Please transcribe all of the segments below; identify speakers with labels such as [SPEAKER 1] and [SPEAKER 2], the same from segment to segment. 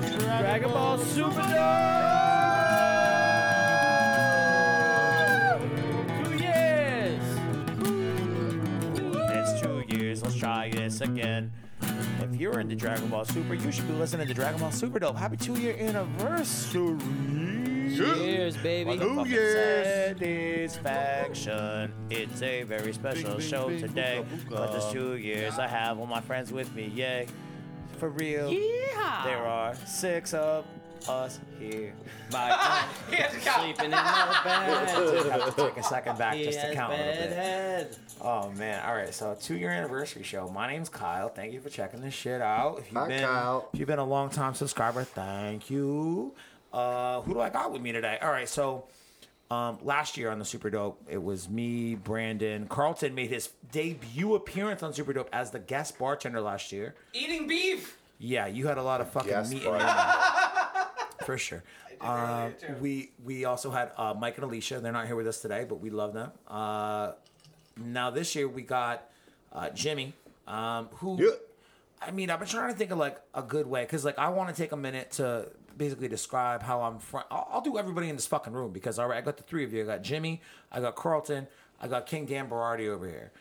[SPEAKER 1] Dragon Ball Super Nerd! Two years!
[SPEAKER 2] It's two years. Let's try this again. If you're into Dragon Ball Super, you should be listening to Dragon Ball Super Dope. Happy two year anniversary.
[SPEAKER 1] Years, baby.
[SPEAKER 2] Motherfucking
[SPEAKER 3] Two years.
[SPEAKER 2] Satisfaction. It's a very special
[SPEAKER 3] Bing, bing,
[SPEAKER 2] show
[SPEAKER 3] bing,
[SPEAKER 2] today.
[SPEAKER 3] booga, booga.
[SPEAKER 2] But there's two years I have all my friends with me. Yay. For real. There are six of us here. My
[SPEAKER 1] Sleeping in my bed.
[SPEAKER 2] just have to take a second back
[SPEAKER 1] He
[SPEAKER 2] just to
[SPEAKER 1] has
[SPEAKER 2] count a little
[SPEAKER 1] bad
[SPEAKER 2] bit.
[SPEAKER 1] head.
[SPEAKER 2] Oh man! All right, so two year anniversary show. My name's Kyle. Thank you for checking this shit out. If you've
[SPEAKER 3] Bye,
[SPEAKER 2] been,
[SPEAKER 3] Kyle.
[SPEAKER 2] If you've been a long time subscriber, thank you. Uh, who do I got with me today? All right, so um, last year on the Super Dope, it was me, Brandon, Carlton made his debut appearance on Super Dope as the guest bartender last year.
[SPEAKER 4] Eating beef.
[SPEAKER 2] Yeah, you had a lot of fucking
[SPEAKER 3] Yes,
[SPEAKER 2] meat in
[SPEAKER 3] bro.
[SPEAKER 2] your mouth. for sure. Um,
[SPEAKER 4] earlier, too.
[SPEAKER 2] we we also had uh, Mike and Alicia. They're not here with us today, but we love them. Uh, now this year we got uh, Jimmy, um, who
[SPEAKER 3] Yeah.
[SPEAKER 2] I mean I've been trying to think of like a good way because like I want to take a minute to basically describe how I'm. Fr- I'll, I'll do everybody in this fucking room because all right, I got the three of you. I got Jimmy, I got Carlton, I got King Dan Berardi over here.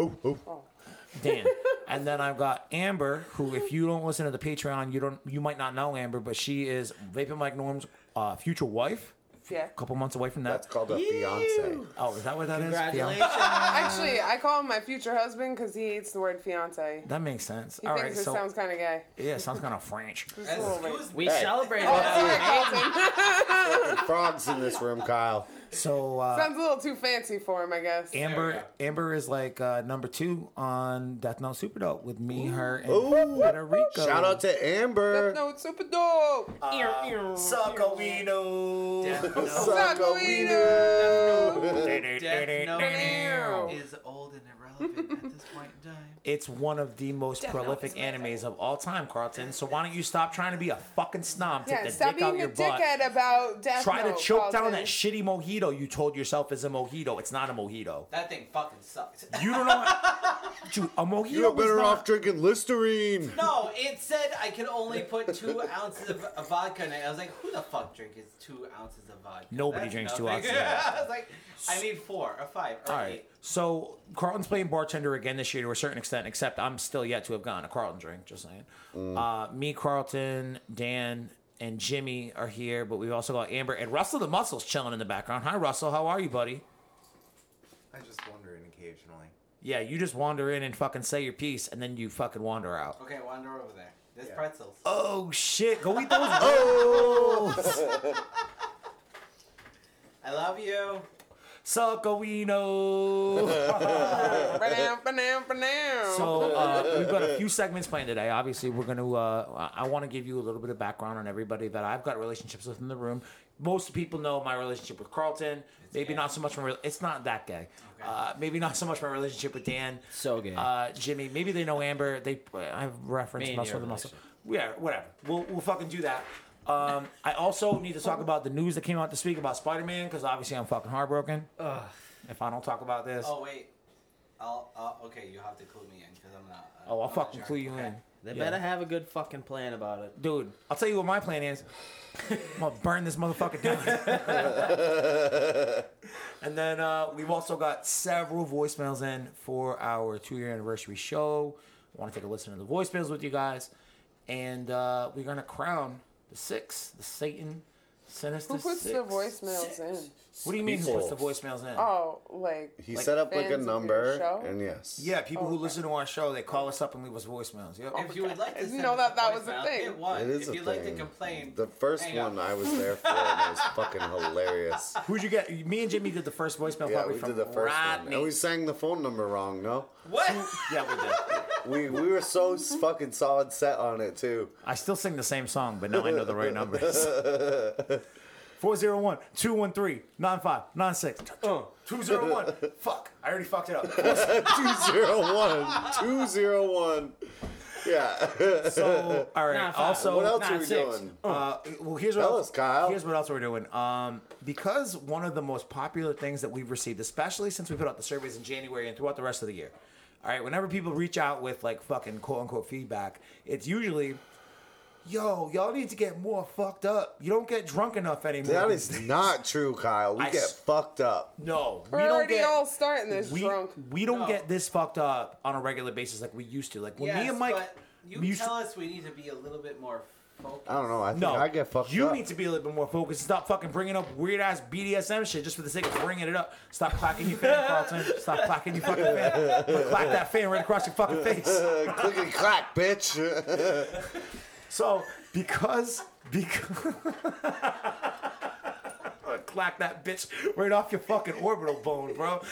[SPEAKER 3] Ooh, ooh.
[SPEAKER 2] Dan. and then I've got Amber, who if you don't listen to the Patreon, you don't you might not know Amber, but she is Vaping Mike Norm's uh, future wife.
[SPEAKER 5] Yeah.
[SPEAKER 2] A couple months away from that.
[SPEAKER 3] That's called a fiance.
[SPEAKER 2] oh, is that what that is?
[SPEAKER 1] Congratulations.
[SPEAKER 2] Fian-
[SPEAKER 5] Actually,
[SPEAKER 2] Uh,
[SPEAKER 5] I call him my future husband because he hates the word fiance.
[SPEAKER 2] That makes sense.
[SPEAKER 5] He
[SPEAKER 2] All
[SPEAKER 5] thinks
[SPEAKER 2] right,
[SPEAKER 5] it
[SPEAKER 2] so
[SPEAKER 5] sounds kind of gay.
[SPEAKER 2] yeah, sounds kind of French.
[SPEAKER 5] Just a little bit.
[SPEAKER 4] Excuse me.
[SPEAKER 1] We celebrated
[SPEAKER 3] Oh.
[SPEAKER 5] Sorry,
[SPEAKER 1] that.
[SPEAKER 5] Carlton.
[SPEAKER 3] Frogs in this room, Kyle.
[SPEAKER 2] So uh,
[SPEAKER 5] sounds a little too fancy for him, I guess.
[SPEAKER 2] Amber Amber is like uh, number two on Death Note Super Dope with me, her, and
[SPEAKER 3] Ooh.
[SPEAKER 2] Puerto Rico.
[SPEAKER 3] Shout out to Amber.
[SPEAKER 5] No, it's super dope.
[SPEAKER 2] Uh, Sacagawino.
[SPEAKER 4] Death
[SPEAKER 5] Ew.
[SPEAKER 4] Note is old and irrelevant at this point in time.
[SPEAKER 2] It's one of the most prolific animes of all time, Carlton. So why don't you stop trying to be a fucking snob? Take
[SPEAKER 5] yeah,
[SPEAKER 2] the
[SPEAKER 5] stop
[SPEAKER 2] dick out
[SPEAKER 5] being a
[SPEAKER 2] your butt.
[SPEAKER 5] dickhead about death.
[SPEAKER 2] Try
[SPEAKER 5] Note,
[SPEAKER 2] to choke
[SPEAKER 5] Carlton.
[SPEAKER 2] down that shitty mojito you told yourself is a mojito. It's not a mojito.
[SPEAKER 4] That thing fucking sucks.
[SPEAKER 2] You don't know. How, dude, a mojito.
[SPEAKER 3] You're
[SPEAKER 2] was
[SPEAKER 3] better
[SPEAKER 2] not-
[SPEAKER 3] off drinking Listerine.
[SPEAKER 4] No, it said I could only put two ounces of of vodka in it. I was like, who the fuck drinks two ounces of vodka?
[SPEAKER 2] Nobody
[SPEAKER 4] That's
[SPEAKER 2] drinks two
[SPEAKER 4] nothing.
[SPEAKER 2] ounces of vodka.
[SPEAKER 4] I was like, I need four or five or
[SPEAKER 2] All
[SPEAKER 4] eight.
[SPEAKER 2] right. So Carlton's playing bartender again this year to a certain extent, except I'm still yet to have gotten a Carlton drink. Just saying. Uh, me, Carlton, Dan, and Jimmy are here, but we've also got Amber and Russell the Muscle's chilling in the background. Hi, Russell. How are you, buddy?
[SPEAKER 6] I just wander in occasionally.
[SPEAKER 2] Yeah, you just wander in and fucking say your piece, and then you fucking wander out.
[SPEAKER 4] Okay, wander over there. There's
[SPEAKER 6] Yeah.
[SPEAKER 4] pretzels.
[SPEAKER 2] Oh shit! Go eat those.
[SPEAKER 4] I love you.
[SPEAKER 2] Suckawino.
[SPEAKER 5] Ba-dam, ba-dam, ba-dam.
[SPEAKER 2] So uh, we've got a few segments planned today. Obviously, we're going to. Uh, I want to give you a little bit of background on everybody that I've got relationships with in the room. Most people know my relationship with Carlton. maybe
[SPEAKER 4] gay.
[SPEAKER 2] not so much. My re- it's not that gay.
[SPEAKER 4] Okay.
[SPEAKER 2] Uh, maybe not so much my relationship with Dan.
[SPEAKER 1] So gay.
[SPEAKER 2] Uh, Jimmy. Maybe they know Amber. They. I've referenced
[SPEAKER 1] Me and
[SPEAKER 2] muscle
[SPEAKER 1] your
[SPEAKER 2] to muscle. Yeah. Whatever. We'll we'll fucking do that. Um, I also need to talk about the news that came out this week about Spider Man because obviously I'm fucking heartbroken. If I don't talk about this,
[SPEAKER 4] Oh wait. I'll, uh, okay, you have to clue me in because I'm not. uh,
[SPEAKER 2] oh, I'll
[SPEAKER 4] I'm not
[SPEAKER 2] fucking
[SPEAKER 4] sure.
[SPEAKER 2] clue you
[SPEAKER 4] Okay.
[SPEAKER 2] in.
[SPEAKER 1] They
[SPEAKER 2] Yeah.
[SPEAKER 1] better have a good fucking plan about it.
[SPEAKER 2] Dude, I'll tell you what my plan is. I'm gonna burn this motherfucker down. and then uh, we've also got several voicemails in for our two-year anniversary show. I want to take a listen to the voicemails with you guys, and uh, we're gonna crown the six, the Satan, sinister.
[SPEAKER 5] Who puts
[SPEAKER 2] six.
[SPEAKER 5] the voicemails in?
[SPEAKER 2] What do you mean? Who puts the
[SPEAKER 3] People.
[SPEAKER 2] voicemails in?
[SPEAKER 5] Oh, like
[SPEAKER 3] He set up like
[SPEAKER 5] fans
[SPEAKER 3] a
[SPEAKER 5] of your
[SPEAKER 3] number,
[SPEAKER 5] show?
[SPEAKER 3] and yes.
[SPEAKER 2] Yeah, people who
[SPEAKER 5] Oh, okay. Oh.
[SPEAKER 2] listen to our show, they call us up and leave us voicemails. Yep.
[SPEAKER 4] If you would like
[SPEAKER 5] I
[SPEAKER 4] to
[SPEAKER 5] didn't
[SPEAKER 4] send
[SPEAKER 5] know
[SPEAKER 4] us
[SPEAKER 5] that that was a
[SPEAKER 4] voicemail,
[SPEAKER 5] thing.
[SPEAKER 4] It was.
[SPEAKER 3] It is
[SPEAKER 4] if
[SPEAKER 3] a
[SPEAKER 4] you'd
[SPEAKER 3] thing.
[SPEAKER 4] like to complain,
[SPEAKER 3] the first
[SPEAKER 4] hang up.
[SPEAKER 3] one I was there for, and it was fucking hilarious.
[SPEAKER 2] Who'd you get? Me and Jimmy did the first voicemail.
[SPEAKER 3] Yeah,
[SPEAKER 2] probably
[SPEAKER 3] we
[SPEAKER 2] from
[SPEAKER 3] did the first one,
[SPEAKER 2] Rodney.
[SPEAKER 3] and we sang the phone number wrong. No,
[SPEAKER 4] What?
[SPEAKER 2] yeah, we did.
[SPEAKER 3] we we were so s- fucking solid set on it too.
[SPEAKER 2] I still sing the same song, but now I know the right numbers. 401 213 9596 201 Fuck, I already fucked it up.
[SPEAKER 3] Two zero one, two zero one. Yeah.
[SPEAKER 2] So, all right.
[SPEAKER 1] Nine five.
[SPEAKER 2] Also,
[SPEAKER 3] what else
[SPEAKER 1] nine,
[SPEAKER 3] are we
[SPEAKER 1] six.
[SPEAKER 3] doing?
[SPEAKER 2] Uh, well, here's what
[SPEAKER 3] Tell
[SPEAKER 2] else,
[SPEAKER 3] us, Kyle.
[SPEAKER 2] Here's what else we're doing. Um, because one of the most popular things that we've received, especially since we put out the surveys in January and throughout the rest of the year. All right, whenever people reach out with like fucking quote unquote feedback, it's usually yo, y'all need to get more fucked up. You don't get drunk enough anymore.
[SPEAKER 3] That
[SPEAKER 2] these
[SPEAKER 3] is
[SPEAKER 2] days."
[SPEAKER 3] not true, Kyle. We
[SPEAKER 2] I
[SPEAKER 3] get
[SPEAKER 2] s-
[SPEAKER 3] fucked up.
[SPEAKER 2] no.
[SPEAKER 5] We're
[SPEAKER 2] we don't
[SPEAKER 5] already
[SPEAKER 2] get,
[SPEAKER 5] all starting this
[SPEAKER 2] we,
[SPEAKER 5] drunk.
[SPEAKER 2] We don't
[SPEAKER 4] No.
[SPEAKER 2] get this fucked up on a regular basis like we used to. Like when
[SPEAKER 4] yes,
[SPEAKER 2] me and Mike,
[SPEAKER 4] but you
[SPEAKER 2] we used to-
[SPEAKER 4] tell us we need to be a little bit more focused.
[SPEAKER 3] I don't know. I think
[SPEAKER 2] No,
[SPEAKER 3] I get fucked
[SPEAKER 2] You
[SPEAKER 3] up.
[SPEAKER 2] need to be a little bit more focused. Stop fucking bringing up weird ass BDSM shit just for the sake of bringing it up. Stop clacking your fan, Carlton. Stop clacking your fucking fan. I'm gonna clack that fan right across your fucking face.
[SPEAKER 3] Uh, click and clack, bitch.
[SPEAKER 2] So because because clack that bitch right off your fucking orbital bone, bro.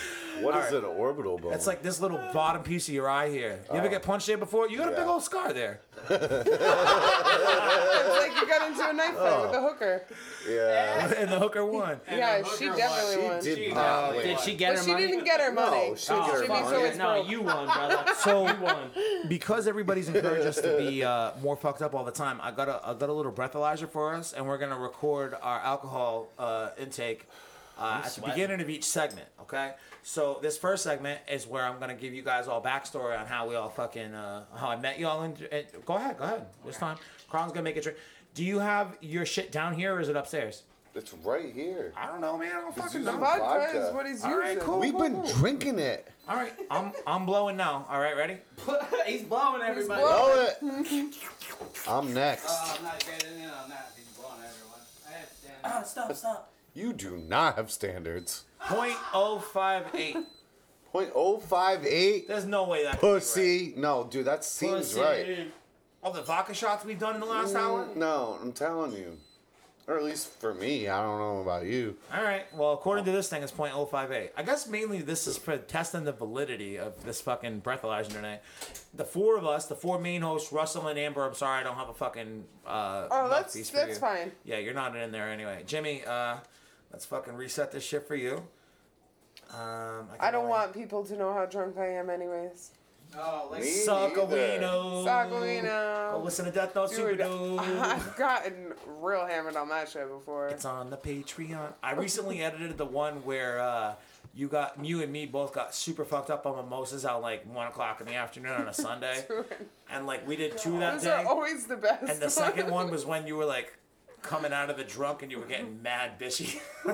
[SPEAKER 3] What is an orbital bone?
[SPEAKER 2] It's like this little bottom piece of your eye here. You ever get punched there before? You got a
[SPEAKER 3] Yeah.
[SPEAKER 2] big old scar there.
[SPEAKER 5] It's like you got into a knife fight
[SPEAKER 2] Oh.
[SPEAKER 5] with a hooker.
[SPEAKER 3] yeah.
[SPEAKER 2] And the hooker won.
[SPEAKER 5] Yeah,
[SPEAKER 4] the
[SPEAKER 5] she
[SPEAKER 4] hooker
[SPEAKER 2] eh,
[SPEAKER 5] definitely
[SPEAKER 3] She
[SPEAKER 5] won.
[SPEAKER 3] did
[SPEAKER 4] She
[SPEAKER 3] not
[SPEAKER 4] definitely
[SPEAKER 3] win.
[SPEAKER 1] Did she get
[SPEAKER 5] But
[SPEAKER 1] her
[SPEAKER 5] she
[SPEAKER 1] money?
[SPEAKER 5] didn't get her money.
[SPEAKER 3] No, she didn't
[SPEAKER 1] Oh,
[SPEAKER 3] get her
[SPEAKER 5] Jimmy's
[SPEAKER 1] fuck,
[SPEAKER 5] so
[SPEAKER 1] yeah,
[SPEAKER 5] it's
[SPEAKER 1] no,
[SPEAKER 5] broke.
[SPEAKER 1] you won, brother.
[SPEAKER 2] So
[SPEAKER 1] You won.
[SPEAKER 2] because everybody's encouraged us to be uh, more fucked up all the time, I got a I got a little breathalyzer for us, and we're gonna record our alcohol uh, intake uh, at the
[SPEAKER 1] sweating.
[SPEAKER 2] beginning of each segment. Okay, so this first segment is where I'm gonna give you guys all backstory on how we all fucking uh, how I met y'all. And, and go ahead, go ahead. This time, Kron's gonna make it. Tri- Do you have your shit down here or is it upstairs?
[SPEAKER 3] It's right here.
[SPEAKER 2] I don't know, man. I don't fucking
[SPEAKER 3] is
[SPEAKER 2] know.
[SPEAKER 3] my-
[SPEAKER 5] Vodka
[SPEAKER 3] Vodka.
[SPEAKER 5] is what he's
[SPEAKER 2] All
[SPEAKER 5] using.
[SPEAKER 2] right, cool.
[SPEAKER 3] We've been drinking it.
[SPEAKER 2] All right, I'm I'm blowing now. All right, ready?
[SPEAKER 4] He's blowing everybody.
[SPEAKER 5] blowing.
[SPEAKER 3] Blow it. I'm next.
[SPEAKER 4] Oh, I'm not getting in on that. He's blowing everyone. I have to stand up.
[SPEAKER 2] stop, stop.
[SPEAKER 3] You do not have standards.
[SPEAKER 2] Point oh five eight.
[SPEAKER 3] .058
[SPEAKER 2] There's no way that could be right.
[SPEAKER 3] pussy. No, dude, that seems right.
[SPEAKER 2] All the vodka shots we've done in the last hour.
[SPEAKER 3] No, I'm telling you. Or at least for me, I don't know about you.
[SPEAKER 2] All right. Well, according to this thing, it's .058. I guess mainly this is for testing the validity of this fucking breathalyzer tonight. The four of us, the four main hosts, Russell and Amber. I'm sorry, I don't have a fucking. Uh,
[SPEAKER 5] Oh,
[SPEAKER 2] mouthpiece
[SPEAKER 5] that's
[SPEAKER 2] for
[SPEAKER 5] that's
[SPEAKER 2] you.
[SPEAKER 5] fine.
[SPEAKER 2] Yeah, you're not in there anyway. Jimmy, uh, let's fucking reset this shit for you. Um, can
[SPEAKER 5] I don't
[SPEAKER 2] already-
[SPEAKER 5] want people to know how drunk I am, anyways.
[SPEAKER 4] Oh, like
[SPEAKER 3] Me?
[SPEAKER 2] Sacagawino.
[SPEAKER 5] Sacagawino.
[SPEAKER 2] Go listen to Death Note Super
[SPEAKER 5] Dude,
[SPEAKER 2] Dude.
[SPEAKER 5] I've gotten real hammered on that show before.
[SPEAKER 2] It's on the Patreon. I recently edited the one where uh, you got you and me both got super fucked up on mimosas at like one o'clock in the afternoon on a Sunday, and like we did two that
[SPEAKER 5] Those are
[SPEAKER 2] day.
[SPEAKER 5] always the best.
[SPEAKER 2] And the second
[SPEAKER 5] ones.
[SPEAKER 2] one was when you were like coming out of the drunk and you were getting mad bitchy. I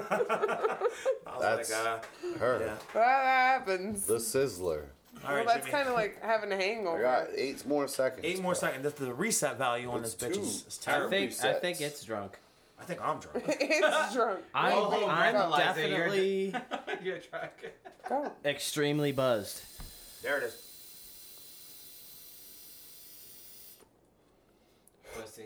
[SPEAKER 2] was
[SPEAKER 3] That's-
[SPEAKER 2] like, uh,
[SPEAKER 3] Her.
[SPEAKER 2] yeah.
[SPEAKER 5] Well, that happens.
[SPEAKER 3] The sizzler.
[SPEAKER 2] All
[SPEAKER 5] well,
[SPEAKER 2] right,
[SPEAKER 5] that's
[SPEAKER 2] Jimmy.
[SPEAKER 5] kind of like having a
[SPEAKER 3] I
[SPEAKER 5] hangover.
[SPEAKER 3] got eight more seconds.
[SPEAKER 2] Eight more seconds. That's the reset value on
[SPEAKER 3] It's
[SPEAKER 2] this bitch is,
[SPEAKER 3] two.
[SPEAKER 2] is
[SPEAKER 1] I
[SPEAKER 2] terrible.
[SPEAKER 1] think I
[SPEAKER 3] Resets.
[SPEAKER 1] think it's drunk.
[SPEAKER 2] I think I'm drunk.
[SPEAKER 5] it's drunk.
[SPEAKER 1] I,
[SPEAKER 4] Well, hold on,
[SPEAKER 1] I'm
[SPEAKER 4] breathalyzer,
[SPEAKER 1] definitely
[SPEAKER 4] you're drunk.
[SPEAKER 5] Go.
[SPEAKER 1] extremely buzzed.
[SPEAKER 6] There it is.
[SPEAKER 4] Pussy.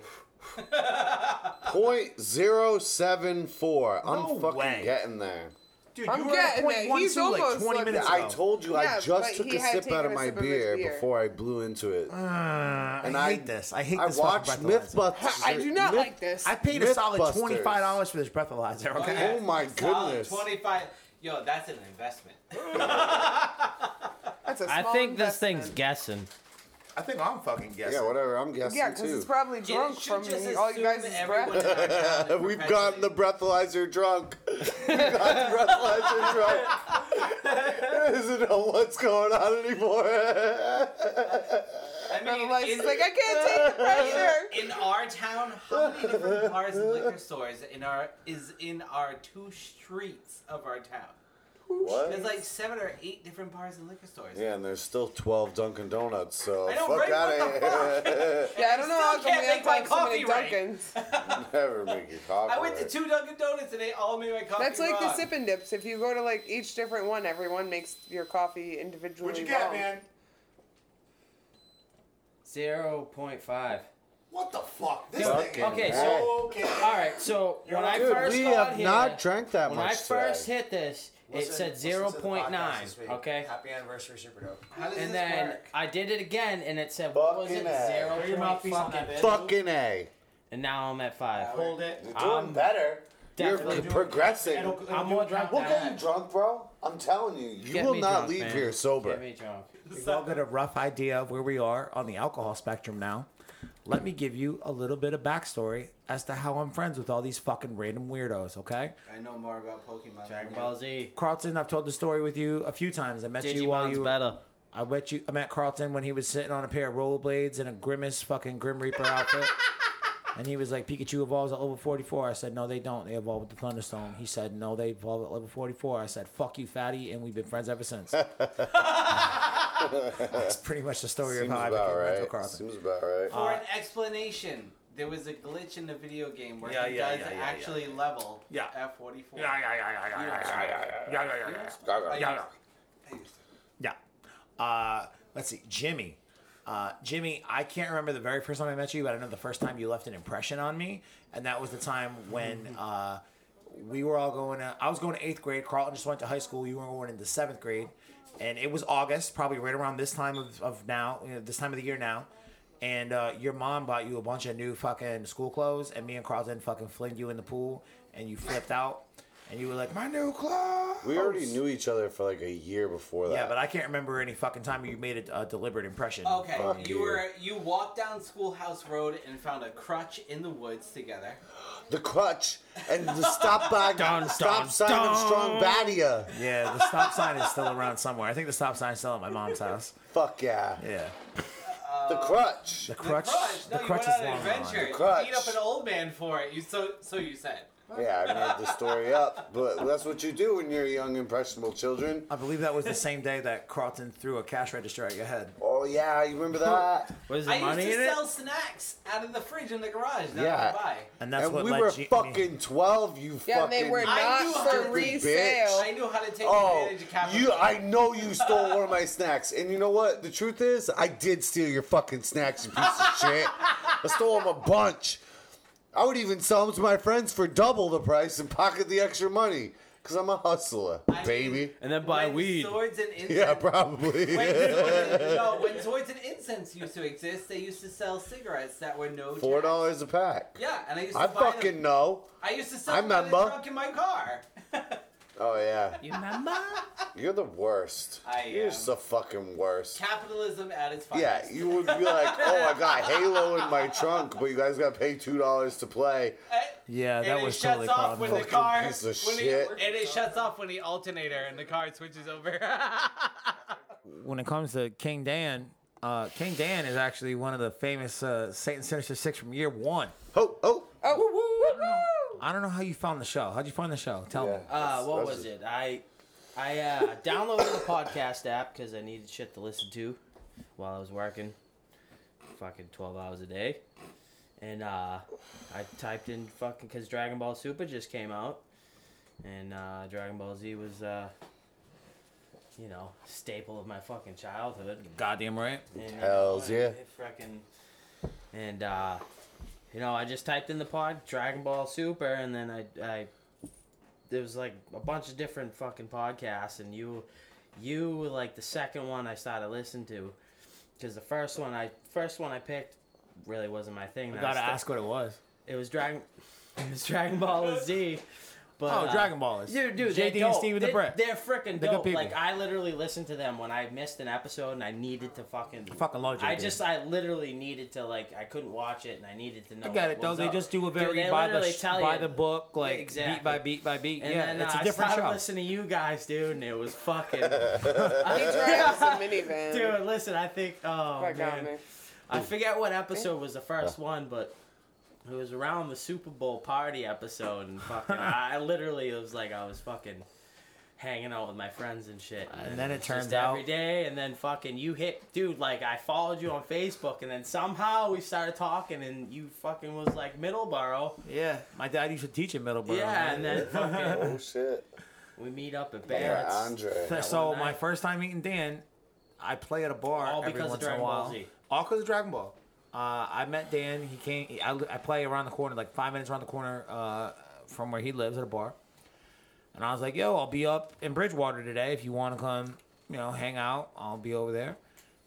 [SPEAKER 3] Point zero seven four. I'm
[SPEAKER 2] No
[SPEAKER 3] fucking
[SPEAKER 2] way.
[SPEAKER 3] getting there.
[SPEAKER 2] Dude,
[SPEAKER 5] I'm
[SPEAKER 2] you were at
[SPEAKER 5] getting it. He's
[SPEAKER 2] 0.12 like
[SPEAKER 5] almost
[SPEAKER 2] 20
[SPEAKER 5] like-
[SPEAKER 2] minutes ago.
[SPEAKER 3] I told you
[SPEAKER 5] Yeah,
[SPEAKER 3] I just
[SPEAKER 5] but
[SPEAKER 3] took
[SPEAKER 5] he
[SPEAKER 3] a
[SPEAKER 5] had
[SPEAKER 3] sip
[SPEAKER 5] taken
[SPEAKER 3] out of
[SPEAKER 5] a
[SPEAKER 3] my
[SPEAKER 5] sip of his
[SPEAKER 3] beer,
[SPEAKER 5] beer.
[SPEAKER 3] before I blew into it.
[SPEAKER 2] Uh,
[SPEAKER 3] And
[SPEAKER 2] I
[SPEAKER 3] I-
[SPEAKER 2] hate this. I hate
[SPEAKER 3] I
[SPEAKER 2] this. fucking
[SPEAKER 3] watched
[SPEAKER 2] breathalyzer.
[SPEAKER 3] Mythbusters.
[SPEAKER 5] I do not
[SPEAKER 3] Myth-
[SPEAKER 5] like this.
[SPEAKER 2] I paid a solid
[SPEAKER 3] Mythbusters.
[SPEAKER 2] twenty five dollars for this breathalyzer. Okay.
[SPEAKER 3] yeah. Oh my
[SPEAKER 4] Solid
[SPEAKER 3] goodness.
[SPEAKER 4] 25. Yo, that's an investment.
[SPEAKER 5] That's a small
[SPEAKER 1] I think this
[SPEAKER 5] investment.
[SPEAKER 1] thing's guessing.
[SPEAKER 2] I think I'm fucking guessing.
[SPEAKER 3] Yeah, whatever. I'm guessing
[SPEAKER 5] Yeah, because
[SPEAKER 3] too.
[SPEAKER 5] it's probably
[SPEAKER 4] You
[SPEAKER 5] drunk
[SPEAKER 4] should
[SPEAKER 5] from
[SPEAKER 4] just
[SPEAKER 5] all you guys'
[SPEAKER 4] assume everyone
[SPEAKER 5] breath.
[SPEAKER 4] in our town is
[SPEAKER 3] We've gotten the
[SPEAKER 4] professionally-
[SPEAKER 3] breathalyzer drunk. We've gotten the breathalyzer drunk. I don't know what's going on anymore.
[SPEAKER 4] I mean,
[SPEAKER 5] Otherwise,
[SPEAKER 4] in-
[SPEAKER 5] it's like, I can't take the pressure.
[SPEAKER 4] In our town, how many different bars and liquor stores in our is in our two streets of our town? There's
[SPEAKER 3] what?
[SPEAKER 4] like seven or eight different bars and liquor stores.
[SPEAKER 3] Yeah, and there's still 12 Dunkin' Donuts, so
[SPEAKER 4] I know,
[SPEAKER 3] fuck
[SPEAKER 4] right?
[SPEAKER 3] out
[SPEAKER 4] What the
[SPEAKER 3] of here.
[SPEAKER 5] Yeah, I don't know
[SPEAKER 4] still
[SPEAKER 5] how come
[SPEAKER 4] can't
[SPEAKER 5] we
[SPEAKER 4] make
[SPEAKER 5] have to
[SPEAKER 4] my
[SPEAKER 5] have so many
[SPEAKER 4] coffee right.
[SPEAKER 5] Dunkins.
[SPEAKER 3] Never make your coffee.
[SPEAKER 4] I went to two Dunkin' Donuts and they all made my coffee.
[SPEAKER 5] That's like the
[SPEAKER 4] wrong.
[SPEAKER 5] sip and dips. If you go to like each different one, everyone makes your coffee individually.
[SPEAKER 2] What'd you get,
[SPEAKER 5] wrong.
[SPEAKER 2] man?
[SPEAKER 1] Zero point five.
[SPEAKER 2] What the fuck? This
[SPEAKER 3] Fucking
[SPEAKER 2] thing.
[SPEAKER 1] Okay,
[SPEAKER 3] hell.
[SPEAKER 1] so-
[SPEAKER 2] Okay.
[SPEAKER 1] All right, so when I
[SPEAKER 3] Dude,
[SPEAKER 1] first
[SPEAKER 3] we
[SPEAKER 1] got
[SPEAKER 3] have
[SPEAKER 1] here,
[SPEAKER 3] not drank that
[SPEAKER 1] when
[SPEAKER 3] much.
[SPEAKER 1] I first
[SPEAKER 3] today.
[SPEAKER 1] hit this, it
[SPEAKER 6] Listen-
[SPEAKER 1] said
[SPEAKER 6] listen to the
[SPEAKER 1] zero
[SPEAKER 6] podcast
[SPEAKER 1] point nine.
[SPEAKER 6] this week.
[SPEAKER 1] Okay,
[SPEAKER 6] Happy anniversary, Super Dope.
[SPEAKER 4] How does
[SPEAKER 1] and
[SPEAKER 4] this
[SPEAKER 1] then
[SPEAKER 4] work?
[SPEAKER 1] I did it again, and it said what was
[SPEAKER 3] Fucking
[SPEAKER 1] it
[SPEAKER 3] ass.
[SPEAKER 1] zero
[SPEAKER 2] Put your mouthpiece on
[SPEAKER 1] point
[SPEAKER 2] that
[SPEAKER 1] fucking,
[SPEAKER 2] bitch.
[SPEAKER 3] Fucking A.
[SPEAKER 1] and now I'm at five.
[SPEAKER 2] Hold it.
[SPEAKER 3] You're doing
[SPEAKER 1] I'm
[SPEAKER 3] better. You're
[SPEAKER 1] definitely
[SPEAKER 3] progressing.
[SPEAKER 2] It'll- it'll
[SPEAKER 1] I'm
[SPEAKER 2] do
[SPEAKER 1] more
[SPEAKER 2] it
[SPEAKER 1] drunk
[SPEAKER 3] We'll
[SPEAKER 1] than
[SPEAKER 3] get
[SPEAKER 1] that.
[SPEAKER 3] you drunk, bro. I'm telling you, you
[SPEAKER 1] Get
[SPEAKER 3] will
[SPEAKER 1] me
[SPEAKER 3] not
[SPEAKER 1] drunk,
[SPEAKER 3] leave
[SPEAKER 1] man.
[SPEAKER 3] here sober.
[SPEAKER 1] Get me drunk.
[SPEAKER 2] We've all got a rough idea of where we are on the alcohol spectrum now. Let me give you a little bit of backstory as to how I'm friends with all these fucking random weirdos. Okay.
[SPEAKER 4] I know more about Pokemon.
[SPEAKER 1] Dragon
[SPEAKER 4] than
[SPEAKER 1] Ball
[SPEAKER 4] you.
[SPEAKER 1] Z.
[SPEAKER 2] Carlton, I've told the story with you a few times. I met you while
[SPEAKER 1] Digimon's
[SPEAKER 2] you.
[SPEAKER 1] better.
[SPEAKER 2] I met you. I met Carlton when he was sitting on a pair of rollerblades in a grimace fucking Grim Reaper outfit. And he was like, Pikachu evolves at level 44. I said, no, they don't. They evolve with the Thunderstone. He said, no, they evolve at level 44. I said, fuck you, fatty. And we've been friends ever since. That's pretty much the story
[SPEAKER 3] Seems
[SPEAKER 2] of how I
[SPEAKER 3] about
[SPEAKER 2] became friends
[SPEAKER 3] right.
[SPEAKER 2] with Carlton.
[SPEAKER 3] Seems about right.
[SPEAKER 4] For
[SPEAKER 2] Uh,
[SPEAKER 4] an explanation, there was a glitch in the video game where
[SPEAKER 2] Yeah,
[SPEAKER 4] he
[SPEAKER 2] yeah,
[SPEAKER 4] does
[SPEAKER 2] yeah, yeah,
[SPEAKER 4] actually level
[SPEAKER 2] Yeah.
[SPEAKER 4] at 44.
[SPEAKER 2] yeah, yeah, yeah, yeah, yeah, yeah, yeah, yeah, yeah.
[SPEAKER 4] I
[SPEAKER 2] Yeah,
[SPEAKER 4] used-
[SPEAKER 2] yeah.
[SPEAKER 4] I used to.
[SPEAKER 2] Yeah. Uh, let's see, Jimmy. Uh, Jimmy, I can't remember the very first time I met you, but I know the first time you left an impression on me, and that was the time when uh, we were all going. To, I was going to eighth grade. Carlton just went to high school. You were going into seventh grade, and it was August, probably right around this time of, of now, you know, this time of the year now. And uh, your mom bought you a bunch of new fucking school clothes, and me and Carlton fucking flinged you in the pool, and you flipped out, and you were like, "My new clothes."
[SPEAKER 3] We already knew each other for like a year before that.
[SPEAKER 2] Oh. Yeah, but I can't remember any fucking time you made a, a deliberate impression.
[SPEAKER 4] Oh, Okay,
[SPEAKER 3] Fuck
[SPEAKER 4] you
[SPEAKER 3] you.
[SPEAKER 4] were you walked down Schoolhouse Road and found a crutch in the woods together.
[SPEAKER 3] the crutch and the stop bag,
[SPEAKER 2] Dun,
[SPEAKER 3] stop
[SPEAKER 2] dun,
[SPEAKER 3] sign
[SPEAKER 2] dun.
[SPEAKER 3] of strong badia.
[SPEAKER 2] Yeah, the stop sign is still around somewhere. I think the stop sign is still at my mom's house.
[SPEAKER 3] Fuck yeah. Uh,
[SPEAKER 2] Yeah.
[SPEAKER 3] The crutch.
[SPEAKER 2] The crutch. The
[SPEAKER 4] the crutch, no,
[SPEAKER 2] crutch,
[SPEAKER 4] you went
[SPEAKER 2] is
[SPEAKER 4] on an
[SPEAKER 2] long
[SPEAKER 4] adventure.
[SPEAKER 2] gone.
[SPEAKER 3] crutch.
[SPEAKER 4] You beat up an old man for it. You so so you said.
[SPEAKER 3] Yeah, I made the story up, but that's what you do when you're young, impressionable children.
[SPEAKER 2] I believe that was the same day that Carlton threw a cash register at your head.
[SPEAKER 3] Oh yeah, you remember that?
[SPEAKER 1] Was
[SPEAKER 4] I
[SPEAKER 1] there money
[SPEAKER 4] used
[SPEAKER 1] in
[SPEAKER 4] to
[SPEAKER 1] it?
[SPEAKER 4] sell snacks out of the fridge in the garage. That
[SPEAKER 3] Yeah.
[SPEAKER 4] I buy.
[SPEAKER 2] And that's
[SPEAKER 3] and
[SPEAKER 2] what
[SPEAKER 3] we
[SPEAKER 2] led
[SPEAKER 3] were
[SPEAKER 2] G- me-
[SPEAKER 3] fucking twelve. You
[SPEAKER 5] Yeah, and
[SPEAKER 3] fucking.
[SPEAKER 5] they were
[SPEAKER 4] I
[SPEAKER 5] not
[SPEAKER 4] knew
[SPEAKER 5] for
[SPEAKER 4] how to
[SPEAKER 3] be, bitch.
[SPEAKER 5] resale.
[SPEAKER 4] I knew how to take
[SPEAKER 3] Oh,
[SPEAKER 4] advantage of capital.
[SPEAKER 3] you! I know you stole one of my snacks, and you know what? The truth is, I did steal your fucking snacks, you piece of shit. I stole them a bunch. I would even sell them to my friends for double the price and pocket the extra money, cause I'm a hustler,
[SPEAKER 4] mean-
[SPEAKER 3] baby.
[SPEAKER 1] And then buy
[SPEAKER 4] When
[SPEAKER 1] weed.
[SPEAKER 4] Swords and incense.
[SPEAKER 3] Yeah, probably.
[SPEAKER 4] When swords, no, when swords and incense used to exist, they used to sell cigarettes that were no
[SPEAKER 3] Four
[SPEAKER 4] tax.
[SPEAKER 3] dollars a pack.
[SPEAKER 4] Yeah, and I used to
[SPEAKER 3] I
[SPEAKER 4] buy them-
[SPEAKER 3] fucking know.
[SPEAKER 4] I used to sell
[SPEAKER 3] I
[SPEAKER 4] them to the
[SPEAKER 3] remember.
[SPEAKER 4] trunk in my car.
[SPEAKER 3] Oh yeah,
[SPEAKER 2] You remember?
[SPEAKER 3] you're the worst.
[SPEAKER 4] I
[SPEAKER 3] you're
[SPEAKER 4] am.
[SPEAKER 3] just the fucking worst.
[SPEAKER 4] Capitalism at its
[SPEAKER 3] Yeah,
[SPEAKER 4] finest.
[SPEAKER 3] you would be like, oh, I got Halo in my trunk, but you guys got to pay two dollars to play.
[SPEAKER 2] Yeah,
[SPEAKER 4] and
[SPEAKER 2] that
[SPEAKER 4] it
[SPEAKER 2] was
[SPEAKER 4] shuts
[SPEAKER 2] totally
[SPEAKER 4] off
[SPEAKER 2] Carlton.
[SPEAKER 4] when the
[SPEAKER 3] Fucking
[SPEAKER 4] car
[SPEAKER 3] piece of
[SPEAKER 4] when
[SPEAKER 3] shit.
[SPEAKER 4] It, and it shuts off when the alternator and the car switches over.
[SPEAKER 2] when it comes to King Dan, uh, King Dan is actually one of the famous uh, Satan Sinister Six from year one.
[SPEAKER 3] Ho, ho.
[SPEAKER 5] Oh, woo-woo.
[SPEAKER 2] I don't know how you found the show. How'd you find the show? Tell me.
[SPEAKER 1] Uh, what
[SPEAKER 3] that's
[SPEAKER 1] was
[SPEAKER 3] just-
[SPEAKER 1] it? I I uh, downloaded the podcast app because I needed shit to listen to while I was working, fucking twelve hours a day, and uh, I typed in fucking because Dragon Ball Super just came out, and uh, Dragon Ball Z was uh, you know staple of my fucking childhood.
[SPEAKER 2] Goddamn right.
[SPEAKER 1] And,
[SPEAKER 3] Hells
[SPEAKER 1] you know,
[SPEAKER 3] yeah.
[SPEAKER 1] it frickin- and uh, you know, I just typed in the pod Dragon Ball Super, and then I, I there was like a bunch of different fucking podcasts, and you, you were like the second one I started listening to, because the first one I first one I picked really wasn't my thing.
[SPEAKER 2] You
[SPEAKER 1] That
[SPEAKER 2] gotta
[SPEAKER 1] was-
[SPEAKER 2] ask what it was.
[SPEAKER 1] It was Dragon. It was Dragon Ball Z. But,
[SPEAKER 2] Oh,
[SPEAKER 1] uh,
[SPEAKER 2] Dragon Ball is.
[SPEAKER 1] Dude, dude,
[SPEAKER 2] JD
[SPEAKER 1] they're
[SPEAKER 2] and
[SPEAKER 1] dope.
[SPEAKER 2] Steve with the
[SPEAKER 1] They-
[SPEAKER 2] Brett.
[SPEAKER 1] They're freaking
[SPEAKER 2] good
[SPEAKER 1] dope.
[SPEAKER 2] people.
[SPEAKER 1] Like I literally listened to them when I missed an episode and I needed to fucking. I
[SPEAKER 2] fucking love
[SPEAKER 1] I
[SPEAKER 2] JD.
[SPEAKER 1] just, I literally needed to like, I couldn't watch it and I needed to know.
[SPEAKER 2] I get it
[SPEAKER 1] what
[SPEAKER 2] though.
[SPEAKER 1] was
[SPEAKER 2] They
[SPEAKER 1] up.
[SPEAKER 2] just do a
[SPEAKER 1] Dude,
[SPEAKER 2] very
[SPEAKER 1] they
[SPEAKER 2] by the
[SPEAKER 1] literally
[SPEAKER 2] sh-
[SPEAKER 1] tell
[SPEAKER 2] by
[SPEAKER 1] you.
[SPEAKER 2] the book, like beat
[SPEAKER 1] exactly.
[SPEAKER 2] by beat by beat.
[SPEAKER 1] And
[SPEAKER 2] yeah,
[SPEAKER 1] then,
[SPEAKER 2] it's
[SPEAKER 1] uh,
[SPEAKER 2] a different
[SPEAKER 1] I started
[SPEAKER 2] show.
[SPEAKER 1] listening to you guys, dude, and it was fucking.
[SPEAKER 5] He drives a minivan.
[SPEAKER 1] dude, listen, I think. Oh
[SPEAKER 5] That got
[SPEAKER 1] man,
[SPEAKER 5] me.
[SPEAKER 1] I forget what episode was the first one, but it was around the Super Bowl party episode, and fucking, I I literally it was like I was fucking hanging out with my friends and shit.
[SPEAKER 2] And then it
[SPEAKER 1] was just
[SPEAKER 2] turns out-
[SPEAKER 1] every day, and then fucking you hit, dude. Like I followed you on Facebook, and then somehow we started talking, and you fucking was like Middleborough,
[SPEAKER 2] Yeah, my dad used to teach in Middleborough.
[SPEAKER 1] yeah, and
[SPEAKER 2] man.
[SPEAKER 1] then fucking
[SPEAKER 3] Oh shit.
[SPEAKER 1] we meet up at
[SPEAKER 3] Yeah,
[SPEAKER 1] Barrett's.
[SPEAKER 3] Andre.
[SPEAKER 2] so
[SPEAKER 1] one
[SPEAKER 2] my
[SPEAKER 1] night.
[SPEAKER 2] first time meeting Dan, I play at a bar
[SPEAKER 1] All
[SPEAKER 2] every
[SPEAKER 1] because of
[SPEAKER 2] once in
[SPEAKER 1] Dragon
[SPEAKER 2] a
[SPEAKER 1] Ball
[SPEAKER 2] while.
[SPEAKER 1] Z.
[SPEAKER 2] All because of Dragon Ball. Uh, I met Dan. He came. he- I, li- I play around the corner, like five minutes around the corner uh, from where he lives at a bar. And I was like, "Yo, I'll be up in Bridgewater today. If you want to come, you know, hang out, I'll be over there."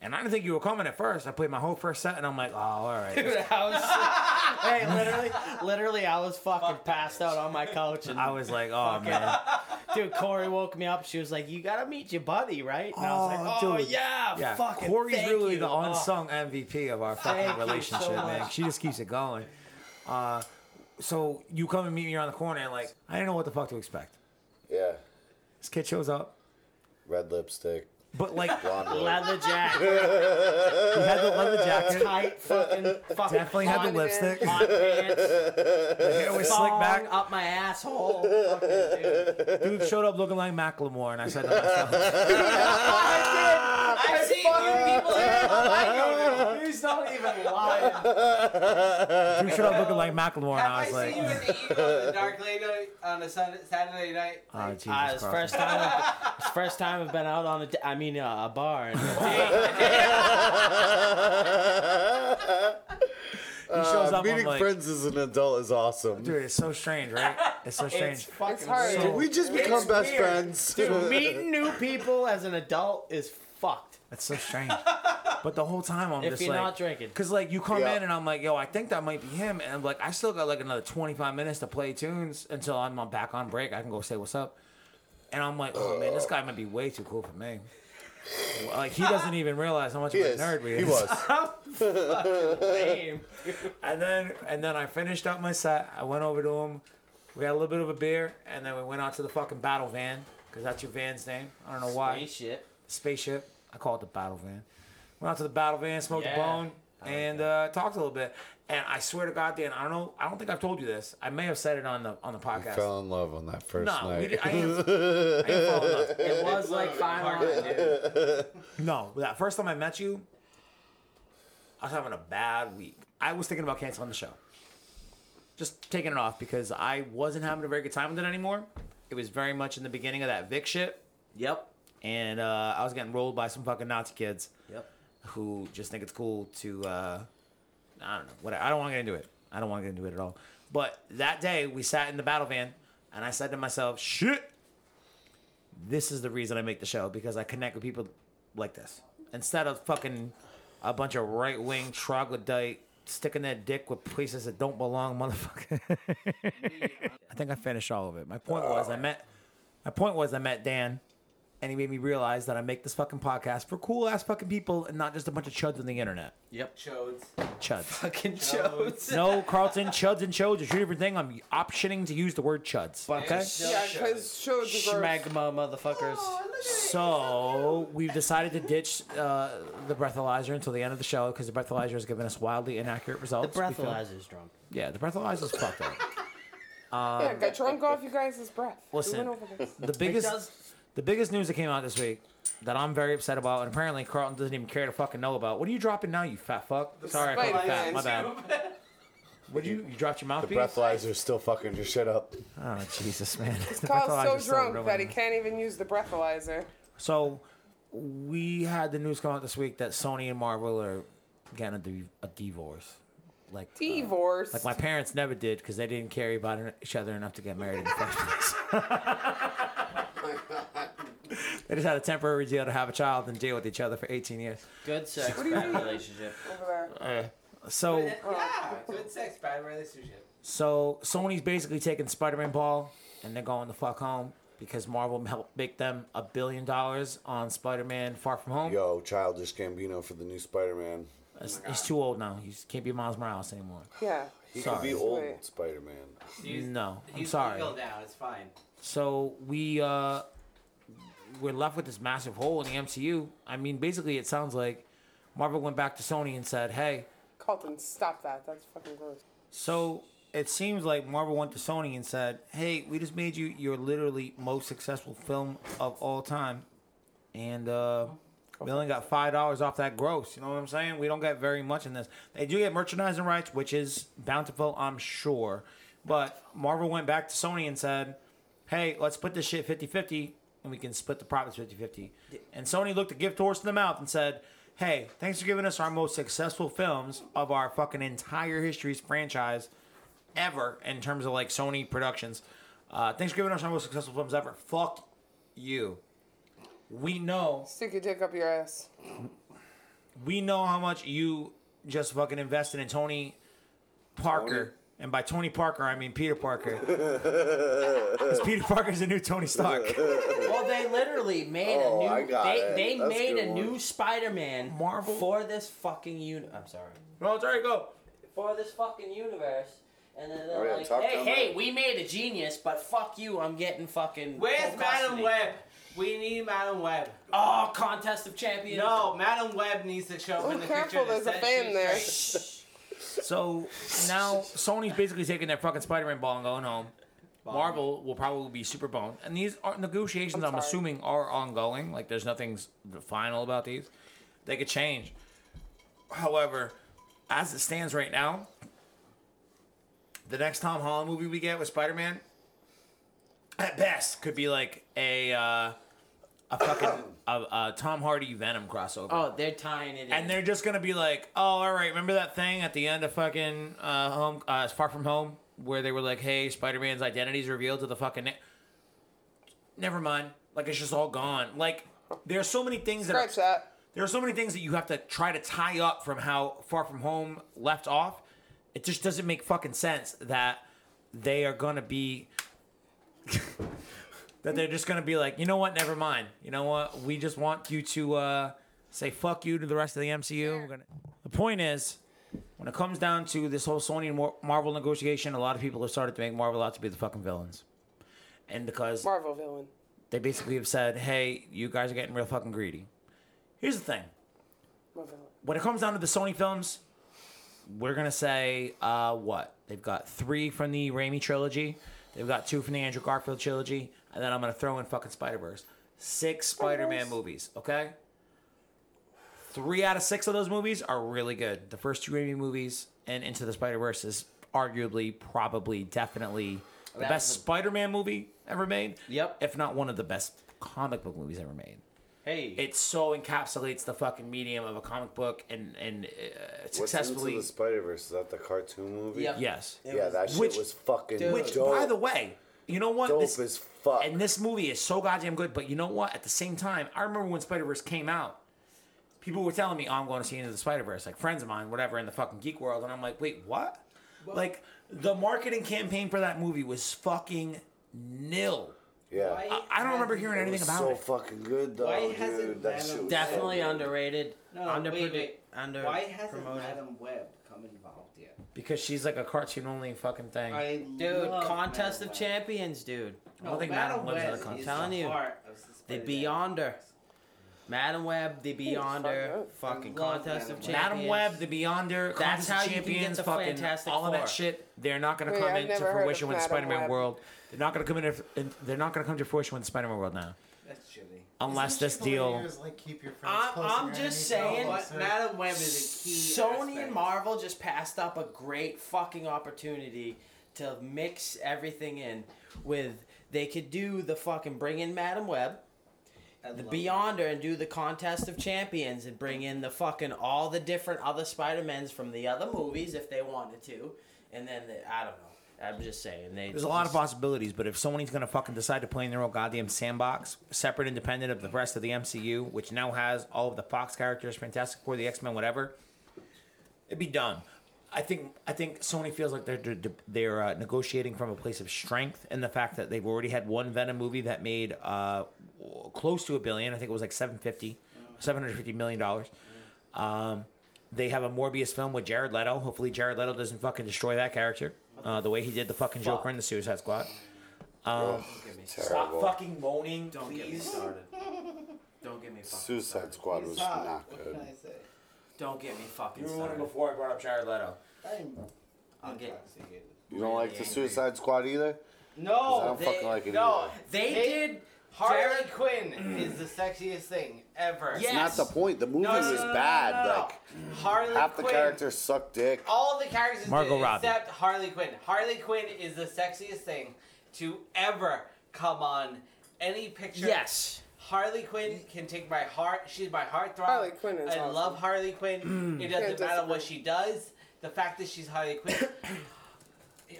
[SPEAKER 2] And I didn't think you were coming at first. I played my whole first set, and I'm like, "Oh, all right."
[SPEAKER 1] Dude, I was, hey, literally, literally, I was fucking passed out on my couch, and
[SPEAKER 2] I was like, "Oh man."
[SPEAKER 1] Dude, Corey woke me up. She was like, "You gotta meet your buddy, right?" And I was
[SPEAKER 2] Oh,
[SPEAKER 1] like, "Oh
[SPEAKER 2] dude.
[SPEAKER 1] yeah,
[SPEAKER 2] Yeah,
[SPEAKER 1] fucking
[SPEAKER 2] Corey's
[SPEAKER 1] thank
[SPEAKER 2] really
[SPEAKER 1] you.
[SPEAKER 2] the
[SPEAKER 1] Oh,
[SPEAKER 2] unsung MVP of our
[SPEAKER 1] Thank
[SPEAKER 2] fucking
[SPEAKER 1] you so
[SPEAKER 2] relationship, man.
[SPEAKER 1] much.
[SPEAKER 2] She just keeps it going. Uh, so you come and meet me around the corner, and like I didn't know what the fuck to expect.
[SPEAKER 3] Yeah.
[SPEAKER 2] This kid shows up,
[SPEAKER 3] Red lipstick.
[SPEAKER 2] But like, he
[SPEAKER 3] Blonde woman.
[SPEAKER 1] Leather jacket,
[SPEAKER 2] had the leather jacket.
[SPEAKER 1] tight fucking, fucking
[SPEAKER 2] Definitely had the
[SPEAKER 5] Blonde man.
[SPEAKER 2] lipstick.
[SPEAKER 1] hot pants,
[SPEAKER 2] The hair was slicked
[SPEAKER 1] thong
[SPEAKER 2] back.
[SPEAKER 1] up my asshole.
[SPEAKER 4] Oh,
[SPEAKER 1] Fucking dude.
[SPEAKER 2] Dude showed up looking like Macklemore, and I said to myself,
[SPEAKER 1] I've seen you people here. I know. He's not even lying.
[SPEAKER 2] Dude showed up looking like Macklemore, and I
[SPEAKER 4] I
[SPEAKER 2] was
[SPEAKER 4] see you in
[SPEAKER 2] like,
[SPEAKER 4] the eagle in the dark late night on a Sun- Saturday night.
[SPEAKER 2] oh, Jesus
[SPEAKER 1] Uh, it's
[SPEAKER 2] Christ.
[SPEAKER 1] first time. I've, it's first time I've been out on a. d- I mean, uh, a bar. And,
[SPEAKER 2] He shows
[SPEAKER 3] Uh,
[SPEAKER 2] up, I'm
[SPEAKER 3] meeting
[SPEAKER 2] like,
[SPEAKER 3] friends as an adult is awesome.
[SPEAKER 2] dude, it's so strange, right? It's so
[SPEAKER 1] it's
[SPEAKER 2] strange.
[SPEAKER 1] fucking.
[SPEAKER 5] It's hard.
[SPEAKER 1] so-
[SPEAKER 3] we just become
[SPEAKER 1] It's
[SPEAKER 3] best
[SPEAKER 1] weird.
[SPEAKER 3] friends.
[SPEAKER 1] Dude, meeting new people as an adult is fucked.
[SPEAKER 2] It's so strange. But the whole time I'm
[SPEAKER 1] If
[SPEAKER 2] just
[SPEAKER 1] you're
[SPEAKER 2] like,
[SPEAKER 1] not drinking.
[SPEAKER 2] Cause like you come
[SPEAKER 3] Yeah.
[SPEAKER 2] in and I'm like, yo, I think that might be him, and I'm like, I still got like another 25 minutes to play tunes until I'm on back on break. I can go say what's up, and I'm like, oh man, this guy might be way too cool for me. Like he doesn't even realize how much
[SPEAKER 3] he
[SPEAKER 2] of a
[SPEAKER 3] is.
[SPEAKER 2] nerd we
[SPEAKER 3] He
[SPEAKER 2] is.
[SPEAKER 3] was.
[SPEAKER 1] Lame.
[SPEAKER 2] And then and then I finished up my set. I went over to him. We had a little bit of a beer, and then we went out to the fucking battle van, cause that's your van's name. I don't know why.
[SPEAKER 1] Ain't shit.
[SPEAKER 2] spaceship. I call it the battle van. Went out to the battle van, smoked
[SPEAKER 1] Yeah.
[SPEAKER 2] a bone,
[SPEAKER 1] I like
[SPEAKER 2] and uh, talked a little bit. And I swear to God, Dan, I don't know. I don't think I've told you this. I may have said it on the on the podcast.
[SPEAKER 3] Fell in love on that first
[SPEAKER 2] no, we
[SPEAKER 3] night.
[SPEAKER 2] did, I didn't, I didn't fall in love.
[SPEAKER 1] It was like final.
[SPEAKER 2] No, that first time I met you, I was having a bad week. I was thinking about canceling the show, just taking it off because I wasn't having a very good time with it anymore. It was very much in the beginning of that Vic shit,
[SPEAKER 1] Yep.
[SPEAKER 2] and uh, I was getting rolled by some fucking Nazi kids.
[SPEAKER 1] Yep.
[SPEAKER 2] who just think it's cool to uh, I don't know what I don't want to get into it. I don't want to get into it at all. But that day we sat in the battle van and I said to myself, "Shit, this is the reason I make the show because I connect with people like this instead of fucking a bunch of right wing troglodyte." Sticking their dick with places that don't belong, motherfucker. Oh, I think I finished all of it. My point was, I met. My point was, I met Dan and he made me realize that I make this fucking podcast for cool ass fucking people and not just a bunch of chuds on the internet.
[SPEAKER 1] Yep.
[SPEAKER 4] Chodes.
[SPEAKER 2] Chuds.
[SPEAKER 1] Fucking chose.
[SPEAKER 2] no, Carlton, chuds and chodes are two different things. I'm optioning to use the word chuds. Okay.
[SPEAKER 5] Yeah, because shows are gross.
[SPEAKER 1] Schmagma motherfuckers.
[SPEAKER 4] Oh,
[SPEAKER 2] So we've decided to ditch uh, the breathalyzer until the end of the show because the breathalyzer has given us wildly inaccurate
[SPEAKER 1] the
[SPEAKER 2] results. We feel-
[SPEAKER 1] breathalyzer's drunk.
[SPEAKER 2] Yeah, the breathalyzer's fucked up.
[SPEAKER 5] Yeah, got drunk off you guys' breath.
[SPEAKER 2] Listen.
[SPEAKER 5] We went over this.
[SPEAKER 2] The biggest, the biggest news that came out this week that I'm very upset about, and apparently Carlton doesn't even care to fucking know about. What are you dropping now, you fat fuck? Sorry, I called you fat. My bad. What you you dropped your
[SPEAKER 3] The
[SPEAKER 2] mouthpiece?
[SPEAKER 3] breathalyzer's still fucking your shit up.
[SPEAKER 2] Oh Jesus, man! The breathalyzer's
[SPEAKER 5] Carl's so
[SPEAKER 2] so
[SPEAKER 5] drunk
[SPEAKER 2] ruined.
[SPEAKER 5] that he can't even use the breathalyzer.
[SPEAKER 2] So we had the news come out this week that Sony and Marvel are getting a, div- a divorce. Like uh,
[SPEAKER 5] Divorce.
[SPEAKER 2] like my parents never did because they didn't care about each other enough to get married in the first place. they just had a temporary deal to have a child and deal with each other for 18 years.
[SPEAKER 1] Good sex, bad relationship.
[SPEAKER 5] over there.
[SPEAKER 2] So
[SPEAKER 5] Oh,
[SPEAKER 4] Yeah, good sex, bad relationship.
[SPEAKER 2] So Sony's basically taking Spider-Man ball and they're going the fuck home because Marvel helped make them a billion dollars on Spider-Man Far From Home.
[SPEAKER 3] Yo, childish Gambino for the new Spider-Man.
[SPEAKER 2] He's, he's too old now. He just can't be Miles Morales anymore.
[SPEAKER 5] Yeah.
[SPEAKER 3] He could
[SPEAKER 2] Sorry.
[SPEAKER 3] be old
[SPEAKER 5] Wait.
[SPEAKER 3] Spider-Man.
[SPEAKER 4] He's,
[SPEAKER 2] No, I'm
[SPEAKER 4] he's
[SPEAKER 2] sorry.
[SPEAKER 4] legal now. It's fine.
[SPEAKER 2] So we uh we're left with this massive hole in the MCU. I mean, basically, it sounds like Marvel went back to Sony and said, "Hey,
[SPEAKER 5] Carlton, stop that. That's fucking gross.
[SPEAKER 2] So it seems like Marvel went to Sony and said, "Hey, we just made you your literally most successful film of all time, and uh, we only got five dollars off that gross. You know what I'm saying? We don't get very much in this. They do get merchandising rights, which is bountiful, I'm sure. But Marvel went back to Sony and said, "Hey, let's put this shit 50-50, and we can split the profits 50-50. And Sony looked a gift horse in the mouth and said, "Hey, thanks for giving us our most successful films of our fucking entire history's franchise." ever in terms of like Sony productions. Uh, thanks for giving us our most successful films ever. Fuck you. We know,
[SPEAKER 5] Stick your dick up your ass.
[SPEAKER 2] we know how much you just fucking invested in Tony Parker. And by Tony Parker, I mean Peter Parker. 'Cause Peter Parker's the new Tony Stark.
[SPEAKER 1] Well, they literally made
[SPEAKER 3] Oh,
[SPEAKER 1] a new.
[SPEAKER 3] I got
[SPEAKER 1] they
[SPEAKER 3] it.
[SPEAKER 1] they
[SPEAKER 3] That's a
[SPEAKER 1] made
[SPEAKER 3] good
[SPEAKER 1] a
[SPEAKER 3] one.
[SPEAKER 1] new Spider-Man
[SPEAKER 2] Marvel?
[SPEAKER 1] for this fucking uni. I'm sorry.
[SPEAKER 2] No, there you go.
[SPEAKER 1] For this fucking universe. And then they're
[SPEAKER 3] Oh, yeah,
[SPEAKER 1] like,
[SPEAKER 3] talk
[SPEAKER 1] hey,
[SPEAKER 3] down
[SPEAKER 1] hey,
[SPEAKER 3] there.
[SPEAKER 1] we made a genius, but fuck you, I'm getting fucking.
[SPEAKER 2] Oh,
[SPEAKER 4] Where's
[SPEAKER 1] full
[SPEAKER 4] Madam
[SPEAKER 1] custody."
[SPEAKER 4] Web? We need Madam Web.
[SPEAKER 1] Oh, contest of champions.
[SPEAKER 4] No, Madam Web needs to show up
[SPEAKER 5] Oh,
[SPEAKER 4] in the
[SPEAKER 5] careful,
[SPEAKER 4] picture. to
[SPEAKER 5] there's a
[SPEAKER 4] set
[SPEAKER 5] fan
[SPEAKER 4] you
[SPEAKER 5] there.
[SPEAKER 4] straight.
[SPEAKER 2] So now Sony's basically taking their fucking Spider-Man ball and going home. Marvel will probably be super boned, and these are negotiations. I'm,
[SPEAKER 5] I'm sorry.
[SPEAKER 2] assuming are ongoing. Like there's nothing s- final about these. They could change. However, as it stands right now, the next Tom Holland movie we get with Spider-Man, at best, could be like a uh, a fucking a, a Tom Hardy Venom crossover.
[SPEAKER 1] Oh, they're tying it in.
[SPEAKER 2] And they're just gonna be like, oh, all right, remember that thing at the end of fucking uh, home, uh, Far From Home, where they were like, hey, Spider Man's identity is revealed to the fucking. Ne-. Never mind. Like it's just all gone. Like there are so many things that,
[SPEAKER 5] Scratch
[SPEAKER 2] are,
[SPEAKER 5] that.
[SPEAKER 2] there are so many things that you have to try to tie up from how Far From Home left off. It just doesn't make fucking sense that they are gonna be. that they're just gonna be like, you know what? Never mind. You know what? We just want you to uh, say fuck you to the rest of the MCU. We're gonna. The point is, when it comes down to this whole Sony and Mar- Marvel negotiation, a lot of people have started to make Marvel out to be the fucking villains, and because
[SPEAKER 5] Marvel villain.
[SPEAKER 2] they basically have said, hey, you guys are getting real fucking greedy. Here's the thing
[SPEAKER 5] Marvel villain.
[SPEAKER 2] when it comes down to the Sony films, we're gonna say uh, what they've got three from the Raimi trilogy, they've got two from the Andrew Garfield trilogy, and then I'm gonna throw in fucking Spider Verse. Six Spider-Man movies, okay? Three out of six of those movies are really good. The first two Raimi movies and Into the Spider Verse is arguably, probably, definitely the
[SPEAKER 1] That
[SPEAKER 2] best
[SPEAKER 1] was a-
[SPEAKER 2] Spider-Man movie ever made.
[SPEAKER 1] Yep.
[SPEAKER 2] If not one of the best comic book movies ever made
[SPEAKER 1] hey,
[SPEAKER 2] it so encapsulates the fucking medium of a comic book and and uh,
[SPEAKER 3] What's
[SPEAKER 2] successfully
[SPEAKER 3] Into the Spider Verse? Is that the cartoon movie?
[SPEAKER 1] Yep.
[SPEAKER 2] yes
[SPEAKER 3] Yeah, that shit
[SPEAKER 2] Which-
[SPEAKER 3] was fucking
[SPEAKER 2] which
[SPEAKER 3] dope.
[SPEAKER 2] by the way you know what
[SPEAKER 3] dope
[SPEAKER 2] This-
[SPEAKER 3] as fuck.
[SPEAKER 2] and this movie is so goddamn good but you know what at the same time i remember when spider-verse came out people were telling me oh, i'm going to see into the spider-verse like friends of mine whatever in the fucking geek world and i'm like wait what like the marketing campaign for that movie was fucking nil
[SPEAKER 3] yeah.
[SPEAKER 4] Why
[SPEAKER 2] i, I don't remember
[SPEAKER 4] hasn't-
[SPEAKER 2] hearing
[SPEAKER 3] It
[SPEAKER 2] anything
[SPEAKER 3] was
[SPEAKER 2] about
[SPEAKER 3] so
[SPEAKER 2] it
[SPEAKER 3] fucking good though,
[SPEAKER 4] Why
[SPEAKER 3] dude.
[SPEAKER 4] hasn't
[SPEAKER 3] that
[SPEAKER 4] Venom
[SPEAKER 3] shit was
[SPEAKER 1] definitely
[SPEAKER 3] so good.
[SPEAKER 1] underrated.
[SPEAKER 4] No,
[SPEAKER 1] under
[SPEAKER 4] wait, wait.
[SPEAKER 1] under
[SPEAKER 4] Why hasn't
[SPEAKER 1] promoted.
[SPEAKER 4] Madam Web come involved yet?
[SPEAKER 2] because she's like a cartoon only fucking thing
[SPEAKER 4] I
[SPEAKER 1] Dude,
[SPEAKER 4] love
[SPEAKER 1] contest
[SPEAKER 4] Madam
[SPEAKER 1] of
[SPEAKER 4] Web.
[SPEAKER 1] champions, dude.
[SPEAKER 2] I don't think Madam Web's in the contest.
[SPEAKER 1] Telling you. The Beyonder. Madam Web, the Beyonder,
[SPEAKER 5] fuck yeah.
[SPEAKER 1] fucking
[SPEAKER 4] I love
[SPEAKER 1] contest of
[SPEAKER 4] Madam Web.
[SPEAKER 1] champions.
[SPEAKER 2] Madam Web, the Beyonder,
[SPEAKER 1] That's
[SPEAKER 2] Contest of
[SPEAKER 1] how you can get
[SPEAKER 2] Champions,
[SPEAKER 1] the
[SPEAKER 2] fucking
[SPEAKER 1] Fantastic
[SPEAKER 2] all of that
[SPEAKER 1] Four.
[SPEAKER 2] shit. They're not going to
[SPEAKER 5] Wait,
[SPEAKER 2] come
[SPEAKER 5] I've
[SPEAKER 2] into
[SPEAKER 5] never heard of
[SPEAKER 2] fruition with
[SPEAKER 5] Madam
[SPEAKER 2] Spider-Man
[SPEAKER 5] Web.
[SPEAKER 2] World. They're not going to come into. They're not going to come to fruition with Spider-Man World now,
[SPEAKER 4] That's shitty.
[SPEAKER 2] unless
[SPEAKER 7] Isn't
[SPEAKER 2] this
[SPEAKER 7] she the one
[SPEAKER 2] deal. Ah.
[SPEAKER 7] who was like, keep your friends
[SPEAKER 1] I'm-
[SPEAKER 7] close and
[SPEAKER 1] I'm
[SPEAKER 7] your
[SPEAKER 1] just
[SPEAKER 7] enemies
[SPEAKER 1] saying-
[SPEAKER 7] closer?
[SPEAKER 4] But Madam Web is a key.
[SPEAKER 1] Sony
[SPEAKER 4] aspect.
[SPEAKER 1] and Marvel just passed up a great fucking opportunity to mix everything in with they could do the fucking bring in Madam Web,
[SPEAKER 4] I
[SPEAKER 1] the
[SPEAKER 4] love
[SPEAKER 1] Beyonder and do the contest of champions and bring in the fucking all the different other Spider-Mens from the other movies if they wanted to. And then the, I don't know. I'm just saying they
[SPEAKER 2] There's a lot of
[SPEAKER 1] just-
[SPEAKER 2] possibilities, but if Sony's going to fucking decide to play in their own goddamn sandbox, separate, independent of the rest of the MCU, which now has all of the Fox characters, Fantastic Four, the X-Men, whatever, it'd be done. I think I think Sony feels like they're they're, they're uh, negotiating from a place of strength, and the fact that they've already had one Venom movie that made uh, w- close to a billion. I think it was like 750, 750 million dollars. Um, they have a Morbius film with Jared Leto. Hopefully, Jared Leto doesn't fucking destroy that character uh, the way he did the fucking Joker in the Suicide Squad. Um,
[SPEAKER 3] Terrible.
[SPEAKER 2] fucking moaning,
[SPEAKER 1] Don't get me started. Don't get me fucking.
[SPEAKER 3] Suicide Squad was
[SPEAKER 4] Ah,
[SPEAKER 3] not
[SPEAKER 4] what
[SPEAKER 3] good.
[SPEAKER 4] can I say?
[SPEAKER 1] Don't get me fucking
[SPEAKER 2] You were one
[SPEAKER 1] started.
[SPEAKER 2] before I brought up Jared Leto.
[SPEAKER 4] I'm
[SPEAKER 1] I'll get-
[SPEAKER 4] intoxicated.
[SPEAKER 3] You don't like the
[SPEAKER 1] angry.
[SPEAKER 3] Suicide Squad either?
[SPEAKER 4] No,
[SPEAKER 3] I don't
[SPEAKER 4] they,
[SPEAKER 3] fucking like it
[SPEAKER 4] no.
[SPEAKER 3] either.
[SPEAKER 1] They
[SPEAKER 4] They-
[SPEAKER 1] did.
[SPEAKER 4] Harley
[SPEAKER 1] Jared-
[SPEAKER 4] Quinn is the sexiest thing ever.
[SPEAKER 1] Yeah.
[SPEAKER 3] Not
[SPEAKER 1] Yes.
[SPEAKER 3] the point. The movie
[SPEAKER 4] No, no, no,
[SPEAKER 3] was
[SPEAKER 4] no, no,
[SPEAKER 3] bad.
[SPEAKER 4] no, no, no.
[SPEAKER 3] Like
[SPEAKER 4] Harley
[SPEAKER 3] half the
[SPEAKER 4] Quinn.
[SPEAKER 3] characters suck dick.
[SPEAKER 4] All the characters
[SPEAKER 2] Margot
[SPEAKER 4] did,
[SPEAKER 2] Robbie.
[SPEAKER 4] except Harley Quinn. Harley Quinn is the sexiest thing to ever come on any picture.
[SPEAKER 1] Yes.
[SPEAKER 4] Harley Quinn can take my heart. She's my heartthrob.
[SPEAKER 5] Harley Quinn is
[SPEAKER 4] I
[SPEAKER 5] awesome.
[SPEAKER 4] love Harley Quinn. It doesn't
[SPEAKER 5] Can't
[SPEAKER 4] matter what
[SPEAKER 5] disagree.
[SPEAKER 4] she does. The fact that she's Harley Quinn,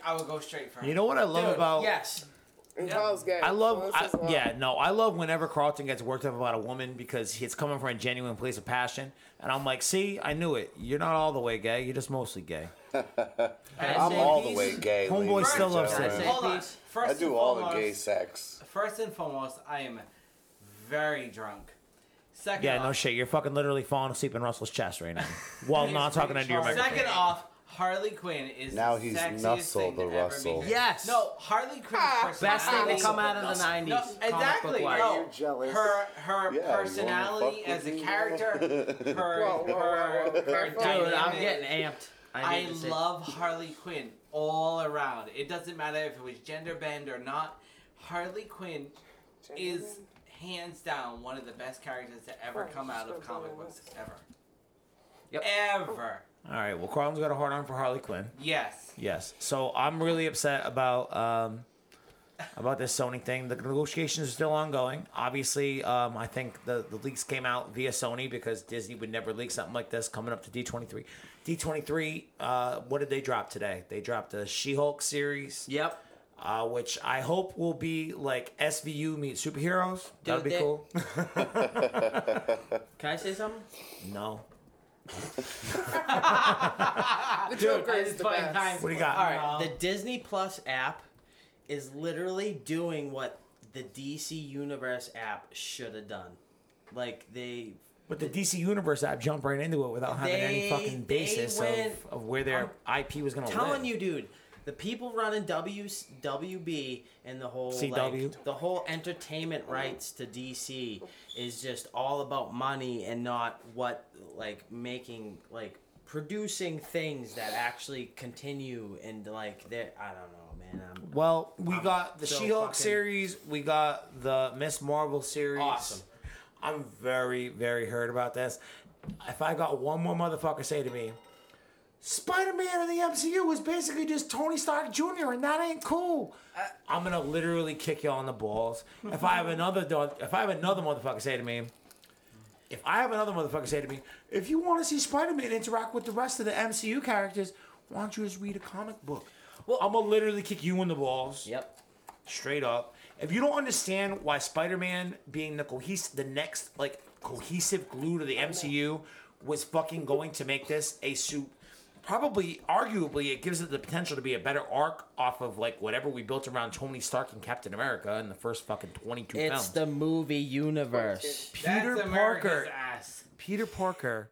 [SPEAKER 4] I would go straight for her.
[SPEAKER 2] You know what I love
[SPEAKER 1] Dude,
[SPEAKER 2] about?
[SPEAKER 1] yes.
[SPEAKER 5] And
[SPEAKER 4] Yeah.
[SPEAKER 5] Kyle's gay.
[SPEAKER 2] I love,
[SPEAKER 5] so this
[SPEAKER 2] I,
[SPEAKER 5] is love.
[SPEAKER 2] yeah, no, I love whenever Carlton gets worked up about a woman because it's coming from a genuine place of passion, and I'm like, see, I knew it. You're not all the way gay. You're just mostly gay.
[SPEAKER 3] I'm
[SPEAKER 1] Say
[SPEAKER 3] all the
[SPEAKER 1] peace.
[SPEAKER 3] way gay.
[SPEAKER 2] Homeboy
[SPEAKER 3] ladies and
[SPEAKER 2] still loves
[SPEAKER 3] gentlemen.
[SPEAKER 2] sex.
[SPEAKER 4] Hold on.
[SPEAKER 1] Peace.
[SPEAKER 4] First
[SPEAKER 3] I do
[SPEAKER 4] and
[SPEAKER 3] all
[SPEAKER 4] foremost,
[SPEAKER 3] the gay sex.
[SPEAKER 4] First and foremost, I am very drunk. Second
[SPEAKER 2] Yeah,
[SPEAKER 4] off,
[SPEAKER 2] no shit. You're fucking literally falling asleep in Russell's chest right now while not talking under your
[SPEAKER 4] Second
[SPEAKER 2] microphone.
[SPEAKER 4] off, Harley Quinn is
[SPEAKER 3] Now
[SPEAKER 4] the
[SPEAKER 3] he's
[SPEAKER 4] sexiest
[SPEAKER 3] Nussle
[SPEAKER 4] thing
[SPEAKER 3] the
[SPEAKER 4] to ever
[SPEAKER 3] Russell.
[SPEAKER 4] be.
[SPEAKER 1] Yes.
[SPEAKER 4] No, Harley Quinn's
[SPEAKER 5] Ah.
[SPEAKER 1] Best thing to
[SPEAKER 4] personality.
[SPEAKER 1] come out of the
[SPEAKER 6] Nothing.
[SPEAKER 1] '90s.
[SPEAKER 4] No,
[SPEAKER 1] comic book
[SPEAKER 4] exactly.
[SPEAKER 1] wise.
[SPEAKER 6] Are
[SPEAKER 4] No,
[SPEAKER 6] you jealous?
[SPEAKER 4] her her
[SPEAKER 3] Yeah, you wanna
[SPEAKER 4] personality
[SPEAKER 3] fuck
[SPEAKER 4] as
[SPEAKER 3] with
[SPEAKER 4] a
[SPEAKER 3] me?
[SPEAKER 4] character, her
[SPEAKER 5] Whoa, whoa, whoa,
[SPEAKER 4] her,
[SPEAKER 5] whoa.
[SPEAKER 4] her
[SPEAKER 5] Dude,
[SPEAKER 1] Dude, I'm
[SPEAKER 4] dynamic.
[SPEAKER 1] getting amped. I,
[SPEAKER 4] I
[SPEAKER 1] need to sit.
[SPEAKER 4] love Harley Quinn all around. It doesn't matter if it was gender bend or not. Harley Quinn is hands down one of the best characters to ever come out of comic books ever.
[SPEAKER 1] Yep.
[SPEAKER 4] Ever.
[SPEAKER 2] All right. Well, Carlin's got a hard on for Harley Quinn.
[SPEAKER 4] Yes.
[SPEAKER 2] Yes. So I'm really upset about um, about this Sony thing. The negotiations are still ongoing. Obviously, um, I think the, the leaks came out via Sony because Disney would never leak something like this coming up to D23. D23, uh, what did they drop today? They dropped a She-Hulk series,
[SPEAKER 1] Yep.
[SPEAKER 2] uh, which I hope will be like SVU meet superheroes. That'd
[SPEAKER 1] Dude,
[SPEAKER 2] be
[SPEAKER 1] they-
[SPEAKER 2] cool.
[SPEAKER 1] Can I say something?
[SPEAKER 2] no.
[SPEAKER 5] The Joker is the
[SPEAKER 4] Fun
[SPEAKER 5] best.
[SPEAKER 4] times.
[SPEAKER 2] What do you got?
[SPEAKER 4] All right.
[SPEAKER 1] The Disney Plus app is literally doing what the DC Universe app should have done. Like they
[SPEAKER 2] But the DC Universe app jumped right into it without having
[SPEAKER 1] They-
[SPEAKER 2] any fucking
[SPEAKER 1] they
[SPEAKER 2] basis
[SPEAKER 1] went-
[SPEAKER 2] of, of where their IP was going to live.
[SPEAKER 1] telling you, dude. The people running W WB and the whole
[SPEAKER 2] CW.
[SPEAKER 1] like, the whole entertainment rights to DC is just all about money and not what like making like producing things that actually continue and like they I don't know, man. I'm
[SPEAKER 2] Well, we got the
[SPEAKER 1] so
[SPEAKER 2] She-Hulk
[SPEAKER 1] fucking-
[SPEAKER 2] series. We got the Miss Marvel series.
[SPEAKER 1] Awesome.
[SPEAKER 2] I'm very, very hurt about this. If I got one more motherfucker say to me, Spider-Man in the MCU was basically just Tony Stark Jr. and that ain't cool.
[SPEAKER 1] Uh,
[SPEAKER 2] I'm gonna literally kick y'all in the balls. If I have another, dog- if I have another motherfucker say to me, if I have another motherfucker say to me, if you want to see Spider-Man interact with the rest of the MCU characters, why don't you just read a comic book? Well, I'm gonna literally kick you in the balls
[SPEAKER 1] Yep.
[SPEAKER 2] straight up. If you don't understand why Spider-Man being the cohes the next like cohesive glue to the MCU was fucking going to make this a suit, probably arguably it gives it the potential to be a better arc off of like whatever we built around Tony Stark and Captain America in the first fucking twenty-two
[SPEAKER 1] It's
[SPEAKER 2] films.
[SPEAKER 1] the movie universe.
[SPEAKER 4] That's
[SPEAKER 2] Peter
[SPEAKER 4] America's
[SPEAKER 2] Parker.
[SPEAKER 4] ass.
[SPEAKER 2] Peter Parker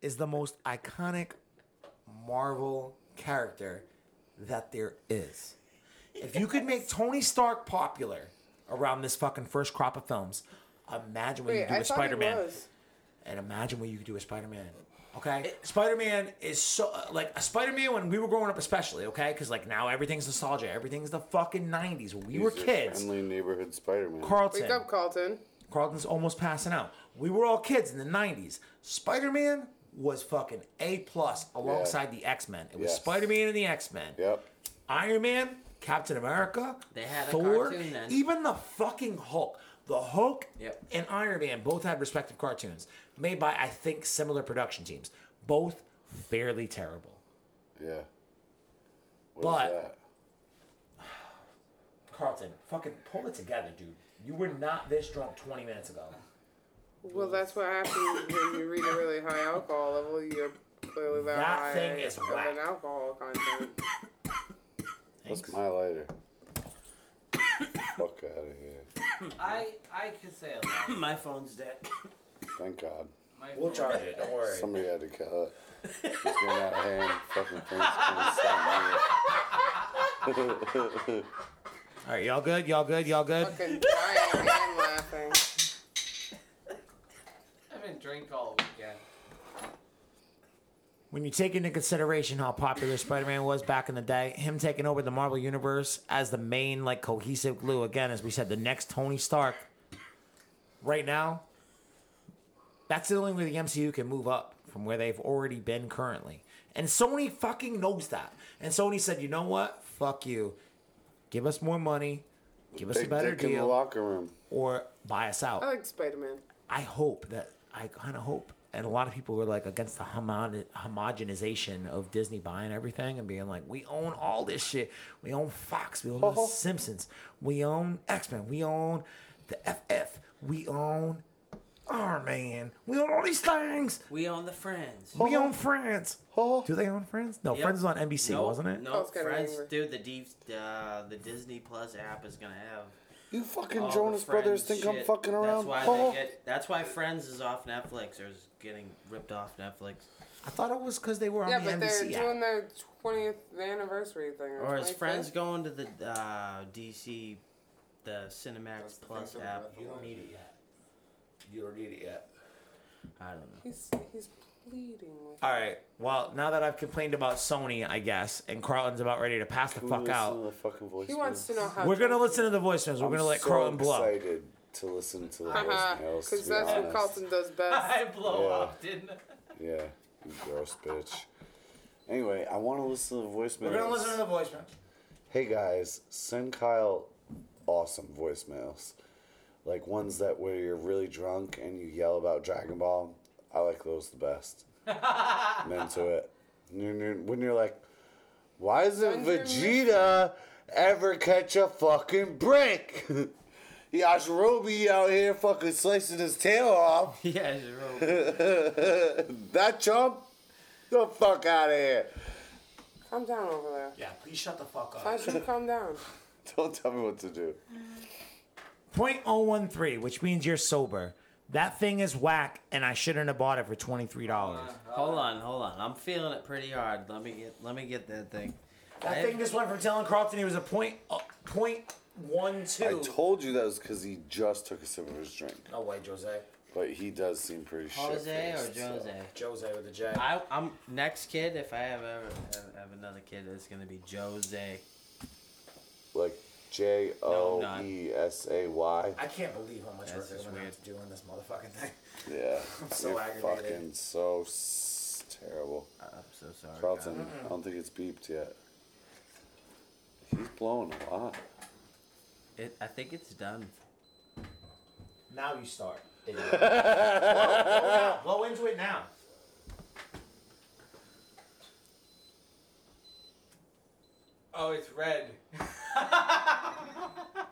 [SPEAKER 2] is the most iconic Marvel character that there is. If you could make Tony Stark popular around this fucking first crop of films, imagine what you
[SPEAKER 5] Wait,
[SPEAKER 2] could do
[SPEAKER 5] I
[SPEAKER 2] with
[SPEAKER 5] thought
[SPEAKER 2] Spider
[SPEAKER 5] it
[SPEAKER 2] Man.
[SPEAKER 5] was.
[SPEAKER 2] And imagine what you could do with Spider Man. Okay? Spider Man is so, like, Spider Man when we were growing up, especially, okay? Because, like, now everything's nostalgia. Everything's the fucking 90s. When we were kids,
[SPEAKER 3] Friendly neighborhood Spider-Man.
[SPEAKER 2] Carlton.
[SPEAKER 5] Wake up, Carlton.
[SPEAKER 2] Carlton's almost passing out. We were all kids in the '90s. Spider-Man was fucking a plus alongside the X-Men. It was
[SPEAKER 3] Yes.
[SPEAKER 2] Spider-Man and the X-Men.
[SPEAKER 3] yep.
[SPEAKER 2] Iron Man, Captain America,
[SPEAKER 1] They had a
[SPEAKER 2] Thor,
[SPEAKER 1] cartoon then.
[SPEAKER 2] even the fucking Hulk. The Hulk
[SPEAKER 1] Yep.
[SPEAKER 2] and Iron Man both had respective cartoons made by I think similar production teams. Both fairly terrible.
[SPEAKER 3] Yeah. What is
[SPEAKER 2] But-
[SPEAKER 3] that?
[SPEAKER 2] Carlton, fucking pull it together, dude. You were not this drunk 20 minutes ago.
[SPEAKER 5] Well, that's what happens when you read a really high alcohol level. You're clearly that,
[SPEAKER 2] That
[SPEAKER 5] high
[SPEAKER 2] thing is
[SPEAKER 5] of
[SPEAKER 2] whack.
[SPEAKER 5] an alcohol content.
[SPEAKER 3] What's my lighter? Fuck out of here.
[SPEAKER 4] I I could say a lot.
[SPEAKER 1] My phone's dead.
[SPEAKER 3] Thank God.
[SPEAKER 4] My
[SPEAKER 6] We'll charge it. Don't worry.
[SPEAKER 3] Somebody had to kill it. Just going out of hand. Fucking things gonna stop me.
[SPEAKER 2] All right, y'all good? Y'all good? Y'all good?
[SPEAKER 5] Fucking dying and laughing.
[SPEAKER 4] I've been drink all weekend.
[SPEAKER 2] when you take into consideration how popular Spider-Man was back in the day, him taking over the Marvel universe as the main like cohesive glue again, as we said, the next Tony Stark. Right now, that's the only way the MCU can move up from where they've already been currently, and Sony fucking knows that. And Sony said, you know what? Fuck you. Give us more money. Give us a
[SPEAKER 3] Big
[SPEAKER 2] better
[SPEAKER 3] dick in the
[SPEAKER 2] deal,
[SPEAKER 3] locker room.
[SPEAKER 2] or buy us out.
[SPEAKER 5] I like Spider Man.
[SPEAKER 2] I hope that I kind of hope, and a lot of people were like against the homo- homogenization of Disney buying everything and being like, we own all this shit. We own Fox. We own The Simpsons. We own X Men. We own the FF. We own Iron Man. We own all these things.
[SPEAKER 1] We own the friends.
[SPEAKER 2] We own Friends.
[SPEAKER 3] Oh.
[SPEAKER 2] Do they own Friends? No, Friends was on NBC,
[SPEAKER 1] Nope,
[SPEAKER 2] wasn't it?
[SPEAKER 1] No,
[SPEAKER 5] I was kinda
[SPEAKER 1] friends.
[SPEAKER 5] angry.
[SPEAKER 1] Dude, the D, uh, the Disney Plus app is gonna have
[SPEAKER 3] You fucking
[SPEAKER 1] all the
[SPEAKER 3] Jonas Brothers
[SPEAKER 1] Friends
[SPEAKER 3] think I'm
[SPEAKER 1] shit.
[SPEAKER 3] fucking
[SPEAKER 1] That's
[SPEAKER 3] around,
[SPEAKER 1] why,
[SPEAKER 3] Paul?
[SPEAKER 1] they get, that's why Friends is off Netflix or is getting ripped off Netflix.
[SPEAKER 2] I thought it was because they were on
[SPEAKER 5] Yeah,
[SPEAKER 2] the
[SPEAKER 5] but they're
[SPEAKER 2] NBC app.
[SPEAKER 5] doing their 20th anniversary thing.
[SPEAKER 1] Or is
[SPEAKER 5] 25th?
[SPEAKER 1] Friends going to the uh, DC, the Cinemax
[SPEAKER 6] That's the
[SPEAKER 1] Plus
[SPEAKER 6] thing, so
[SPEAKER 1] app?
[SPEAKER 6] You don't need it yet. You don't need it yet.
[SPEAKER 1] I don't know.
[SPEAKER 5] He's, he's pleading with
[SPEAKER 2] All right. Well, now that I've complained about Sony, I guess, and Carlton's about ready to pass the fuck out,
[SPEAKER 5] He wants to know how.
[SPEAKER 2] we're gonna listen to the voicemails. We're gonna let Carlton blow.
[SPEAKER 3] excited to listen to the voicemails.
[SPEAKER 5] Because
[SPEAKER 3] to
[SPEAKER 5] Uh-huh.
[SPEAKER 3] be
[SPEAKER 5] that's what
[SPEAKER 3] honest.
[SPEAKER 5] Carlton does best.
[SPEAKER 4] I blow
[SPEAKER 3] Yeah.
[SPEAKER 4] up, didn't I?
[SPEAKER 3] Yeah, you gross bitch. Anyway, I want to listen to the voicemails.
[SPEAKER 6] We're gonna listen to the voicemail.
[SPEAKER 3] hey guys, send Kyle awesome voicemails. Like ones that where you're really drunk and you yell about Dragon Ball. I like those the best. I'm into it. And you're- you're- When you're like, why doesn't
[SPEAKER 5] Send your
[SPEAKER 3] Vegeta ever catch a fucking break? Yashirobe out here fucking slicing his tail off.
[SPEAKER 1] Yeah, Jerome.
[SPEAKER 3] that chump? The fuck out of here.
[SPEAKER 5] Calm down over there.
[SPEAKER 6] Yeah, please shut the fuck up.
[SPEAKER 5] I should calm down.
[SPEAKER 3] Don't tell me what to do.
[SPEAKER 2] 0.013, which means you're sober. That thing is whack, and I shouldn't have bought it for twenty three dollars.
[SPEAKER 1] hold on, hold on. I'm feeling it pretty hard. Let me get, let me get that thing.
[SPEAKER 2] That thing just went from telling Carlton he was a point, uh, point one two.
[SPEAKER 3] I told you that was because he just took a sip of his drink.
[SPEAKER 6] No way, Jose.
[SPEAKER 3] But he does seem pretty
[SPEAKER 1] Jose or
[SPEAKER 3] shit-faced, so-
[SPEAKER 1] Jose?
[SPEAKER 6] Jose with a J.
[SPEAKER 1] I, I'm next kid. If I have ever have, have another kid, it's gonna be Jose.
[SPEAKER 3] Like J
[SPEAKER 1] No, I'm
[SPEAKER 3] O
[SPEAKER 1] not.
[SPEAKER 3] E S A Y.
[SPEAKER 6] I can't believe how much
[SPEAKER 1] That's
[SPEAKER 6] work is
[SPEAKER 1] just
[SPEAKER 6] going
[SPEAKER 1] weird.
[SPEAKER 6] to do in this motherfucking thing.
[SPEAKER 3] Yeah.
[SPEAKER 6] I'm so
[SPEAKER 3] You're
[SPEAKER 6] aggravated.
[SPEAKER 3] Fucking so s- terrible.
[SPEAKER 1] Uh, I'm so sorry.
[SPEAKER 3] Carlton, I don't think it's beeped yet. He's blowing a lot.
[SPEAKER 1] It, I think it's done.
[SPEAKER 2] Now you start. blow, blow now. Blow into it now.
[SPEAKER 4] Oh, it's red.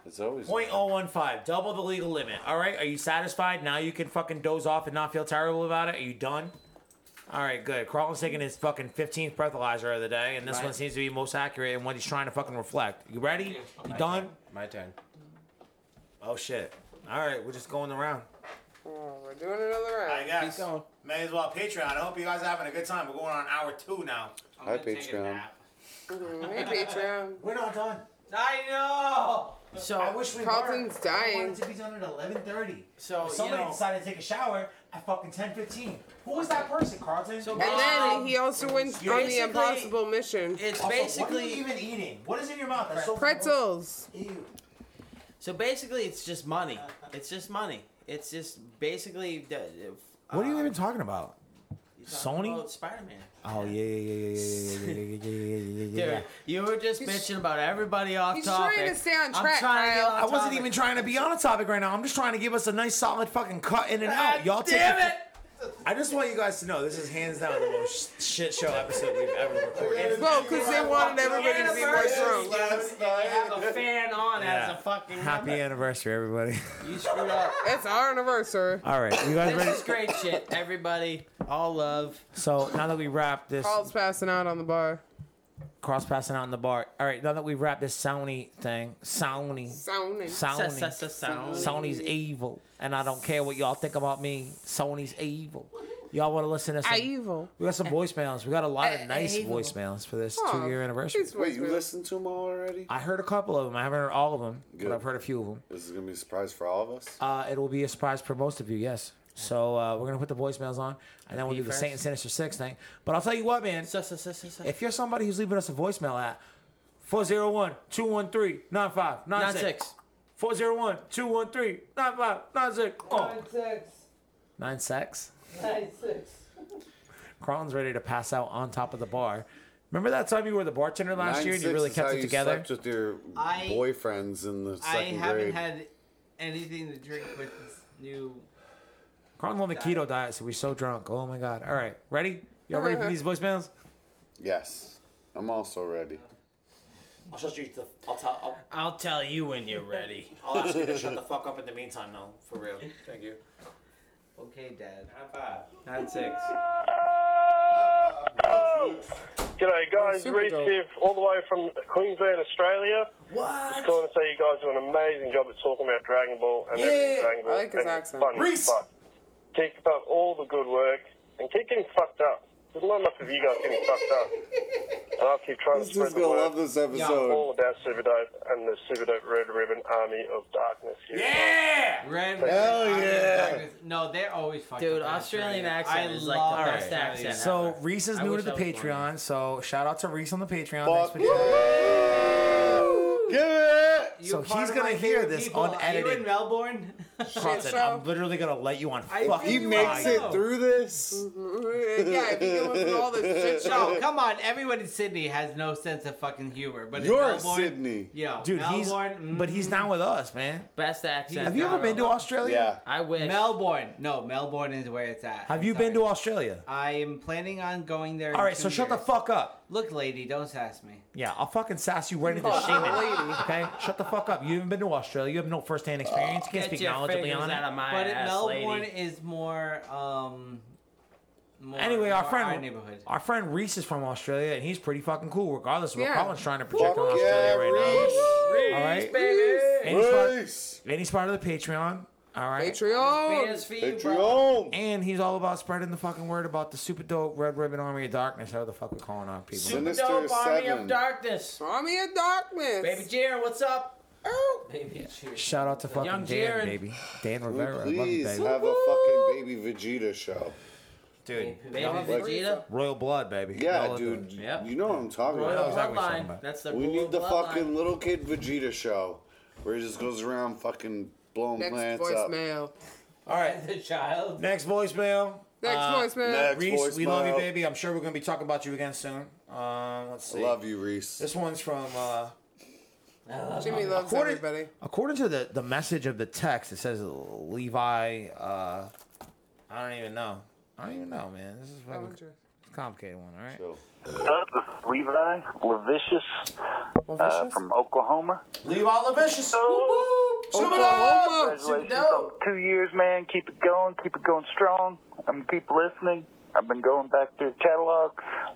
[SPEAKER 3] It's always.
[SPEAKER 2] Point oh one five, double the legal limit. All right, are you satisfied? Now you can fucking doze off and not feel terrible about it. Are you done? All right, good. Carlton's taking his fucking fifteenth breathalyzer of the day, and this
[SPEAKER 1] Right.
[SPEAKER 2] one seems to be most accurate and what he's trying to fucking reflect. You ready? You done?
[SPEAKER 1] My turn.
[SPEAKER 2] Oh shit! All right, we're just going around.
[SPEAKER 5] Oh, we're doing another round.
[SPEAKER 1] Keep going.
[SPEAKER 2] May as well Patreon. I hope you guys are having a good time. We're going on hour two now.
[SPEAKER 4] I'm
[SPEAKER 3] Hi,
[SPEAKER 4] gonna take a
[SPEAKER 3] Patreon.
[SPEAKER 4] nap.
[SPEAKER 5] Mhm, Hey, Patreon.
[SPEAKER 2] We're not done.
[SPEAKER 4] I know.
[SPEAKER 2] I
[SPEAKER 1] So,
[SPEAKER 2] wish we
[SPEAKER 5] Carlton's
[SPEAKER 2] were.
[SPEAKER 5] dying.
[SPEAKER 2] I wanted to be done at eleven thirty.
[SPEAKER 1] so Oh, you
[SPEAKER 2] Somebody
[SPEAKER 1] know,
[SPEAKER 2] decided to take a shower at fucking ten fifteen. Who was that person, Carlton?
[SPEAKER 1] So-
[SPEAKER 5] And then he also went on
[SPEAKER 1] basically-
[SPEAKER 5] the impossible mission.
[SPEAKER 1] it's
[SPEAKER 2] Also, what are
[SPEAKER 1] basically
[SPEAKER 2] you even eating? What is in your mouth? That's so
[SPEAKER 5] Pretzels.
[SPEAKER 2] Ew.
[SPEAKER 1] so basically it's just money. It's just money. It's just basically. The, if,
[SPEAKER 2] What are you
[SPEAKER 1] uh,
[SPEAKER 2] even talking about?
[SPEAKER 1] you talking
[SPEAKER 2] Sony?
[SPEAKER 1] about Spider-Man.
[SPEAKER 2] Oh yeah, yeah, yeah, yeah, yeah, yeah, yeah, yeah, yeah, yeah,
[SPEAKER 1] Dude,
[SPEAKER 2] yeah.
[SPEAKER 1] you were just
[SPEAKER 5] He's-
[SPEAKER 1] bitching about everybody off
[SPEAKER 5] he's
[SPEAKER 1] topic.
[SPEAKER 5] trying to stay on
[SPEAKER 1] I'm
[SPEAKER 5] track,
[SPEAKER 1] trying to get
[SPEAKER 5] Kyle.
[SPEAKER 1] on
[SPEAKER 2] I wasn't
[SPEAKER 1] topic.
[SPEAKER 2] even trying to be on a topic right now. I'm just trying to give us a nice, solid fucking cut in and out. Y'all take
[SPEAKER 4] Damn
[SPEAKER 2] the-
[SPEAKER 4] it!
[SPEAKER 2] I just want you guys to know this is hands down the most shit show episode we've ever recorded.
[SPEAKER 5] Well, because they wanted everybody to be more drunk.
[SPEAKER 4] Yes, and you have a fan on
[SPEAKER 2] Yeah.
[SPEAKER 4] as a fucking
[SPEAKER 2] Happy anniversary, everybody.
[SPEAKER 1] You screwed up.
[SPEAKER 5] It's our anniversary.
[SPEAKER 2] All right, you guys
[SPEAKER 1] This
[SPEAKER 2] ready?
[SPEAKER 1] is great shit, everybody. All love.
[SPEAKER 2] So now that we wrap this
[SPEAKER 5] Paul's passing out on the bar.
[SPEAKER 2] cross passing out in the bar. All right, now that we wrap this Sony thing, Sony, Sony.
[SPEAKER 5] Sounding.
[SPEAKER 1] Sound.
[SPEAKER 2] Sony's evil, and I don't care what y'all think about me. Sony's evil. Y'all want to listen to
[SPEAKER 5] I
[SPEAKER 2] some?
[SPEAKER 5] evil.
[SPEAKER 2] We got some voicemails. We got a lot
[SPEAKER 1] I-
[SPEAKER 2] of nice
[SPEAKER 1] evil.
[SPEAKER 2] voicemails for this
[SPEAKER 5] Aw,
[SPEAKER 2] two-year anniversary.
[SPEAKER 5] these
[SPEAKER 3] Wait, you
[SPEAKER 5] voicemails.
[SPEAKER 3] listened to him all already?
[SPEAKER 2] I heard a couple of them. I haven't heard all of them,
[SPEAKER 3] Good.
[SPEAKER 2] but I've heard a few of them.
[SPEAKER 3] This is gonna be a surprise for all of us.
[SPEAKER 2] Uh, it will be a surprise for most of you, yes. So uh, we're gonna put the voicemails on, and then we'll do
[SPEAKER 1] Me
[SPEAKER 2] the
[SPEAKER 1] first?
[SPEAKER 2] Saint and Sinister Six thing. But I'll tell you what, man. If you're somebody who's leaving us a voicemail at 401 213
[SPEAKER 1] Not
[SPEAKER 2] 9596.
[SPEAKER 1] six.
[SPEAKER 2] 401 213 9596.
[SPEAKER 4] six.
[SPEAKER 2] Nine sex.
[SPEAKER 4] Nine six.
[SPEAKER 2] Carlton's ready to pass out on top of the bar. Remember that time you were the bartender last
[SPEAKER 3] Nine
[SPEAKER 2] year and you
[SPEAKER 3] six
[SPEAKER 2] really
[SPEAKER 3] is
[SPEAKER 2] kept
[SPEAKER 3] how
[SPEAKER 2] it
[SPEAKER 3] you
[SPEAKER 2] together?
[SPEAKER 3] Slept with your
[SPEAKER 4] I-
[SPEAKER 3] boyfriends in the
[SPEAKER 4] I
[SPEAKER 3] second
[SPEAKER 4] haven't
[SPEAKER 3] grade.
[SPEAKER 4] had anything to drink with this new.
[SPEAKER 2] Carlton's on the keto diet, so we're so drunk. Oh my God. All right. Ready? Y'all ready
[SPEAKER 3] Uh-huh.
[SPEAKER 2] for these voicemails?
[SPEAKER 3] yes, I'm also ready.
[SPEAKER 2] I'll shut you the. I'll, t- I'll,
[SPEAKER 1] I'll tell you when you're ready.
[SPEAKER 2] I'll ask you to shut the fuck up in the meantime, though. For real. Thank you.
[SPEAKER 4] Okay, Dad.
[SPEAKER 1] Nine six.
[SPEAKER 7] G'day, guys.
[SPEAKER 5] super
[SPEAKER 7] Reece
[SPEAKER 5] dope.
[SPEAKER 7] here, all the way from Queensland, Australia. Just
[SPEAKER 6] What?
[SPEAKER 7] calling to say you guys do an amazing job at talking about Dragon Ball and everything Dragon Ball.
[SPEAKER 5] I like his
[SPEAKER 7] and it's
[SPEAKER 5] accent.
[SPEAKER 7] Fun, as
[SPEAKER 6] Reece!
[SPEAKER 7] fuck. Keep up all the good work and keep getting fucked up. There's not enough of you guys getting fucked up. And I'll keep trying to
[SPEAKER 3] He's
[SPEAKER 7] spread
[SPEAKER 3] just
[SPEAKER 7] the
[SPEAKER 3] gonna
[SPEAKER 7] word.
[SPEAKER 3] love this episode.
[SPEAKER 7] all about Superdope and the Superdope Red Ribbon Army of Darkness. Here.
[SPEAKER 2] Yeah!
[SPEAKER 4] Red
[SPEAKER 3] Hell yeah.
[SPEAKER 4] No, they're always fucking.
[SPEAKER 1] Dude, Australian accent is like the best accent.
[SPEAKER 2] So Reese is
[SPEAKER 1] I
[SPEAKER 2] new to
[SPEAKER 1] wish
[SPEAKER 2] the
[SPEAKER 1] I was born
[SPEAKER 2] Patreon, so shout out to Reese on the Patreon. Thanks
[SPEAKER 3] Fuck
[SPEAKER 2] for
[SPEAKER 3] yeah! Give it!
[SPEAKER 2] So he's gonna hear this
[SPEAKER 4] Are you
[SPEAKER 2] unedited.
[SPEAKER 4] in Melbourne?
[SPEAKER 2] Carlton,
[SPEAKER 5] so-
[SPEAKER 2] I'm literally gonna let you on
[SPEAKER 4] I
[SPEAKER 2] fucking
[SPEAKER 3] He
[SPEAKER 4] feel you
[SPEAKER 3] makes
[SPEAKER 4] are.
[SPEAKER 3] it through this.
[SPEAKER 5] yeah, if you go through all this shit
[SPEAKER 4] No,
[SPEAKER 5] show.
[SPEAKER 4] come on. Everyone in Sydney has no sense of fucking humor. But in
[SPEAKER 3] You're
[SPEAKER 4] Melbourne,
[SPEAKER 3] Sydney.
[SPEAKER 4] Yo,
[SPEAKER 2] dude. He's
[SPEAKER 4] Melbourne, mm,
[SPEAKER 2] but he's not with us, man.
[SPEAKER 1] Best accent.
[SPEAKER 2] Have you ever been to Australia?
[SPEAKER 3] Yeah.
[SPEAKER 1] I wish.
[SPEAKER 4] Melbourne. No, Melbourne is where it's at.
[SPEAKER 2] Have
[SPEAKER 4] I'm
[SPEAKER 2] you been to
[SPEAKER 4] sorry.
[SPEAKER 2] Australia?
[SPEAKER 4] I am planning on going there.
[SPEAKER 2] All right, so shut the fuck up.
[SPEAKER 4] Look, lady, don't sass me.
[SPEAKER 2] Yeah, I'll fucking sass you right into shaman. Okay, shut the fuck up. You haven't been to Australia. You have no first-hand experience. You can't
[SPEAKER 1] Get
[SPEAKER 2] speak
[SPEAKER 1] your
[SPEAKER 2] knowledgeably
[SPEAKER 1] fingers
[SPEAKER 2] on
[SPEAKER 1] out
[SPEAKER 2] it.
[SPEAKER 1] of my
[SPEAKER 4] But
[SPEAKER 1] ass,
[SPEAKER 4] Melbourne
[SPEAKER 1] lady.
[SPEAKER 4] is more. um more,
[SPEAKER 2] Anyway, our
[SPEAKER 4] more our
[SPEAKER 2] friend,
[SPEAKER 4] neighborhood.
[SPEAKER 2] our friend Reese is from Australia, and he's pretty fucking cool. Regardless of what
[SPEAKER 5] Yeah.
[SPEAKER 2] Colin's trying to project on
[SPEAKER 3] Fuck yeah,
[SPEAKER 2] Australia right
[SPEAKER 3] Reese!
[SPEAKER 2] now. All right, and he's part-
[SPEAKER 3] Reese!
[SPEAKER 2] And he's part of the Patreon. All right.
[SPEAKER 5] Patreon.
[SPEAKER 3] Patreon!
[SPEAKER 2] And he's all about spreading the fucking word about the super dope Red Ribbon Army of Darkness. How the fuck we're calling on people.
[SPEAKER 3] Super- Minister
[SPEAKER 1] Dope Army
[SPEAKER 3] Seven.
[SPEAKER 1] of Darkness.
[SPEAKER 5] Army of Darkness.
[SPEAKER 1] Baby Jer, what's up?
[SPEAKER 3] Oh.
[SPEAKER 4] Baby, cheers.
[SPEAKER 2] Shout out to fucking
[SPEAKER 1] Young
[SPEAKER 2] Dan,
[SPEAKER 1] Jaren.
[SPEAKER 2] baby. Dan Rivera. I love you,
[SPEAKER 3] Please
[SPEAKER 2] baby.
[SPEAKER 3] have a fucking baby Vegeta show.
[SPEAKER 2] Dude.
[SPEAKER 1] Baby Vegeta.
[SPEAKER 2] Royal Blood, baby.
[SPEAKER 3] Yeah,
[SPEAKER 2] Y'all
[SPEAKER 3] dude.
[SPEAKER 2] do it.
[SPEAKER 1] Yep.
[SPEAKER 3] You know what I'm talking
[SPEAKER 1] Royal
[SPEAKER 3] about.
[SPEAKER 2] exactly what he's talking
[SPEAKER 1] Bloodline.
[SPEAKER 2] about.
[SPEAKER 1] That's the
[SPEAKER 3] We
[SPEAKER 1] royal
[SPEAKER 3] need the
[SPEAKER 1] bloodline.
[SPEAKER 3] fucking little kid Vegeta show where he just goes around fucking blowing
[SPEAKER 5] Next
[SPEAKER 3] plants up.
[SPEAKER 5] voicemail.
[SPEAKER 2] All right.
[SPEAKER 4] The child.
[SPEAKER 2] Next voicemail.
[SPEAKER 5] Next
[SPEAKER 1] Uh,
[SPEAKER 5] voicemail.
[SPEAKER 3] Next
[SPEAKER 2] Reese, we
[SPEAKER 3] voicemail.
[SPEAKER 2] love you, baby. I'm sure we're going to be talking about you again soon. Um, let's
[SPEAKER 3] I
[SPEAKER 2] see.
[SPEAKER 3] love you, Reese.
[SPEAKER 2] This one's from. Uh,
[SPEAKER 5] Jimmy loves
[SPEAKER 2] According-
[SPEAKER 5] everybody.
[SPEAKER 2] According to the, the message of the text, it says Levi. Uh, I don't even know. I don't even know, man. This is a fucking complicated one, all right?
[SPEAKER 3] So-
[SPEAKER 8] up? This is Levi Levicious uh, from Oklahoma.
[SPEAKER 2] Levi LaVicious.
[SPEAKER 5] Oklahoma.
[SPEAKER 8] Congratulations on two years, man. Keep it going. Keep it going strong. I'm keep listening. I've been going back through the catalog,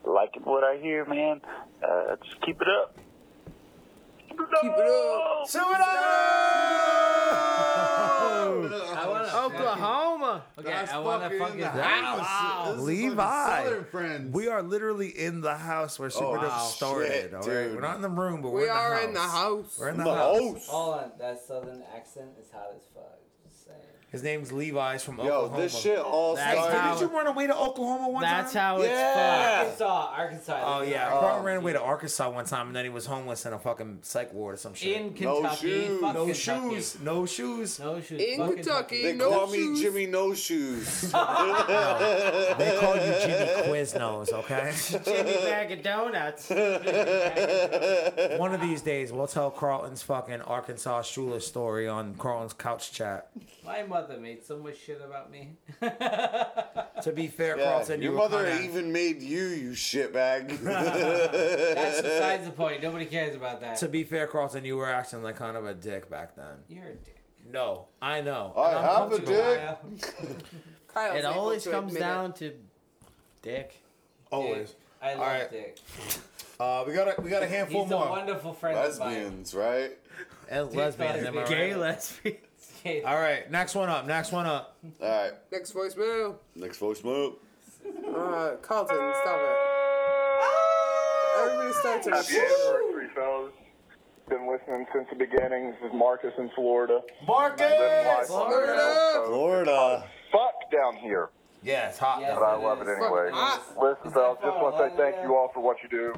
[SPEAKER 8] liking what I hear, man. Uh, just keep it up. Keep it up.
[SPEAKER 5] Keep it up.
[SPEAKER 4] I wanna,
[SPEAKER 2] Oh,
[SPEAKER 1] Oklahoma.
[SPEAKER 4] okay, I want to fucking.
[SPEAKER 3] Wow.
[SPEAKER 2] Levi.
[SPEAKER 3] Southern friends.
[SPEAKER 2] We are literally in the house where Super
[SPEAKER 3] Oh,
[SPEAKER 2] Dope
[SPEAKER 3] wow.
[SPEAKER 2] started.
[SPEAKER 3] Shit,
[SPEAKER 2] all right,
[SPEAKER 3] dude. oh.
[SPEAKER 2] we're not in the room, but
[SPEAKER 5] We
[SPEAKER 2] we're in the
[SPEAKER 5] are
[SPEAKER 2] house.
[SPEAKER 5] in the house.
[SPEAKER 2] We're in the
[SPEAKER 3] My
[SPEAKER 2] house.
[SPEAKER 3] house.
[SPEAKER 4] Hold on, that southern accent is hot as fuck. Just saying.
[SPEAKER 2] His name's Levi. He's from
[SPEAKER 3] Yo,
[SPEAKER 2] Oklahoma.
[SPEAKER 3] this shit all
[SPEAKER 1] That's
[SPEAKER 3] started.
[SPEAKER 2] Did
[SPEAKER 1] how-
[SPEAKER 2] you run away to Oklahoma one
[SPEAKER 1] That's
[SPEAKER 2] time?
[SPEAKER 1] how
[SPEAKER 3] Yeah.
[SPEAKER 1] it's fucked.
[SPEAKER 4] Arkansas, Arkansas.
[SPEAKER 2] Oh
[SPEAKER 4] this is
[SPEAKER 2] yeah,
[SPEAKER 4] Arkansas.
[SPEAKER 2] Carl ran away to Arkansas one time, and then he was homeless in a fucking psych ward or some shit.
[SPEAKER 4] In
[SPEAKER 3] No
[SPEAKER 4] Kentucky,
[SPEAKER 3] shoes.
[SPEAKER 4] fuck
[SPEAKER 2] no
[SPEAKER 4] Kentucky.
[SPEAKER 2] shoes, no shoes.
[SPEAKER 4] no shoes.
[SPEAKER 5] In
[SPEAKER 4] fuck
[SPEAKER 5] Kentucky.
[SPEAKER 3] They
[SPEAKER 5] no
[SPEAKER 3] call
[SPEAKER 5] shoes.
[SPEAKER 3] me Jimmy No Shoes.
[SPEAKER 2] They call you Jimmy Quiznos, okay?
[SPEAKER 1] Jimmy bag of donuts.
[SPEAKER 2] one of these days, we'll tell Carlton's fucking Arkansas Shula story on Carlton's couch chat.
[SPEAKER 4] My mother made so much shit about me.
[SPEAKER 2] To be fair,
[SPEAKER 3] Yeah,
[SPEAKER 2] Carlton,
[SPEAKER 3] your
[SPEAKER 2] you
[SPEAKER 3] mother
[SPEAKER 2] were kinda,
[SPEAKER 3] even made you, you shitbag.
[SPEAKER 4] That's besides the point. Nobody cares about that.
[SPEAKER 2] To be fair, Carlton, you were acting like kind of a dick back then.
[SPEAKER 4] You're a dick.
[SPEAKER 2] No, I know.
[SPEAKER 3] I
[SPEAKER 2] And I'm
[SPEAKER 3] have a
[SPEAKER 2] comfortable.
[SPEAKER 3] dick.
[SPEAKER 4] Kyle.
[SPEAKER 5] Kyle's
[SPEAKER 1] It
[SPEAKER 5] able
[SPEAKER 1] always
[SPEAKER 5] to
[SPEAKER 1] comes
[SPEAKER 5] admit it.
[SPEAKER 1] down to dick.
[SPEAKER 2] Always.
[SPEAKER 4] Dick. I love
[SPEAKER 2] right.
[SPEAKER 4] dick.
[SPEAKER 2] Uh, we got a we got a handful
[SPEAKER 4] He's a
[SPEAKER 2] more.
[SPEAKER 4] wonderful friend of mine.
[SPEAKER 3] Lesbians, right?
[SPEAKER 2] As lesbians, am I right?
[SPEAKER 1] Gay lesbian.
[SPEAKER 4] Okay,
[SPEAKER 2] All right, next one up. Next one up.
[SPEAKER 3] All right,
[SPEAKER 5] Next voicemail.
[SPEAKER 3] next voicemail.
[SPEAKER 5] Uh, Carlton, stop it. Everybody start to
[SPEAKER 7] Happy anniversary, fellas. Been listening since the beginning. This is Marcus in Florida. Marcus!
[SPEAKER 5] Florida!
[SPEAKER 3] Florida.
[SPEAKER 7] Fuck down here.
[SPEAKER 2] Yeah, it's hot.
[SPEAKER 4] Yes,
[SPEAKER 7] But I love it
[SPEAKER 4] is.
[SPEAKER 7] anyway.
[SPEAKER 5] hot.
[SPEAKER 7] Listen, fellas, just want to say thank you all for what you do.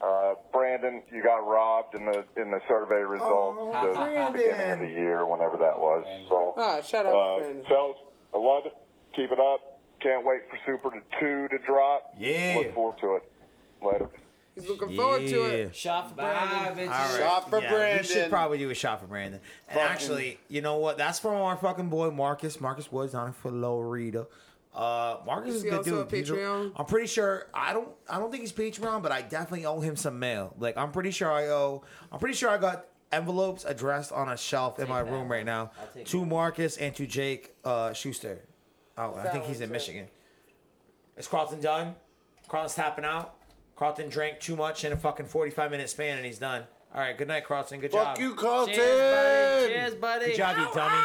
[SPEAKER 7] Uh, Brandon, you got robbed in the in the survey results
[SPEAKER 5] Oh,
[SPEAKER 2] Oh,
[SPEAKER 7] the beginning of the year, whenever that was. So,
[SPEAKER 5] Ah, shut up,
[SPEAKER 7] uh,
[SPEAKER 5] Brandon.
[SPEAKER 7] fellas, I love it. Keep it up. Can't wait for Super to two to drop.
[SPEAKER 2] Yeah.
[SPEAKER 7] Look forward to it. Later.
[SPEAKER 5] He's looking forward to it.
[SPEAKER 1] Shop for
[SPEAKER 4] Bye,
[SPEAKER 1] Brandon.
[SPEAKER 4] bitches.
[SPEAKER 3] Shop for
[SPEAKER 2] We should
[SPEAKER 3] Brandon.
[SPEAKER 2] probably do a shot for Brandon. And actually, you know what? That's from our fucking boy Marcus. Marcus Woods down in Florida. Uh, Marcus
[SPEAKER 5] Is
[SPEAKER 2] is a
[SPEAKER 5] he
[SPEAKER 2] good
[SPEAKER 5] also
[SPEAKER 2] dude.
[SPEAKER 5] a
[SPEAKER 2] He's a-
[SPEAKER 5] Patreon?
[SPEAKER 2] I'm pretty sure I don't. I don't think he's Patreon, but I definitely owe him some mail. Like I'm pretty sure I owe. I'm pretty sure I got envelopes addressed on a shelf in my
[SPEAKER 4] that.
[SPEAKER 2] room right now
[SPEAKER 4] I'll take
[SPEAKER 2] to Marcus and to Jake uh, Schuster. Oh, I think he's
[SPEAKER 5] one
[SPEAKER 2] in
[SPEAKER 5] too.
[SPEAKER 2] Michigan. Is Carlton done? Carlton's tapping out. Carlton drank too much in a fucking 45 minute span and he's done. All right, good night, Carlton. Good
[SPEAKER 3] Fuck
[SPEAKER 2] job.
[SPEAKER 3] you, Carlton.
[SPEAKER 1] Cheers, buddy. Cheers, buddy.
[SPEAKER 2] Good job, you dummy.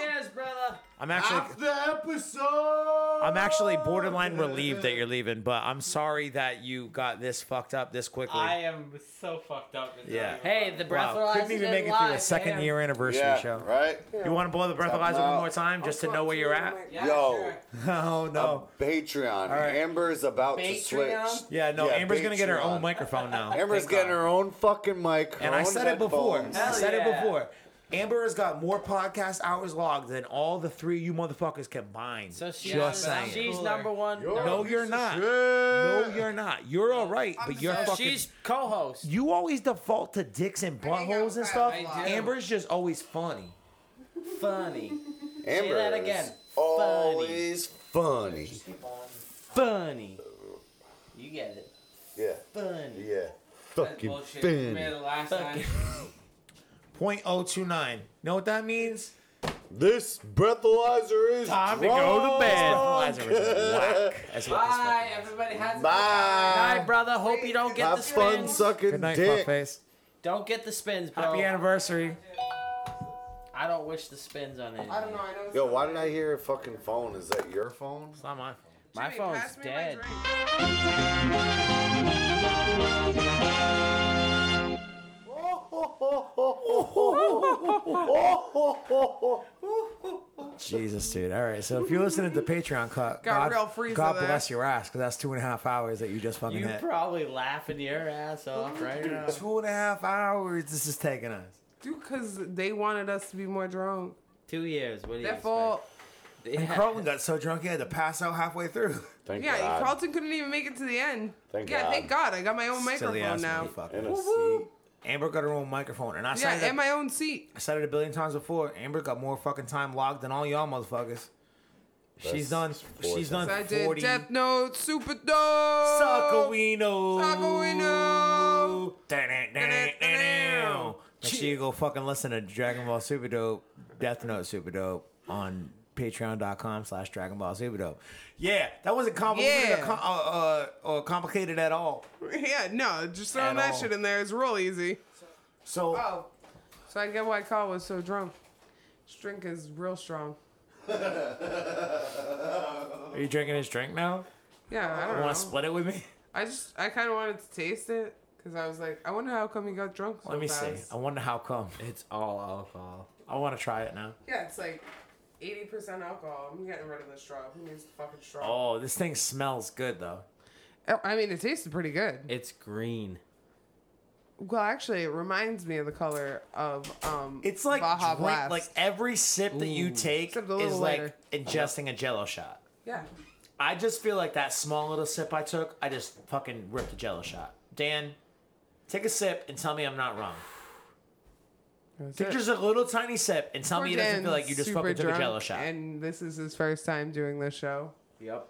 [SPEAKER 1] Cheers, brother.
[SPEAKER 2] I'm actually
[SPEAKER 3] Half the episode.
[SPEAKER 2] I'm actually borderline relieved that you're leaving, but I'm sorry that you got this fucked up this quickly.
[SPEAKER 4] I am so fucked up. it's not
[SPEAKER 2] Yeah.
[SPEAKER 4] even
[SPEAKER 1] Hey, the breathalyzer.
[SPEAKER 2] wow, couldn't even make it through a second year anniversary
[SPEAKER 3] Yeah,
[SPEAKER 2] show.
[SPEAKER 3] right?
[SPEAKER 2] You want to blow the breathalyzer
[SPEAKER 3] out.
[SPEAKER 2] one more time just to know where you're at?
[SPEAKER 4] Yeah,
[SPEAKER 3] Yo.
[SPEAKER 4] sure.
[SPEAKER 2] Oh no.
[SPEAKER 3] Patreon.
[SPEAKER 2] right.
[SPEAKER 3] Amber is about to
[SPEAKER 4] Patreon?
[SPEAKER 3] switch.
[SPEAKER 2] Yeah, no.
[SPEAKER 3] Yeah,
[SPEAKER 2] Amber's gonna get her
[SPEAKER 3] Patreon.
[SPEAKER 2] own microphone now.
[SPEAKER 3] Amber's
[SPEAKER 2] Thank
[SPEAKER 3] getting
[SPEAKER 2] God.
[SPEAKER 3] her own fucking mic. her
[SPEAKER 2] And I
[SPEAKER 3] own
[SPEAKER 2] said it before.
[SPEAKER 3] headphones.
[SPEAKER 2] I
[SPEAKER 4] Hell
[SPEAKER 2] said it
[SPEAKER 4] yeah.
[SPEAKER 2] before. Amber has got more podcast hours logged than all the three of you motherfuckers combined.
[SPEAKER 1] So she's,
[SPEAKER 2] just saying.
[SPEAKER 1] she's
[SPEAKER 4] Cooler.
[SPEAKER 1] number one.
[SPEAKER 2] no, you're not.
[SPEAKER 3] Shit.
[SPEAKER 2] No, you're not. You're all right, but you're
[SPEAKER 1] No,
[SPEAKER 2] fucking.
[SPEAKER 1] she's co-host.
[SPEAKER 2] You always default to dicks and buttholes and stuff.
[SPEAKER 4] I do.
[SPEAKER 2] Amber's just always funny.
[SPEAKER 1] Funny.
[SPEAKER 3] Amber
[SPEAKER 1] Say that
[SPEAKER 3] is
[SPEAKER 1] again.
[SPEAKER 3] Always funny.
[SPEAKER 1] Funny. You get it.
[SPEAKER 3] Yeah.
[SPEAKER 1] Funny.
[SPEAKER 3] Yeah.
[SPEAKER 4] That's
[SPEAKER 3] Fucking
[SPEAKER 4] bullshit. You made
[SPEAKER 3] funny.
[SPEAKER 4] it last time.
[SPEAKER 2] 0.029. Know what that means?
[SPEAKER 3] This breathalyzer is
[SPEAKER 2] Time to
[SPEAKER 3] drunk.
[SPEAKER 2] go to bed. Breathalyzer is whack. That's what this
[SPEAKER 4] Bye, everybody. Has a-
[SPEAKER 1] Hi,
[SPEAKER 3] Bye.
[SPEAKER 1] brother. Hope you don't get the
[SPEAKER 3] Have
[SPEAKER 1] spins.
[SPEAKER 3] fun sucking
[SPEAKER 2] Good night,
[SPEAKER 3] dick.
[SPEAKER 2] fuckface.
[SPEAKER 1] Don't get the spins, bro.
[SPEAKER 2] Happy anniversary.
[SPEAKER 1] I don't wish the spins on anyone.
[SPEAKER 3] Uh,
[SPEAKER 5] I don't know. I know.
[SPEAKER 3] Yo, why did I hear a fucking phone? Is that your phone?
[SPEAKER 2] It's not mine.
[SPEAKER 1] My
[SPEAKER 5] Jimmy,
[SPEAKER 1] phone's
[SPEAKER 5] pass me my
[SPEAKER 1] dead.
[SPEAKER 5] drink.
[SPEAKER 2] Jesus, dude. All right. So if you're listening to Patreon cut, God,
[SPEAKER 5] Got real freeze
[SPEAKER 2] God
[SPEAKER 5] of that.
[SPEAKER 2] bless your ass because that's two and a half hours that you just fucking
[SPEAKER 1] You
[SPEAKER 2] hit.
[SPEAKER 1] probably laughing your ass off right now.
[SPEAKER 2] two and a half hours. This is taking us.
[SPEAKER 5] Dude, because they wanted us to be more drunk.
[SPEAKER 1] Two years. What do you
[SPEAKER 5] Their
[SPEAKER 1] expect?
[SPEAKER 5] fault.
[SPEAKER 2] And Carlton got so drunk he had to pass out halfway through.
[SPEAKER 3] Thank
[SPEAKER 5] Yeah,
[SPEAKER 3] God.
[SPEAKER 5] Carlton couldn't even make it to the end.
[SPEAKER 3] Thank
[SPEAKER 5] yeah,
[SPEAKER 3] God.
[SPEAKER 5] thank God. I got my own
[SPEAKER 2] Silly
[SPEAKER 5] microphone
[SPEAKER 2] ass
[SPEAKER 5] now.
[SPEAKER 2] motherfucker.
[SPEAKER 3] In a seat.
[SPEAKER 5] Woo-woo.
[SPEAKER 2] Amber got her own microphone, and I
[SPEAKER 5] Yeah,
[SPEAKER 2] said it.
[SPEAKER 5] and my own seat.
[SPEAKER 2] I said it a billion times before. Amber got more fucking time logged than all y'all motherfuckers. She's done.
[SPEAKER 3] That's four
[SPEAKER 2] She's done
[SPEAKER 3] times.
[SPEAKER 5] I did
[SPEAKER 2] forty.
[SPEAKER 5] Death Note, Super Dope.
[SPEAKER 2] Sacagawino.
[SPEAKER 5] Sacagawino.
[SPEAKER 2] Sacagawino. Make sure you go fucking listen to Dragon Ball Super Dope, Death Note Super Dope on patreon.com slash Dragon Ball Super Dope. Yeah, that wasn't complicated,
[SPEAKER 5] Yeah.
[SPEAKER 2] or, com- uh, uh, or complicated at all.
[SPEAKER 5] Yeah, no, just throwing
[SPEAKER 2] At
[SPEAKER 5] that
[SPEAKER 2] all.
[SPEAKER 5] shit in there. It's real easy.
[SPEAKER 2] So,
[SPEAKER 5] Oh. So I get why Carl was so drunk. This drink is real strong.
[SPEAKER 2] are you drinking his drink now?
[SPEAKER 5] Yeah, I don't
[SPEAKER 2] You
[SPEAKER 5] know.
[SPEAKER 2] want to split it with me?
[SPEAKER 5] I just, I kind of wanted to taste it because I was like, I wonder how come he got drunk so
[SPEAKER 2] Let me see.
[SPEAKER 5] fast.
[SPEAKER 2] I wonder how come.
[SPEAKER 1] It's all alcohol.
[SPEAKER 2] I want to try it now.
[SPEAKER 5] Yeah, it's like 80% alcohol. I'm getting rid of the straw. Who needs the fucking straw?
[SPEAKER 2] Oh, this thing smells good though.
[SPEAKER 5] Oh. I mean, it tasted pretty good.
[SPEAKER 1] It's green.
[SPEAKER 5] Well, actually, it reminds me of the color of um.
[SPEAKER 2] It's like
[SPEAKER 5] Baja
[SPEAKER 2] drink-
[SPEAKER 5] Blast.
[SPEAKER 2] like every sip that you take
[SPEAKER 5] Except a little
[SPEAKER 2] is like
[SPEAKER 5] lighter.
[SPEAKER 2] ingesting a Jello shot.
[SPEAKER 5] yeah.
[SPEAKER 2] I just feel like that small little sip I took, I just fucking ripped a Jello shot. Dan, take a sip and tell me I'm not wrong. Take just a little tiny sip and tell me it doesn't feel like you just
[SPEAKER 5] Super
[SPEAKER 2] fucking took a
[SPEAKER 5] drunk,
[SPEAKER 2] Jello shot.
[SPEAKER 5] And this is his first time doing this show,
[SPEAKER 1] Yep.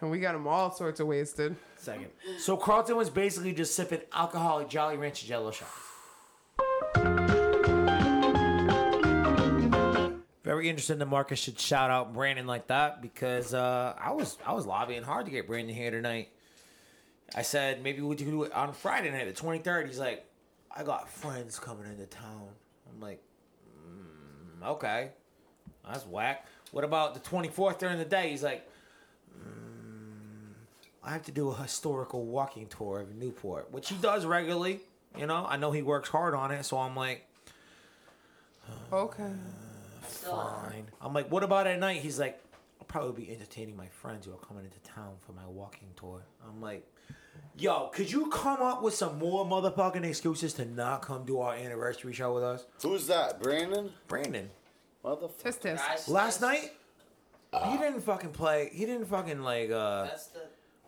[SPEAKER 5] and we got him all sorts of wasted.
[SPEAKER 1] Second.
[SPEAKER 2] so Carlton was basically just sipping alcoholic Jolly Rancher Jello shots. Very interesting that Marcus should shout out Brandon like that because uh, I was I was lobbying hard to get Brandon here tonight. I said maybe we could do it on Friday night, the twenty third. He's like, I got friends coming into town. I'm like, mm, okay, that's whack. What about the twenty fourth during the day? He's like, I have to do a historical walking tour of Newport, which he does regularly. You know, I know he works hard on it, so I'm like,
[SPEAKER 5] Okay.
[SPEAKER 2] fine. I'm like, what about at night? He's like, I'll probably be entertaining my friends who are coming into town for my walking tour. I'm like, yo, could you come up with some more motherfucking excuses to not come do our anniversary show with us?
[SPEAKER 3] Who's that? Brandon?
[SPEAKER 2] Brandon,
[SPEAKER 3] Motherfucker.
[SPEAKER 5] Test test.
[SPEAKER 2] last night, he didn't fucking play. He didn't fucking like, uh,
[SPEAKER 4] That's the.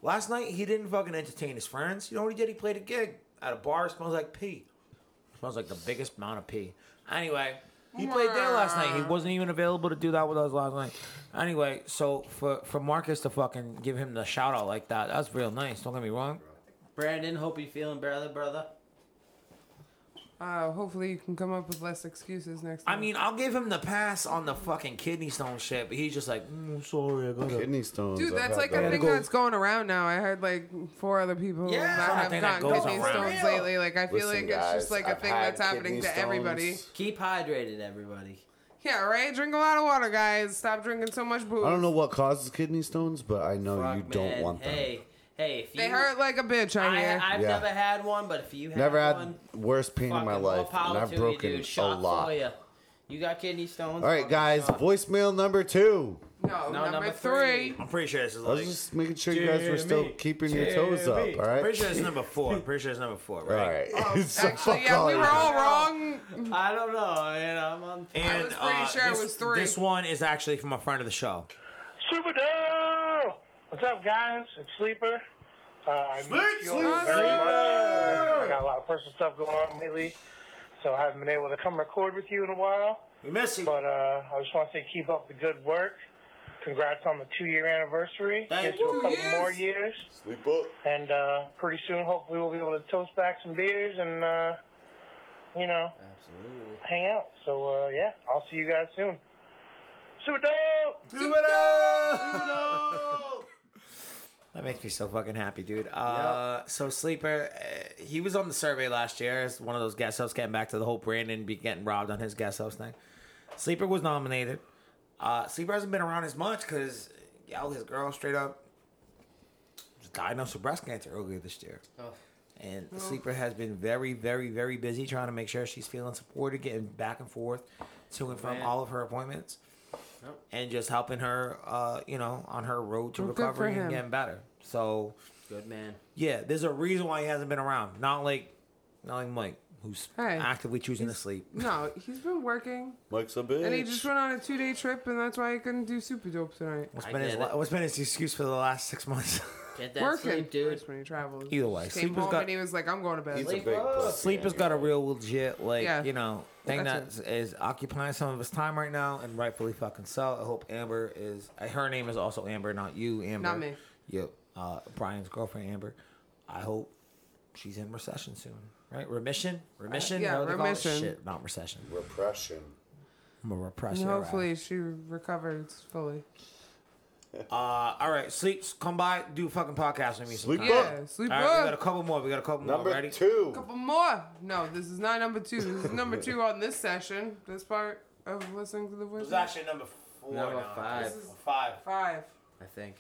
[SPEAKER 2] last night, he didn't fucking entertain his friends. You know what he did? He played a gig at a bar. It smells like pee. smells like the biggest amount of pee. Anyway, he played there last night. He wasn't even available to do that with us last night. Anyway, so for for Marcus to fucking give him the shout out like that, that's real nice. Don't get me wrong.
[SPEAKER 1] Brandon, hope you feeling better, brother.
[SPEAKER 5] Uh, hopefully, you can come up with less excuses next time.
[SPEAKER 2] I mean, I'll give him the pass on the fucking kidney stone shit, but he's just like, mm, I'm sorry, I got it.
[SPEAKER 3] Kidney stones.
[SPEAKER 5] Dude,
[SPEAKER 3] I've
[SPEAKER 5] that's
[SPEAKER 3] had
[SPEAKER 5] like
[SPEAKER 3] that.
[SPEAKER 5] a thing that's going around now. I heard like four other people
[SPEAKER 2] Yeah, it's not a
[SPEAKER 5] that
[SPEAKER 2] thing that
[SPEAKER 5] have gotten
[SPEAKER 2] goes
[SPEAKER 5] kidney
[SPEAKER 2] around.
[SPEAKER 5] stones lately. Like I feel
[SPEAKER 3] Listen,
[SPEAKER 5] like it's just
[SPEAKER 3] guys,
[SPEAKER 5] like a
[SPEAKER 3] I've
[SPEAKER 5] thing
[SPEAKER 3] had
[SPEAKER 5] that's happening
[SPEAKER 3] kidney
[SPEAKER 5] to everybody.
[SPEAKER 3] stones.
[SPEAKER 1] Keep hydrated, everybody.
[SPEAKER 5] Yeah, right. Drink a lot of water, guys. Stop drinking so much booze.
[SPEAKER 3] I don't know what causes kidney stones, but I know
[SPEAKER 1] Fuck,
[SPEAKER 3] you don't
[SPEAKER 1] man.
[SPEAKER 3] want them.
[SPEAKER 1] Hey, hey, if you,
[SPEAKER 5] They hurt like a bitch. I
[SPEAKER 1] I,
[SPEAKER 5] hear.
[SPEAKER 1] I've
[SPEAKER 3] Yeah.
[SPEAKER 1] never had one, but if you have
[SPEAKER 3] Never had
[SPEAKER 1] one,
[SPEAKER 3] worst pain in my
[SPEAKER 1] fucking more
[SPEAKER 3] life,
[SPEAKER 1] power
[SPEAKER 3] and I've
[SPEAKER 1] to
[SPEAKER 3] broken
[SPEAKER 1] you, dude.
[SPEAKER 3] a
[SPEAKER 1] Shot For
[SPEAKER 3] lot.
[SPEAKER 1] you. you got kidney stones.
[SPEAKER 3] All right,
[SPEAKER 1] Fucking
[SPEAKER 3] guys,
[SPEAKER 1] shot.
[SPEAKER 3] voicemail number two.
[SPEAKER 5] no,
[SPEAKER 1] No,
[SPEAKER 5] number,
[SPEAKER 1] number
[SPEAKER 5] three.
[SPEAKER 2] I'm pretty sure this is
[SPEAKER 3] I was
[SPEAKER 2] like,
[SPEAKER 3] just making sure you guys were still
[SPEAKER 2] Jimmy,
[SPEAKER 3] keeping your toes up.
[SPEAKER 2] Jimmy.
[SPEAKER 3] All right.
[SPEAKER 2] pretty sure it's number four. Pretty sure it's number four,
[SPEAKER 3] All
[SPEAKER 2] right?
[SPEAKER 3] right. So
[SPEAKER 5] Oh, Actually,
[SPEAKER 3] fuck
[SPEAKER 5] yeah,
[SPEAKER 3] all
[SPEAKER 5] we
[SPEAKER 3] you
[SPEAKER 5] were
[SPEAKER 3] guys.
[SPEAKER 5] all wrong.
[SPEAKER 1] I don't know, man. I'm on.
[SPEAKER 2] And,
[SPEAKER 5] was pretty
[SPEAKER 2] uh,
[SPEAKER 5] sure it
[SPEAKER 2] this,
[SPEAKER 5] was three.
[SPEAKER 2] This one is actually from a friend of the show.
[SPEAKER 8] Super Dale! What's up, guys? It's Sleeper. Uh, I Sleep, you all
[SPEAKER 5] Sleeper!
[SPEAKER 8] very much. I got a lot of personal stuff going on lately, so I haven't been able to come record with you in a while.
[SPEAKER 2] We miss you.
[SPEAKER 8] But uh, I just want to say keep up the good work. Congrats on the two-year anniversary.
[SPEAKER 2] Thank
[SPEAKER 8] Get to
[SPEAKER 5] you.
[SPEAKER 8] a couple
[SPEAKER 5] Two years.
[SPEAKER 8] more years.
[SPEAKER 3] Sleep up.
[SPEAKER 8] And uh, pretty soon, hopefully, we'll be able to toast back some beers and, uh, you know,
[SPEAKER 1] Absolutely.
[SPEAKER 8] hang out. So, uh, yeah, I'll see you guys soon. Super Dale!
[SPEAKER 2] That makes me so fucking happy, dude. Uh, So sleeper, uh, he was on the survey last year as one of those guest hosts. Getting back to the whole Brandon be getting robbed on his guest host thing. Sleeper was nominated. Uh, sleeper hasn't been around as much because yo, his girl straight up was diagnosed with breast cancer earlier this year.
[SPEAKER 1] Oh.
[SPEAKER 2] And sleeper has been very, very, very busy trying to make sure she's feeling supported, getting back and forth to and from
[SPEAKER 1] Man.
[SPEAKER 2] all of her appointments, and just helping her, uh, you know, on her road to
[SPEAKER 5] Well, good for
[SPEAKER 2] recovery and
[SPEAKER 5] him.
[SPEAKER 2] getting better. So
[SPEAKER 1] Good man.
[SPEAKER 2] yeah, there's a reason why he hasn't been around. Not like, not like Mike, who's
[SPEAKER 5] Hey,
[SPEAKER 2] actively choosing to sleep.
[SPEAKER 5] No, he's been working,
[SPEAKER 3] Mike's a bitch.
[SPEAKER 5] and he just went on a two-day trip, and that's why he couldn't do super dope tonight.
[SPEAKER 2] What's
[SPEAKER 1] I
[SPEAKER 2] been his
[SPEAKER 1] get
[SPEAKER 2] li-
[SPEAKER 1] it.
[SPEAKER 2] What's been his excuse for the last six months?
[SPEAKER 1] Get that
[SPEAKER 5] working
[SPEAKER 1] sleep, dude.
[SPEAKER 5] That's when he travels.
[SPEAKER 2] Either way,
[SPEAKER 5] came
[SPEAKER 2] Sleeper's
[SPEAKER 5] home
[SPEAKER 2] got-
[SPEAKER 5] and he was like, "I'm going to bed."
[SPEAKER 3] He's a
[SPEAKER 1] Sleep
[SPEAKER 3] big
[SPEAKER 1] up.
[SPEAKER 3] pussy.
[SPEAKER 2] sleep has got a real legit, like
[SPEAKER 5] Yeah.
[SPEAKER 2] you know, thing
[SPEAKER 5] That's
[SPEAKER 2] that is occupying some of his time right now, and rightfully fucking so. I hope Amber is. uh, Her name is also Amber, not you, Amber.
[SPEAKER 5] Not me.
[SPEAKER 2] Yep. Uh, Brian's girlfriend, Amber. I hope she's in recession soon. Right? Remission. Remission.
[SPEAKER 5] Uh, yeah,
[SPEAKER 2] What do they call it?
[SPEAKER 5] remission.
[SPEAKER 2] Shit, not recession.
[SPEAKER 3] Repression.
[SPEAKER 2] I'm gonna repress
[SPEAKER 5] and
[SPEAKER 2] your
[SPEAKER 5] hopefully, she recovers fully.
[SPEAKER 2] Uh, all right, sleep. Come by, do a fucking podcast with me.
[SPEAKER 3] Sleep
[SPEAKER 2] sometime.
[SPEAKER 3] Book. up.
[SPEAKER 5] Yeah,
[SPEAKER 2] All
[SPEAKER 5] sleep
[SPEAKER 2] right, we got a
[SPEAKER 5] up.
[SPEAKER 2] couple more. We got a couple
[SPEAKER 3] Number
[SPEAKER 2] more. Ready?
[SPEAKER 3] two.
[SPEAKER 5] couple more. No, this is not number two. This is number two on this session. This part of listening to the
[SPEAKER 2] This is
[SPEAKER 5] voice.
[SPEAKER 2] actually number four.
[SPEAKER 1] Number
[SPEAKER 2] now.
[SPEAKER 1] five.
[SPEAKER 2] This is Five.
[SPEAKER 5] Five.
[SPEAKER 1] I think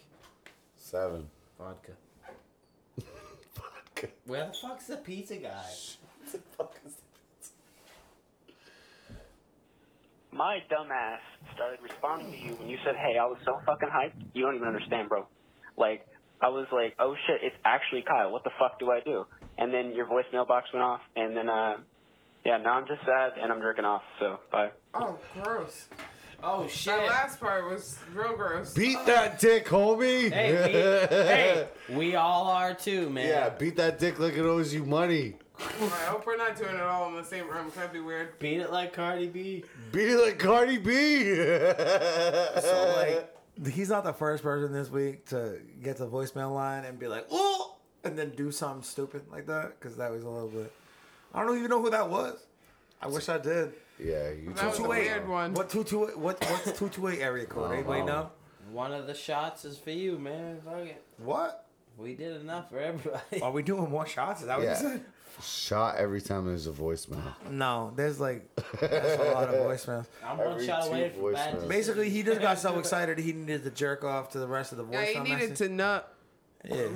[SPEAKER 3] Seven.
[SPEAKER 1] vodka.
[SPEAKER 3] Fuck.
[SPEAKER 1] Where the fuck's the pizza guy?
[SPEAKER 3] What the fuck is
[SPEAKER 9] My dumbass started responding to you when you said, "Hey, I was so fucking hyped. You don't even understand, bro." Like I was like, "Oh shit, it's actually Kyle. What the fuck do I do?" And then your voicemail box went off, and then uh, yeah, now I'm just sad and I'm jerking off. So bye.
[SPEAKER 5] Oh, gross.
[SPEAKER 1] Oh shit!
[SPEAKER 5] That last part was real gross.
[SPEAKER 3] Beat that dick, homie.
[SPEAKER 1] Hey, we, hey, we all are too, man.
[SPEAKER 3] yeah, beat that dick like it owes you money.
[SPEAKER 5] I hope we're not doing it all in the same room. That'd be weird.
[SPEAKER 1] Beat it like Cardi B.
[SPEAKER 3] Beat it like Cardi B.
[SPEAKER 2] So like, he's not the first person this week to get the voicemail line and be like, "Oh," and then do something stupid like that because that was a little bit. I don't even know who that was. I wish I did.
[SPEAKER 3] yeah, you
[SPEAKER 5] That was a
[SPEAKER 3] told me.
[SPEAKER 5] weird one.
[SPEAKER 2] What two two eight? What what's two two eight area code? Anybody know?
[SPEAKER 1] One of the shots is for you, man. Fuck it.
[SPEAKER 2] What?
[SPEAKER 1] We did enough for everybody.
[SPEAKER 2] Are we doing more shots? Is that what you
[SPEAKER 3] Yeah.
[SPEAKER 2] said?
[SPEAKER 3] Shot every time there's a voicemail.
[SPEAKER 2] No, there's like that's a lot of voicemails.
[SPEAKER 1] I'm one
[SPEAKER 3] Every
[SPEAKER 1] shot
[SPEAKER 3] two
[SPEAKER 1] away from bad.
[SPEAKER 3] voicemails.
[SPEAKER 1] decisions.
[SPEAKER 2] Basically, he just got so excited he needed to jerk off to the rest of the
[SPEAKER 5] Yeah,
[SPEAKER 2] voice.
[SPEAKER 5] he needed to nut.
[SPEAKER 2] Yeah.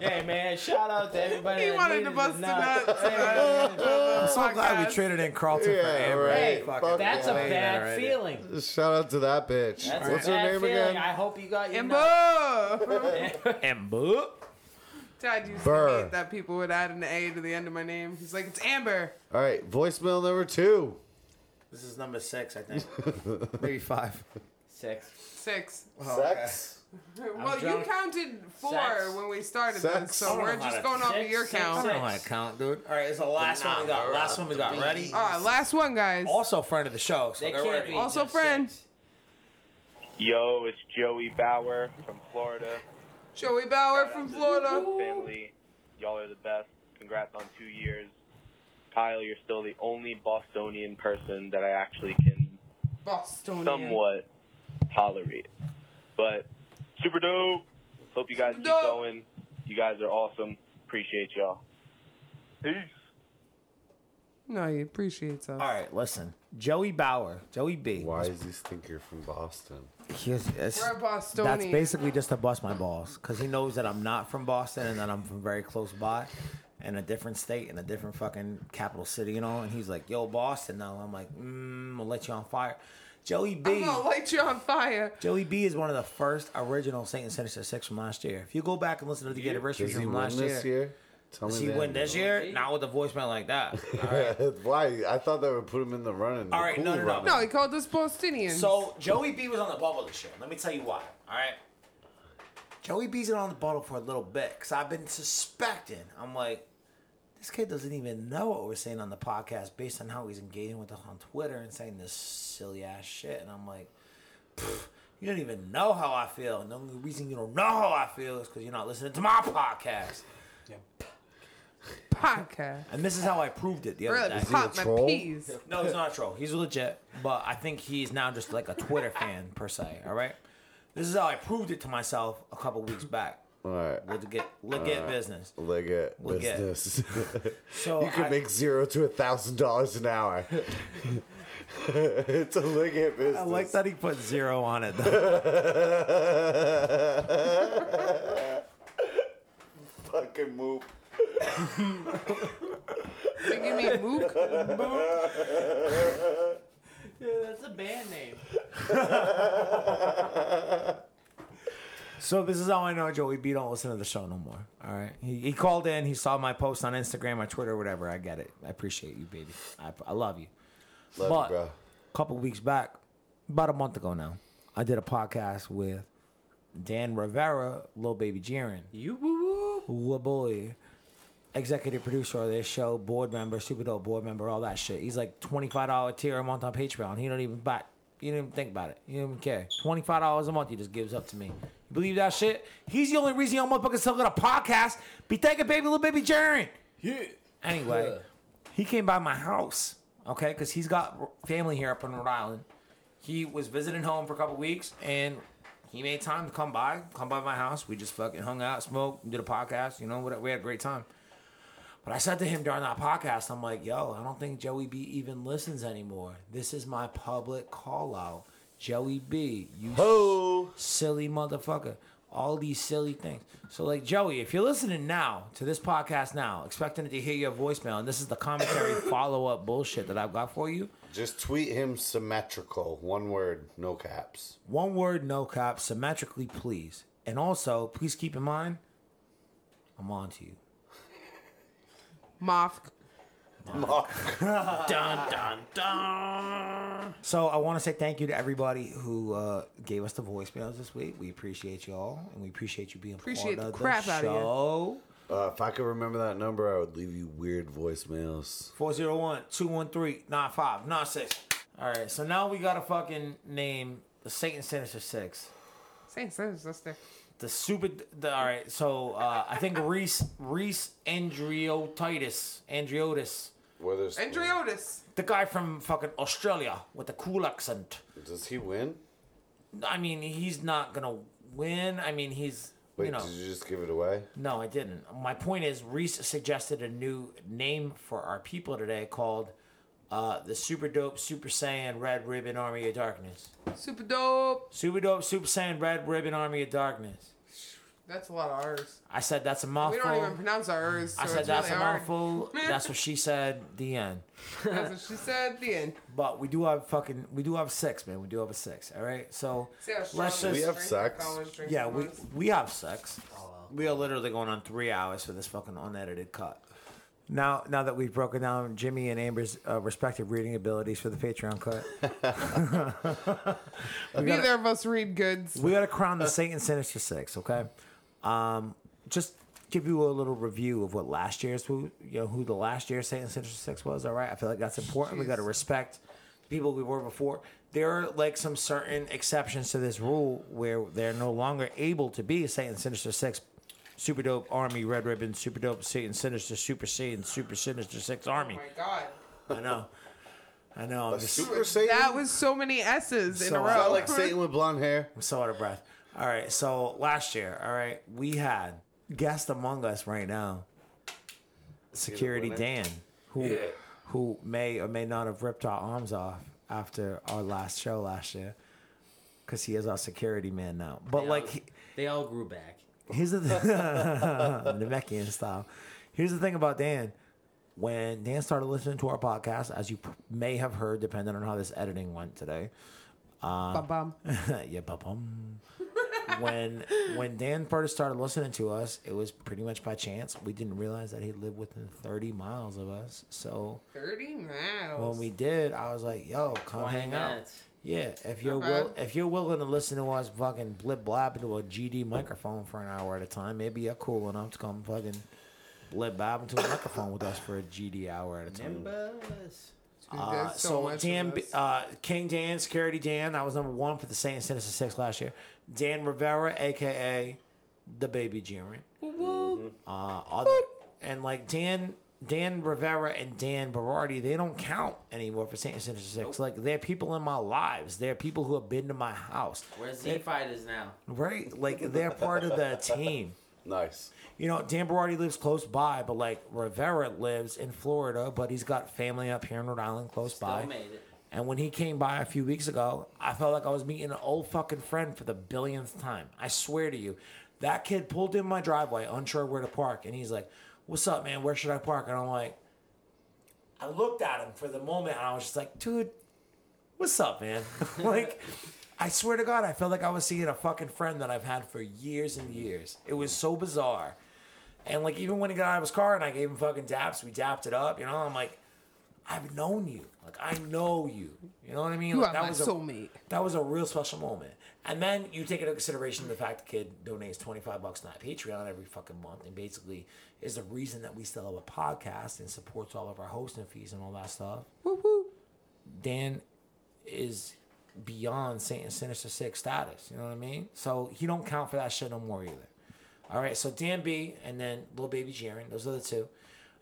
[SPEAKER 1] Hey man, shout out to everybody.
[SPEAKER 5] He
[SPEAKER 1] that
[SPEAKER 5] wanted
[SPEAKER 1] needed
[SPEAKER 5] to bust a
[SPEAKER 1] nut.
[SPEAKER 5] nut.
[SPEAKER 1] Hey, man.
[SPEAKER 2] I'm so glad
[SPEAKER 5] Podcast.
[SPEAKER 2] we traded in Carlton for
[SPEAKER 3] Yeah,
[SPEAKER 2] Amber.
[SPEAKER 3] right.
[SPEAKER 1] Hey,
[SPEAKER 3] Fuck
[SPEAKER 2] Fucking
[SPEAKER 1] that's a
[SPEAKER 3] yeah.
[SPEAKER 2] played that
[SPEAKER 1] bad
[SPEAKER 2] already.
[SPEAKER 1] feeling.
[SPEAKER 3] Shout out to that bitch.
[SPEAKER 1] That's
[SPEAKER 3] What's
[SPEAKER 1] a
[SPEAKER 3] her
[SPEAKER 1] bad
[SPEAKER 3] name
[SPEAKER 1] feeling.
[SPEAKER 3] again?
[SPEAKER 1] I hope you got your nut.
[SPEAKER 5] Embo.
[SPEAKER 2] Amber.
[SPEAKER 5] Dad used
[SPEAKER 3] Burr.
[SPEAKER 5] to hate that people would add an A to the end of my name. He's like, it's Amber.
[SPEAKER 3] All right, voicemail number two.
[SPEAKER 2] This is number six, I think. Maybe five.
[SPEAKER 1] Six.
[SPEAKER 5] Six.
[SPEAKER 2] Oh,
[SPEAKER 3] Sex.
[SPEAKER 5] Well, you
[SPEAKER 1] drunk.
[SPEAKER 5] counted four
[SPEAKER 1] Sex.
[SPEAKER 5] when we started
[SPEAKER 3] Sex.
[SPEAKER 5] this, so
[SPEAKER 3] I don't
[SPEAKER 5] we're
[SPEAKER 2] know how
[SPEAKER 5] just
[SPEAKER 2] to-
[SPEAKER 5] going off of
[SPEAKER 1] Six,
[SPEAKER 5] your
[SPEAKER 1] six,
[SPEAKER 5] count.
[SPEAKER 1] six.
[SPEAKER 5] All
[SPEAKER 2] I don't know how to count, dude. All right, it's the last one we got. Last one we got. Ready?
[SPEAKER 5] right, last one, guys.
[SPEAKER 2] Also, friend of the show. So
[SPEAKER 1] They
[SPEAKER 2] they're
[SPEAKER 1] can't
[SPEAKER 2] ready.
[SPEAKER 1] be
[SPEAKER 5] Also
[SPEAKER 1] just
[SPEAKER 5] friend.
[SPEAKER 1] six.
[SPEAKER 8] Yo, it's Joey Bauer from Florida.
[SPEAKER 5] Joey Bauer from Florida.
[SPEAKER 8] Family, y'all are the best.
[SPEAKER 10] Congrats on two years. Kyle, you're still the only Bostonian person that I actually can
[SPEAKER 5] Bostonian.
[SPEAKER 10] somewhat tolerate. But super dope. Hope you guys keep going. You guys are awesome. Appreciate y'all. Peace.
[SPEAKER 5] No, he appreciates us.
[SPEAKER 2] All right, listen. Joey Bauer, Joey B.
[SPEAKER 3] Why is this thinker from Boston?
[SPEAKER 2] He's, it's-
[SPEAKER 5] We're Bostonian.
[SPEAKER 2] That's basically just to bust my balls because he knows that I'm not from Boston and that I'm from very close by, in a different state, in a different fucking capital city, you know. And he's like, "Yo, Boston." Now I'm like, mm, "I'll let you on fire." Joey B.
[SPEAKER 5] I'm gonna light you on fire.
[SPEAKER 2] Joey B is one of the first original Saint and Sinister Six from last year. If you go back and listen to the anniversary
[SPEAKER 3] Does he
[SPEAKER 2] from
[SPEAKER 3] win
[SPEAKER 2] last
[SPEAKER 3] this
[SPEAKER 2] year,
[SPEAKER 3] year? Tell
[SPEAKER 2] does he
[SPEAKER 3] that.
[SPEAKER 2] win this year? Not with a voicemail like that. All right.
[SPEAKER 3] Why? I thought that would put him in the running.
[SPEAKER 2] All right, no, no, no.
[SPEAKER 5] No, he called us Bostonians.
[SPEAKER 2] So Joey B was on the bubble this year. Let me tell you why. All right. Joey B's been on the bubble for a little bit because I've been suspecting. I'm like, this kid doesn't even know what we're saying on the podcast based on how he's engaging with us on Twitter and saying this silly ass shit. And I'm like, "Pfft, you don't even know how I feel. And the only reason you don't know how I feel is because you're not listening to my podcast.
[SPEAKER 5] podcast.
[SPEAKER 2] And this is how I proved it the other
[SPEAKER 5] Really
[SPEAKER 2] day.
[SPEAKER 5] pop my
[SPEAKER 3] troll?
[SPEAKER 5] peas.
[SPEAKER 2] No, he's not a troll. He's legit, but I think he's now just like a Twitter fan per se. All right, this is how I proved it to myself a couple weeks back.
[SPEAKER 3] All right.
[SPEAKER 2] Legit, legit business.
[SPEAKER 3] Legit
[SPEAKER 2] Legit.
[SPEAKER 3] business.
[SPEAKER 2] So
[SPEAKER 3] you can
[SPEAKER 2] I-
[SPEAKER 3] make zero to a thousand dollars an hour. it's a legit business.
[SPEAKER 2] I like that he put zero on it. Though.
[SPEAKER 3] Fucking move.
[SPEAKER 5] You give me mook.
[SPEAKER 4] Yeah, that's a band name.
[SPEAKER 2] so this is how I know Joey B don't listen to the show no more. All right, he, he called in. He saw my post on Instagram, or Twitter, whatever. I get it. I appreciate you, baby. I, I love you.
[SPEAKER 3] Love
[SPEAKER 2] But-
[SPEAKER 3] you, bro.
[SPEAKER 2] couple weeks back, about a month ago now, I did a podcast with Dan Rivera, Lil Baby Jiren. You woo woo. boy. Executive producer of this show, board member, super dope board member, all that shit. He's like $25 tier a month on Patreon. He don't even buy he don't even think about it. He don't even care. $25 a month he just gives up to me. You believe that shit? He's the only reason y'all motherfuckers still got a podcast. Be thanking baby little baby Jaren. Anyway, he came by my house, okay, because he's got r- family here up in Rhode Island. He was visiting home for a couple weeks, and he made time to come by, come by my house. We just fucking hung out, smoked, did a podcast, you know, whatever. We had a great time. But I said to him during that podcast, I'm like, yo, I don't think Joey B even listens anymore. This is my public call out. Joey B, you
[SPEAKER 3] Oh.
[SPEAKER 2] silly motherfucker. All these silly things. So, like, Joey, if you're listening now to this podcast now, expecting to hear your voicemail, and this is the commentary follow up bullshit that I've got for you,
[SPEAKER 3] Just tweet him symmetrical. One word, no caps.
[SPEAKER 2] one word, no cop, symmetrically, please. And also, please keep in mind, I'm on to you.
[SPEAKER 5] Moth.
[SPEAKER 2] Dun, dun, dun. So, I want to say thank you to everybody who uh, gave us the voicemails this week. We appreciate y'all, and we appreciate you being part
[SPEAKER 5] Appreciate the
[SPEAKER 2] of
[SPEAKER 5] crap
[SPEAKER 2] the
[SPEAKER 5] outta ya.
[SPEAKER 2] show.
[SPEAKER 3] Uh, if I could remember that number, I would leave you weird voicemails.
[SPEAKER 2] 401-213-9596. All right, so now we got to fucking name the Satan Sinister Six.
[SPEAKER 5] Same sense, sister.
[SPEAKER 2] The super. The, all right, so uh, I think Reese Reese Andriotitis Andriotis,
[SPEAKER 3] Whether
[SPEAKER 5] Andreotis.
[SPEAKER 2] the guy from fucking Australia with the cool accent.
[SPEAKER 3] does he win?
[SPEAKER 2] I mean, he's not gonna win. I mean, he's
[SPEAKER 3] Wait,
[SPEAKER 2] you know.
[SPEAKER 3] did you just give it away?
[SPEAKER 2] No, I didn't. My point is, Reese suggested a new name for our people today called uh, the Super Dope Super Saiyan Red Ribbon Army of Darkness.
[SPEAKER 5] Super dope.
[SPEAKER 2] Super Dope Super Saiyan Red Ribbon Army of Darkness.
[SPEAKER 5] That's a lot of R's.
[SPEAKER 2] I said that's a
[SPEAKER 5] We
[SPEAKER 2] mouthful.
[SPEAKER 5] don't even pronounce our R's. So
[SPEAKER 2] I said
[SPEAKER 5] it's
[SPEAKER 2] that's
[SPEAKER 5] really
[SPEAKER 2] a
[SPEAKER 5] hard.
[SPEAKER 2] mouthful. that's what she said. The end.
[SPEAKER 5] That's what she said at the end.
[SPEAKER 2] But we do have fucking. We do have sex, man. We do have a sex. All right. So
[SPEAKER 5] See how strong
[SPEAKER 2] let's
[SPEAKER 5] this
[SPEAKER 2] just.
[SPEAKER 3] We have
[SPEAKER 5] drink
[SPEAKER 3] sex.
[SPEAKER 5] always drinks
[SPEAKER 2] yeah, we
[SPEAKER 5] was.
[SPEAKER 2] we have sex. We are literally going on three hours for this fucking unedited cut. Now, now that we've broken down Jimmy and Amber's uh, respective reading abilities for the Patreon cut,
[SPEAKER 5] Neither of us read goods.
[SPEAKER 2] We gotta crown the Satan Sinister Six, okay? Um, just give you a little review of what last year's who you know who the last year's Satan Sinister Six was. All right, I feel like that's important. We gotta respect the people we were before. There are like some certain exceptions to this rule where they're no longer able to be a Satan Sinister Six Super Dope Army, Red Ribbon, Super Dope Satan Sinister, Super Satan, Super Sinister Six Army.
[SPEAKER 5] Oh my god.
[SPEAKER 2] I know. I know. I'm just
[SPEAKER 5] That was so many S's in
[SPEAKER 2] So-
[SPEAKER 5] a row.
[SPEAKER 2] Sound like Satan
[SPEAKER 3] with blonde hair.
[SPEAKER 2] I'm so out of breath. All right. So last year, all right, we had guest among us right now, Security
[SPEAKER 6] winner.
[SPEAKER 2] Dan, who
[SPEAKER 6] Yeah.
[SPEAKER 2] who may or may not have ripped our arms off after our last show last year, because he is our security man now. But
[SPEAKER 1] They
[SPEAKER 2] like.
[SPEAKER 1] all-
[SPEAKER 2] he-
[SPEAKER 1] they all grew back.
[SPEAKER 2] Here's the thing, Namekian style. Here's the thing about Dan. When Dan started listening to our podcast, as you p- may have heard, depending on how this editing went today, uh,
[SPEAKER 5] Ba-bum.
[SPEAKER 2] yeah, bum. when when Dan first started listening to us, it was pretty much by chance. We didn't realize that he lived within 30 miles of us. So
[SPEAKER 5] 30 miles.
[SPEAKER 2] when we did, I was like, "Yo, come
[SPEAKER 5] 20
[SPEAKER 2] hang
[SPEAKER 5] minutes.
[SPEAKER 2] out." Yeah, if you're
[SPEAKER 5] Not
[SPEAKER 2] will,
[SPEAKER 5] bad.
[SPEAKER 2] if you're willing to listen to us fucking blip blab into a GD microphone for an hour at a time, maybe you're cool enough to come fucking blip blab into a microphone with us for a GD hour at a time.
[SPEAKER 1] Nimbus.
[SPEAKER 2] Uh, so Dan, B- uh, King Dan, Security Dan, I was number one for the Saint and Sinister Six last year. Dan Rivera, aka the Baby Jaren. Uh, other, and like Dan, Dan Rivera and Dan Berardi, they don't count anymore for Saint and Sinister Six. Like they're people in my lives. They're people who have been to my house.
[SPEAKER 1] We're Z
[SPEAKER 2] They're-
[SPEAKER 1] fighters now.
[SPEAKER 2] Right, like they're part of the team.
[SPEAKER 3] Nice.
[SPEAKER 2] You know, Dan Barardi lives close by, but like Rivera lives in Florida, but he's got family up here in Rhode Island close by.
[SPEAKER 1] made it.
[SPEAKER 2] And when he came by a few weeks ago, I felt like I was meeting an old fucking friend for the billionth time. I swear to you, that kid pulled in my driveway, unsure where to park, and he's like, "What's up, man? Where should I park?" And I'm like, I looked at him for the moment, and I was just like, "Dude, what's up, man?" like, I swear to God, I felt like I was seeing a fucking friend that I've had for years and years. It was so bizarre. And like, even when he got out of his car and I gave him fucking daps, we dapped it up. You know, I'm like, I've known you. Like, I know you. You know what I mean?
[SPEAKER 5] You
[SPEAKER 2] Like,
[SPEAKER 5] are
[SPEAKER 2] Oh, that
[SPEAKER 5] my
[SPEAKER 2] was a-
[SPEAKER 5] soulmate.
[SPEAKER 2] that was a real special moment. And then you take into consideration the fact the kid donates 25 bucks to my Patreon every fucking month and basically is the reason that we still have a podcast and supports all of our hosting fees and all that stuff. Woo woo. Dan is beyond Saint and Sinister Six status. You know what I mean? So he don't count for that shit no more either. All right, so Dan B and then Little Baby Jaren, those are the two.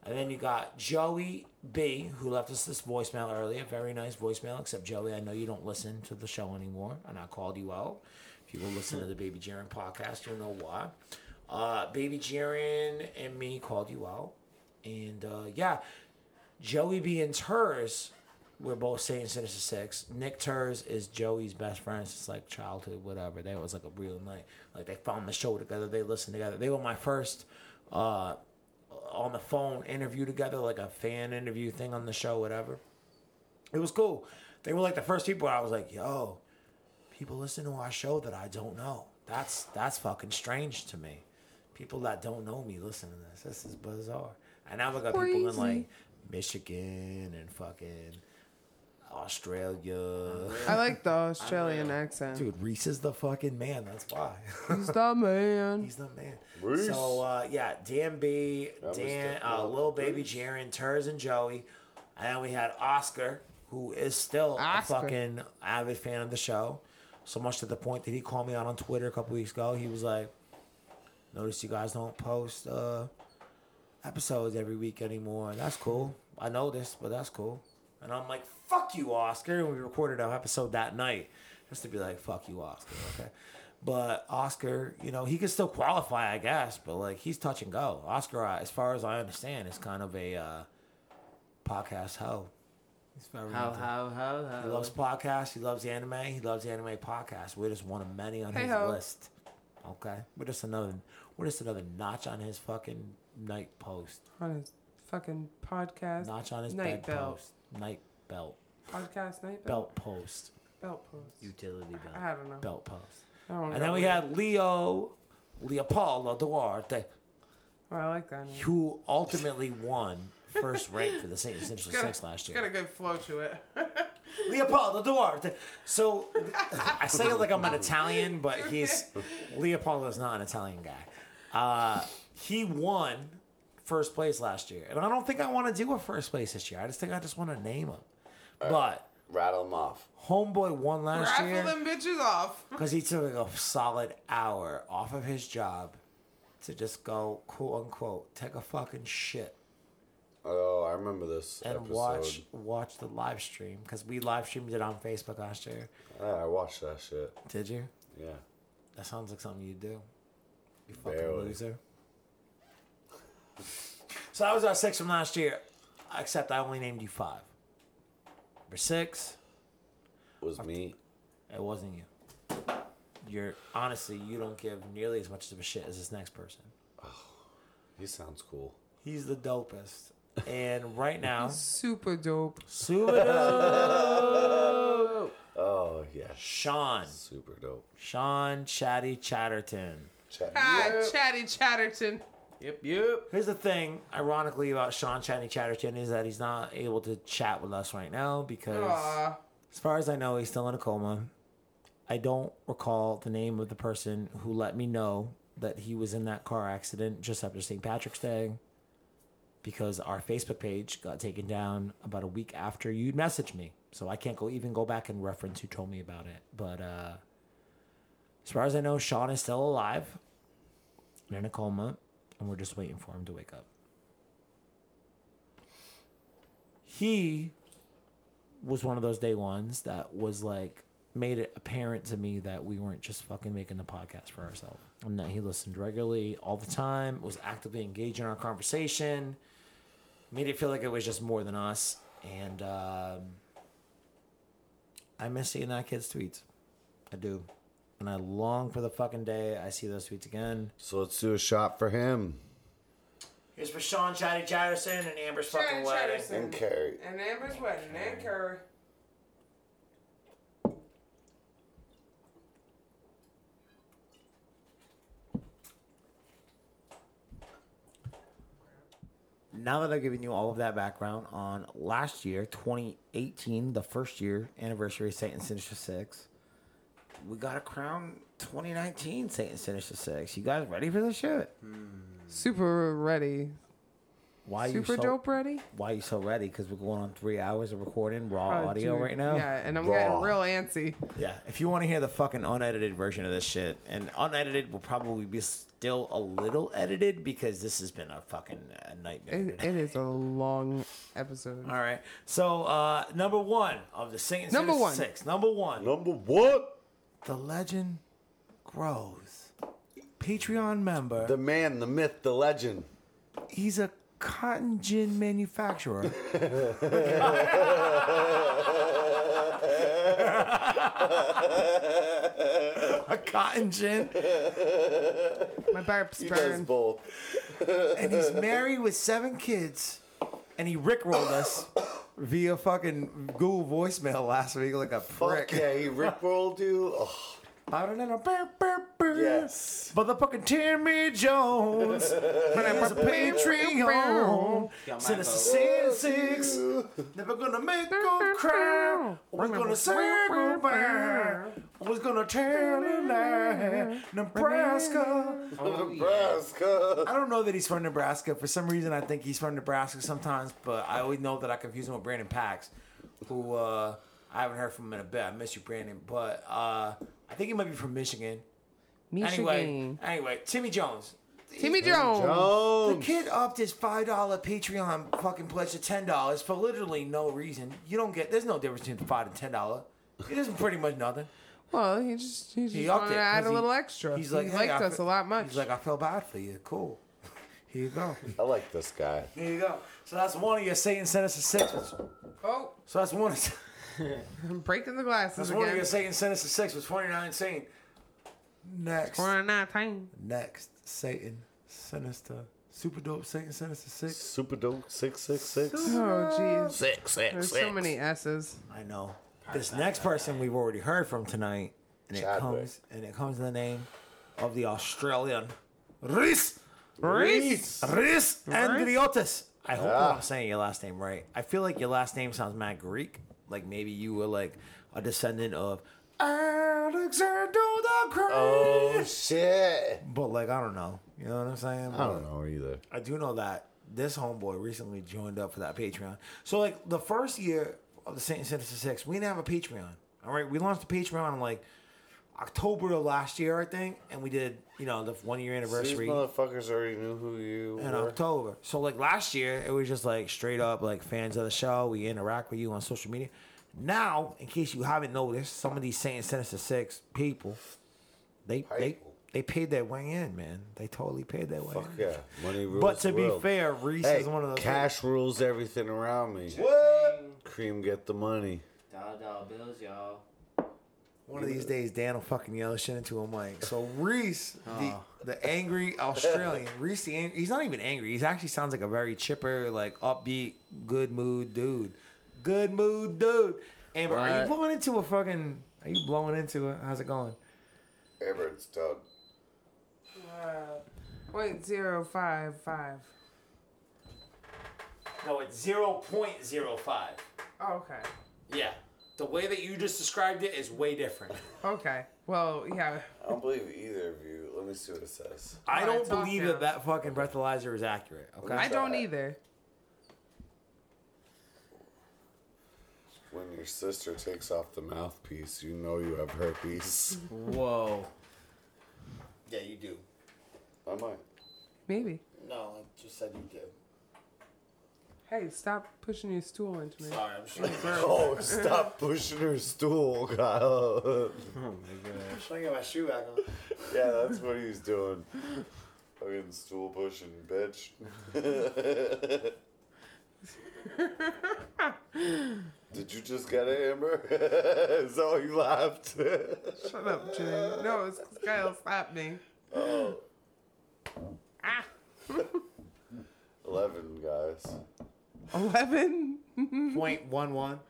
[SPEAKER 2] And then you got Joey B, who left us this voicemail earlier. Very nice voicemail, except Joey, I know you don't listen to the show anymore, and I called you out. If you will listen to the Baby Jaren podcast, you'll know why. Uh, Baby Jaren and me called you out. And uh, yeah, Joey B and Turs were both saying Sinister Six. Nick Turs is Joey's best friend since like childhood, whatever. That was like a real night. Like they found the show together, they listened together. They were my first uh, on the phone interview together, like a fan interview thing on the show, whatever. It was cool. They were like the first people I was like, yo, people listen to our show that I don't know. That's that's fucking strange to me. People that don't know me listen to this. This is bizarre. And now we got people in
[SPEAKER 6] Crazy.
[SPEAKER 2] like Michigan and fucking Australia.
[SPEAKER 5] I like the Australian accent.
[SPEAKER 2] Dude, Reese is the fucking man. That's why.
[SPEAKER 5] He's the man.
[SPEAKER 2] He's the man.
[SPEAKER 5] Reese.
[SPEAKER 2] So uh, yeah, Dan B,
[SPEAKER 5] That was
[SPEAKER 2] Dan,
[SPEAKER 5] the-
[SPEAKER 2] uh, Lil Baby, Jaren, Turs, and Joey, and then we had Oscar, who is still
[SPEAKER 5] Oscar.
[SPEAKER 2] a fucking avid fan of the show. So much to the point that he called me out on Twitter a couple weeks ago. He was like, "Notice you guys don't post uh, episodes every week anymore. That's cool. I know this, but that's cool." And I'm like, "Fuck you, Oscar!" And we recorded our episode that night, just to be like, "Fuck you, Oscar." Okay. But Oscar, you know, he can still qualify, I guess, but like he's touch and go. Oscar, uh, as far as I understand, is kind of a uh, podcast hoe. He's very
[SPEAKER 1] How,
[SPEAKER 2] into-
[SPEAKER 1] how, how, how.
[SPEAKER 2] He loves podcasts. He loves anime. He loves anime podcasts. We're just one of many on his
[SPEAKER 1] Hey-ho.
[SPEAKER 2] list. Okay, we're just another. We're just another notch on his fucking night post.
[SPEAKER 5] On his fucking podcast.
[SPEAKER 2] Notch on his
[SPEAKER 5] night
[SPEAKER 2] night
[SPEAKER 5] belt.
[SPEAKER 2] post. Night belt.
[SPEAKER 5] Podcast night
[SPEAKER 2] Belt
[SPEAKER 5] belt.
[SPEAKER 2] post.
[SPEAKER 5] Belt post.
[SPEAKER 1] Utility belt.
[SPEAKER 5] I don't know.
[SPEAKER 2] Belt post.
[SPEAKER 5] I don't
[SPEAKER 2] And then
[SPEAKER 5] know.
[SPEAKER 2] we had Leo, Leopoldo Duarte.
[SPEAKER 5] Oh, I like that. Name.
[SPEAKER 2] who ultimately won first rank for the Saint Central
[SPEAKER 5] Gotta-
[SPEAKER 2] Six last
[SPEAKER 5] It's got a
[SPEAKER 2] year.
[SPEAKER 5] good flow to it.
[SPEAKER 2] Leopoldo Duarte. So I say it like I'm an Italian, but he's Leopoldo's not an Italian guy. Uh, he won first place last year, and I don't think I want to do a first place this year. I just think I just want to name him. But
[SPEAKER 3] rattle him off.
[SPEAKER 2] Homeboy won last
[SPEAKER 5] Raffle
[SPEAKER 2] year
[SPEAKER 5] them bitches off.
[SPEAKER 2] because he took a solid hour off of his job to just go quote unquote take a fucking shit
[SPEAKER 3] Oh, I remember this
[SPEAKER 2] and
[SPEAKER 3] episode.
[SPEAKER 2] watch watch the live stream because we live streamed it on Facebook last year.
[SPEAKER 3] Yeah, I watched that shit.
[SPEAKER 2] Did you?
[SPEAKER 3] Yeah.
[SPEAKER 2] That sounds like something you do. You fucking
[SPEAKER 3] Barely.
[SPEAKER 2] loser. So that was our six from last year, except I only named you five. Number six
[SPEAKER 3] was me.
[SPEAKER 2] It wasn't you. You're honestly, you don't give nearly as much of a shit as this next person.
[SPEAKER 3] He sounds cool.
[SPEAKER 2] He's the dopest. And right now,
[SPEAKER 5] super dope.
[SPEAKER 2] Super dope.
[SPEAKER 3] Oh yeah.
[SPEAKER 2] Sean.
[SPEAKER 3] Super dope.
[SPEAKER 2] Sean Chatty Chatterton.
[SPEAKER 5] Hi, Ah, Chatty Chatterton.
[SPEAKER 1] Yep, yep.
[SPEAKER 2] Here's the thing, ironically, about Sean Chatty Chatterton is that he's not able to chat with us right now because,
[SPEAKER 5] Aw.
[SPEAKER 2] as far as I know, he's still in a coma. I don't recall the name of the person who let me know that he was in that car accident just after St. Patrick's Day because our Facebook page got taken down about a week after you messaged me. So I can't go even go back and reference who told me about it. But uh, as far as I know, Sean is still alive and in a coma, and we're just waiting for him to wake up. He was one of those day ones that was like made it apparent to me that we weren't just fucking making the podcast for ourselves and that he listened regularly all the time, was actively engaged in our conversation, made it feel like it was just more than us. And um, I miss seeing that kid's tweets. I do. And I long for the fucking day I see those tweets again.
[SPEAKER 3] So let's do a shot for him.
[SPEAKER 2] Here's for Sean Chatty Chatterson and Amber's
[SPEAKER 5] Chatty
[SPEAKER 2] fucking wedding.
[SPEAKER 5] Chatterton.
[SPEAKER 3] And Carrie.
[SPEAKER 5] And Amber's wedding. And Curry.
[SPEAKER 2] Now that I've given you all of that background on last year, 2018, the first year anniversary of Satan Sinister Six, we got to crown 2019 Satan Sinister Six. You guys ready for this shit?
[SPEAKER 5] Super ready.
[SPEAKER 2] Why are
[SPEAKER 5] Super
[SPEAKER 2] you so,
[SPEAKER 5] dope ready?
[SPEAKER 2] Why you so ready? Because we're going on three hours of recording raw
[SPEAKER 5] Oh,
[SPEAKER 2] audio
[SPEAKER 5] dude.
[SPEAKER 2] right now.
[SPEAKER 5] Yeah, and I'm
[SPEAKER 2] Raw.
[SPEAKER 5] getting real antsy.
[SPEAKER 2] Yeah, if you want to hear the fucking unedited version of this shit, and unedited will probably be still a little edited because this has been a fucking uh, nightmare.
[SPEAKER 5] It, it is a long episode.
[SPEAKER 2] All right. So uh number one of the Saints.
[SPEAKER 5] Number one.
[SPEAKER 2] Six. Number one.
[SPEAKER 3] Number one.
[SPEAKER 2] The legend grows. Patreon member.
[SPEAKER 3] The man, the myth, the legend.
[SPEAKER 2] He's a cotton gin manufacturer. a cotton gin.
[SPEAKER 5] My burps
[SPEAKER 3] You guys
[SPEAKER 5] burn.
[SPEAKER 3] both.
[SPEAKER 2] and he's married with seven kids, and he rickrolled us via fucking Google voicemail last week like a
[SPEAKER 3] Fuck
[SPEAKER 2] prick.
[SPEAKER 3] yeah, he rickrolled you. Oh,
[SPEAKER 2] I don't know. Burp, burp, burp.
[SPEAKER 3] Yes.
[SPEAKER 2] Motherfucking Timmy Jones. He's a Patreon.
[SPEAKER 4] Got my
[SPEAKER 2] Send us a sin
[SPEAKER 3] vote.
[SPEAKER 2] six. Never gonna make them cry. We're gonna say goodbye. We're gonna tell a lie. Nebraska.
[SPEAKER 3] Nebraska.
[SPEAKER 2] I don't know that he's from Nebraska. For some reason, I think he's from Nebraska sometimes, but I always know that I confuse him with Brandon Pax, who uh, I haven't heard from him in a bit. I miss you, Brandon. But uh, I think he might be from Michigan. Anyway,
[SPEAKER 5] Michigan.
[SPEAKER 2] anyway, Timmy Jones.
[SPEAKER 5] Timmy Jones.
[SPEAKER 2] The
[SPEAKER 3] Jones.
[SPEAKER 2] kid upped his five dollar Patreon fucking pledge to ten dollars for literally no reason. You don't get. There's no difference between five and ten dollar. It isn't pretty much nothing.
[SPEAKER 5] Well, he just he just
[SPEAKER 2] He upped
[SPEAKER 5] wanted
[SPEAKER 2] it.
[SPEAKER 5] to add
[SPEAKER 2] 'cause
[SPEAKER 5] a
[SPEAKER 2] he-
[SPEAKER 5] little extra.
[SPEAKER 2] He's like,
[SPEAKER 5] he
[SPEAKER 2] "Hey,
[SPEAKER 5] liked
[SPEAKER 2] I
[SPEAKER 5] us
[SPEAKER 2] fe-
[SPEAKER 5] a lot much.
[SPEAKER 2] He's like, I feel bad for you. Cool. Here you go.
[SPEAKER 3] I like this guy.
[SPEAKER 2] Here you go. So that's one of your Satan Sinister Six.
[SPEAKER 5] oh,
[SPEAKER 2] So that's one. Of,
[SPEAKER 5] I'm breaking the glasses
[SPEAKER 2] that's one of
[SPEAKER 5] again.
[SPEAKER 2] your Satan Sinister Six was twenty nine Satan. Next,
[SPEAKER 5] We're not time.
[SPEAKER 2] next Satan Sinister Super Dope Satan Sinister Six.
[SPEAKER 3] Super dope. Six six six.
[SPEAKER 5] Oh, jeez.
[SPEAKER 3] Six six
[SPEAKER 5] There's so many S's.
[SPEAKER 2] I know. This next person we've already heard from tonight, and it
[SPEAKER 3] Chadwick.
[SPEAKER 2] comes and it comes in the name of the Australian Rhys
[SPEAKER 5] Reese.
[SPEAKER 2] Rhys Andriotis. I hope that
[SPEAKER 3] Ah.
[SPEAKER 2] I'm saying your last name right. I feel like your last name sounds mad Greek. Like maybe you were like a descendant of Alexander the Great.
[SPEAKER 3] Oh shit.
[SPEAKER 2] But like I don't know. You know what I'm saying?
[SPEAKER 3] I don't know either.
[SPEAKER 2] I do know that this homeboy recently joined up for that Patreon. So like the first year of the Saint Sinister Six, we didn't have a Patreon. All right, we launched a Patreon in like October of last year, I think, and we did you know the one year anniversary.
[SPEAKER 3] These motherfuckers already knew who you
[SPEAKER 2] in
[SPEAKER 3] were.
[SPEAKER 2] October. So like last year, it was just like straight up like fans of the show. We interact with you on social media. Now, in case you haven't noticed, some of these Saint Sinister Six people, they they they paid their way in, man. They totally paid their way.
[SPEAKER 3] Fuck
[SPEAKER 2] in.
[SPEAKER 3] yeah, money rules.
[SPEAKER 2] But to
[SPEAKER 3] the
[SPEAKER 2] be
[SPEAKER 3] world.
[SPEAKER 2] fair, Reese
[SPEAKER 3] Hey,
[SPEAKER 2] is one of those.
[SPEAKER 3] Cash rules everything around me.
[SPEAKER 2] What?
[SPEAKER 3] Cream get the money.
[SPEAKER 1] Dollar dollar bills, y'all.
[SPEAKER 2] One of these days, Dan will fucking yell shit into him like, so Reese, the, the angry Australian, Reese, the angry, he's not even angry. He actually sounds like a very chipper, like upbeat, good mood dude. Good mood dude. Amber, are you
[SPEAKER 3] Right.
[SPEAKER 2] blowing into a fucking, are you blowing into it? How's it going?
[SPEAKER 3] Amber, it's Doug.
[SPEAKER 5] Point zero five five.
[SPEAKER 2] No, it's 0.05.
[SPEAKER 5] Oh, okay.
[SPEAKER 2] Yeah. The way that you just described it is way different.
[SPEAKER 5] Okay. Well, yeah.
[SPEAKER 3] I don't believe either of you. Let me see what it says.
[SPEAKER 2] I
[SPEAKER 5] All
[SPEAKER 2] don't
[SPEAKER 5] right, talk
[SPEAKER 2] believe
[SPEAKER 5] now.
[SPEAKER 2] that that fucking breathalyzer is accurate. Okay.
[SPEAKER 5] I don't either.
[SPEAKER 3] When your sister takes off the mouthpiece, you know you have herpes.
[SPEAKER 1] Whoa.
[SPEAKER 6] Yeah, you do.
[SPEAKER 3] I might.
[SPEAKER 5] Maybe.
[SPEAKER 6] No, I just said you do.
[SPEAKER 5] Hey, stop pushing your stool into me.
[SPEAKER 6] Sorry, I'm showing you.
[SPEAKER 3] Oh, stop pushing her stool, Kyle.
[SPEAKER 6] I'm showing you my shoe back on.
[SPEAKER 3] yeah, that's what he's doing. Fucking stool pushing bitch. Did you just get it, Amber? Is that why you laughed?
[SPEAKER 5] Shut up, Jay. No, it's 'cause Kyle slapped me. Ah.
[SPEAKER 3] oh. 11, guys.
[SPEAKER 5] Eleven.
[SPEAKER 2] Point one one.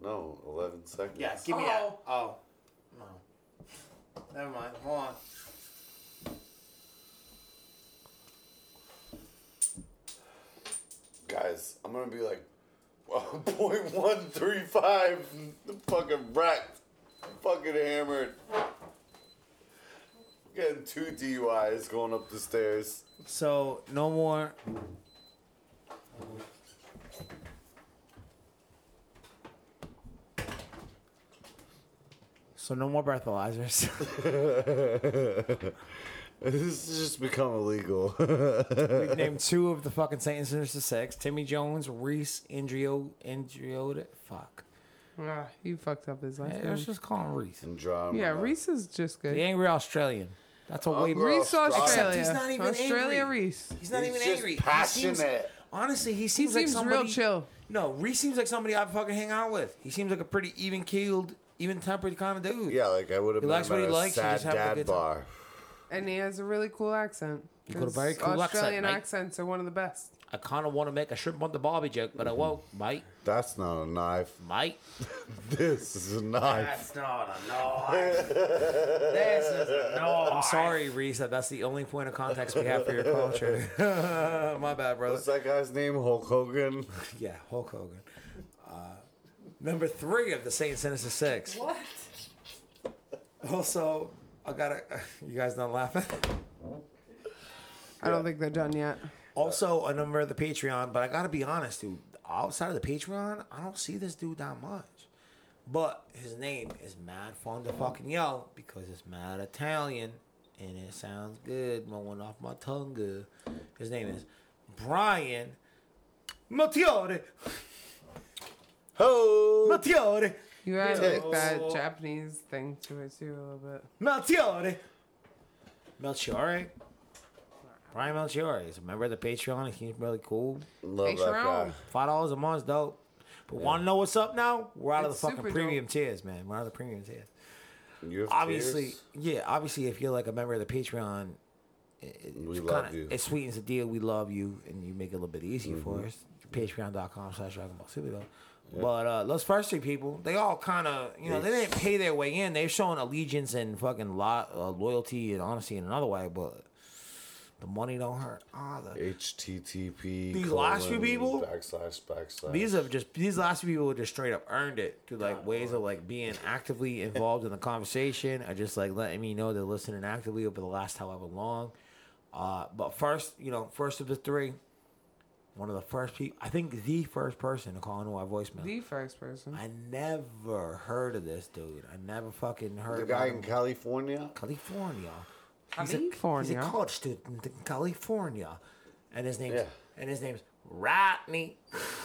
[SPEAKER 3] No, 11 seconds.
[SPEAKER 6] Yeah, give me that. Oh. No. Never mind. Hold on.
[SPEAKER 3] Guys, I'm gonna be like point one three five, fucking wrecked, fucking hammered. Getting two DUIs going up the stairs.
[SPEAKER 2] So no more. So no more breathalyzers.
[SPEAKER 3] This has just become illegal.
[SPEAKER 2] We've named two of the fucking Saint and Sinister Six: Timmy Jones, Reese Andrio, Andriota. Fuck.
[SPEAKER 5] Ah, you fucked up his last
[SPEAKER 2] Yeah,
[SPEAKER 5] name.
[SPEAKER 2] let's just call him Reese.
[SPEAKER 3] and drama.
[SPEAKER 5] Yeah, Reese is just
[SPEAKER 2] The
[SPEAKER 5] good.
[SPEAKER 2] angry Australian. That's a way.
[SPEAKER 3] Uncle
[SPEAKER 5] Reese
[SPEAKER 3] Australia.
[SPEAKER 5] Australia.
[SPEAKER 2] He's not even
[SPEAKER 5] Australia
[SPEAKER 2] angry.
[SPEAKER 5] Reese.
[SPEAKER 2] He's not
[SPEAKER 3] He's
[SPEAKER 2] even
[SPEAKER 3] just
[SPEAKER 2] angry. He
[SPEAKER 3] passionate.
[SPEAKER 2] seems, honestly, he seems,
[SPEAKER 5] He
[SPEAKER 2] like
[SPEAKER 5] seems
[SPEAKER 2] somebody.
[SPEAKER 5] real chill.
[SPEAKER 2] No, Reese seems like somebody I fucking hang out with. He seems like a pretty even keeled, even tempered kind of dude.
[SPEAKER 3] Yeah, like I would have
[SPEAKER 2] He
[SPEAKER 3] been
[SPEAKER 2] likes
[SPEAKER 3] at
[SPEAKER 2] what he
[SPEAKER 3] a
[SPEAKER 2] likes, he
[SPEAKER 3] sad
[SPEAKER 2] just have a
[SPEAKER 3] dad
[SPEAKER 2] good time.
[SPEAKER 3] bar.
[SPEAKER 5] And he has a really cool accent.
[SPEAKER 2] You got a very
[SPEAKER 5] 'Cause
[SPEAKER 2] cool accent,
[SPEAKER 5] Australian
[SPEAKER 2] mate.
[SPEAKER 5] accents are one of the best.
[SPEAKER 2] I kind of want to make a shrimp on the Barbie joke, but I won't, mate.
[SPEAKER 3] That's not a knife.
[SPEAKER 2] Mate.
[SPEAKER 3] This is a knife.
[SPEAKER 1] That's not a knife. this is a knife.
[SPEAKER 2] I'm sorry, Reese, that that's the only point of context we have for your culture. My bad, brother.
[SPEAKER 3] What's that guy's name? Hulk Hogan.
[SPEAKER 2] Yeah, Hulk Hogan. Uh, number three of the Saint Sinister Six. What? Also, I gotta. You guys not laughing?
[SPEAKER 5] I don't think they're done yet.
[SPEAKER 2] Also, a number of the Patreon, but I gotta be honest, dude. Outside of the Patreon, I don't see this dude that much. But his name is mad fun to fucking yell because it's mad Italian and it sounds good rolling off my tongue. Good. His name is Brian Mattioli.
[SPEAKER 3] Ho!
[SPEAKER 2] Mattioli.
[SPEAKER 5] You add like
[SPEAKER 3] Tits.
[SPEAKER 5] that Japanese thing to it too a little bit.
[SPEAKER 2] Melchiore. Melchiore. Brian Melchiore is a member of the Patreon. He seems really cool.
[SPEAKER 3] Love
[SPEAKER 5] Thanks,
[SPEAKER 3] that
[SPEAKER 5] Jerome.
[SPEAKER 3] guy.
[SPEAKER 2] Five dollars a month's dope. But want to know what's up now? We're out
[SPEAKER 5] It's
[SPEAKER 2] of the
[SPEAKER 5] super
[SPEAKER 2] fucking premium tiers, man. We're out of the premium tiers.
[SPEAKER 3] You have
[SPEAKER 2] Obviously,
[SPEAKER 3] tears?
[SPEAKER 2] yeah. Obviously, if you're like a member of the Patreon,
[SPEAKER 3] we
[SPEAKER 2] it's
[SPEAKER 3] love
[SPEAKER 2] kinda-
[SPEAKER 3] you. Mm-hmm.
[SPEAKER 2] It sweetens the deal. We love you, and you make it a little bit easier for us. Patreon.com slash Dragon Ball Super though. But uh, those first three people, they all kind of, you know, they didn't pay their way in. They've shown allegiance and fucking lo- uh, loyalty and honesty in another way, but the money don't hurt either.
[SPEAKER 3] HTTP.
[SPEAKER 2] These last few
[SPEAKER 3] colon,
[SPEAKER 2] people?
[SPEAKER 3] Backslash, backslash.
[SPEAKER 2] These have just these last few people just straight up earned it through like ways of like being actively involved in the conversation or just like letting me know they're listening actively over the last however long. Uh, but first, you know, first of the three, One of the first people, I think the first person to call into our voicemail.
[SPEAKER 5] The first person.
[SPEAKER 2] I never heard of this dude. I never fucking heard
[SPEAKER 3] The
[SPEAKER 2] about
[SPEAKER 3] guy
[SPEAKER 2] him.
[SPEAKER 3] in California?
[SPEAKER 2] California. He's
[SPEAKER 3] California.
[SPEAKER 2] a college student in California, and his name's
[SPEAKER 3] Yeah.
[SPEAKER 2] and his name's Rodney.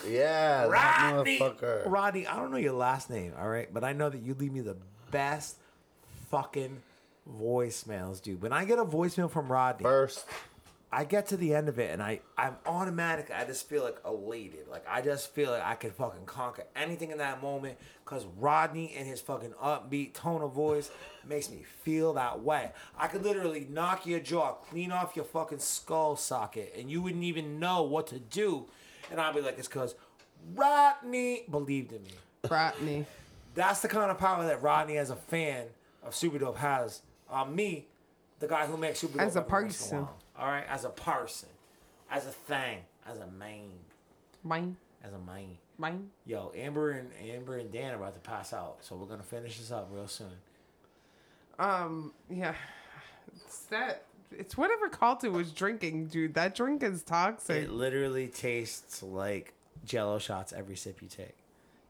[SPEAKER 3] Yeah, that
[SPEAKER 2] Rodney.
[SPEAKER 3] motherfucker.
[SPEAKER 2] Rodney, I don't know your last name, all right, but I know that you leave me the best fucking voicemails, dude. When I get a voicemail from Rodney,
[SPEAKER 3] first,
[SPEAKER 2] I get to the end of it, and I I'm automatic. I just feel like elated. Like I just feel like I can fucking conquer anything in that moment, cause Rodney and his fucking upbeat tone of voice makes me feel that way. I could literally knock your jaw clean off your fucking skull socket, and you wouldn't even know what to do. And I'd be like, it's cause Rodney believed in me.
[SPEAKER 5] Rodney.
[SPEAKER 2] That's the kind of power that Rodney, as a fan of Super Dope, has on me, the guy who makes Super Dope.
[SPEAKER 5] As a
[SPEAKER 2] every once in
[SPEAKER 5] person.
[SPEAKER 2] while. All right, as a person, as a thing, as a main,
[SPEAKER 5] Mine.
[SPEAKER 2] as a main.
[SPEAKER 5] Mine.
[SPEAKER 2] Yo, Amber and Amber and Dan are about to pass out, so we're gonna finish this up real soon.
[SPEAKER 5] Um. Yeah. It's that. It's whatever Calton was drinking, dude. That drink is toxic.
[SPEAKER 2] It literally tastes like Jello shots every sip you take.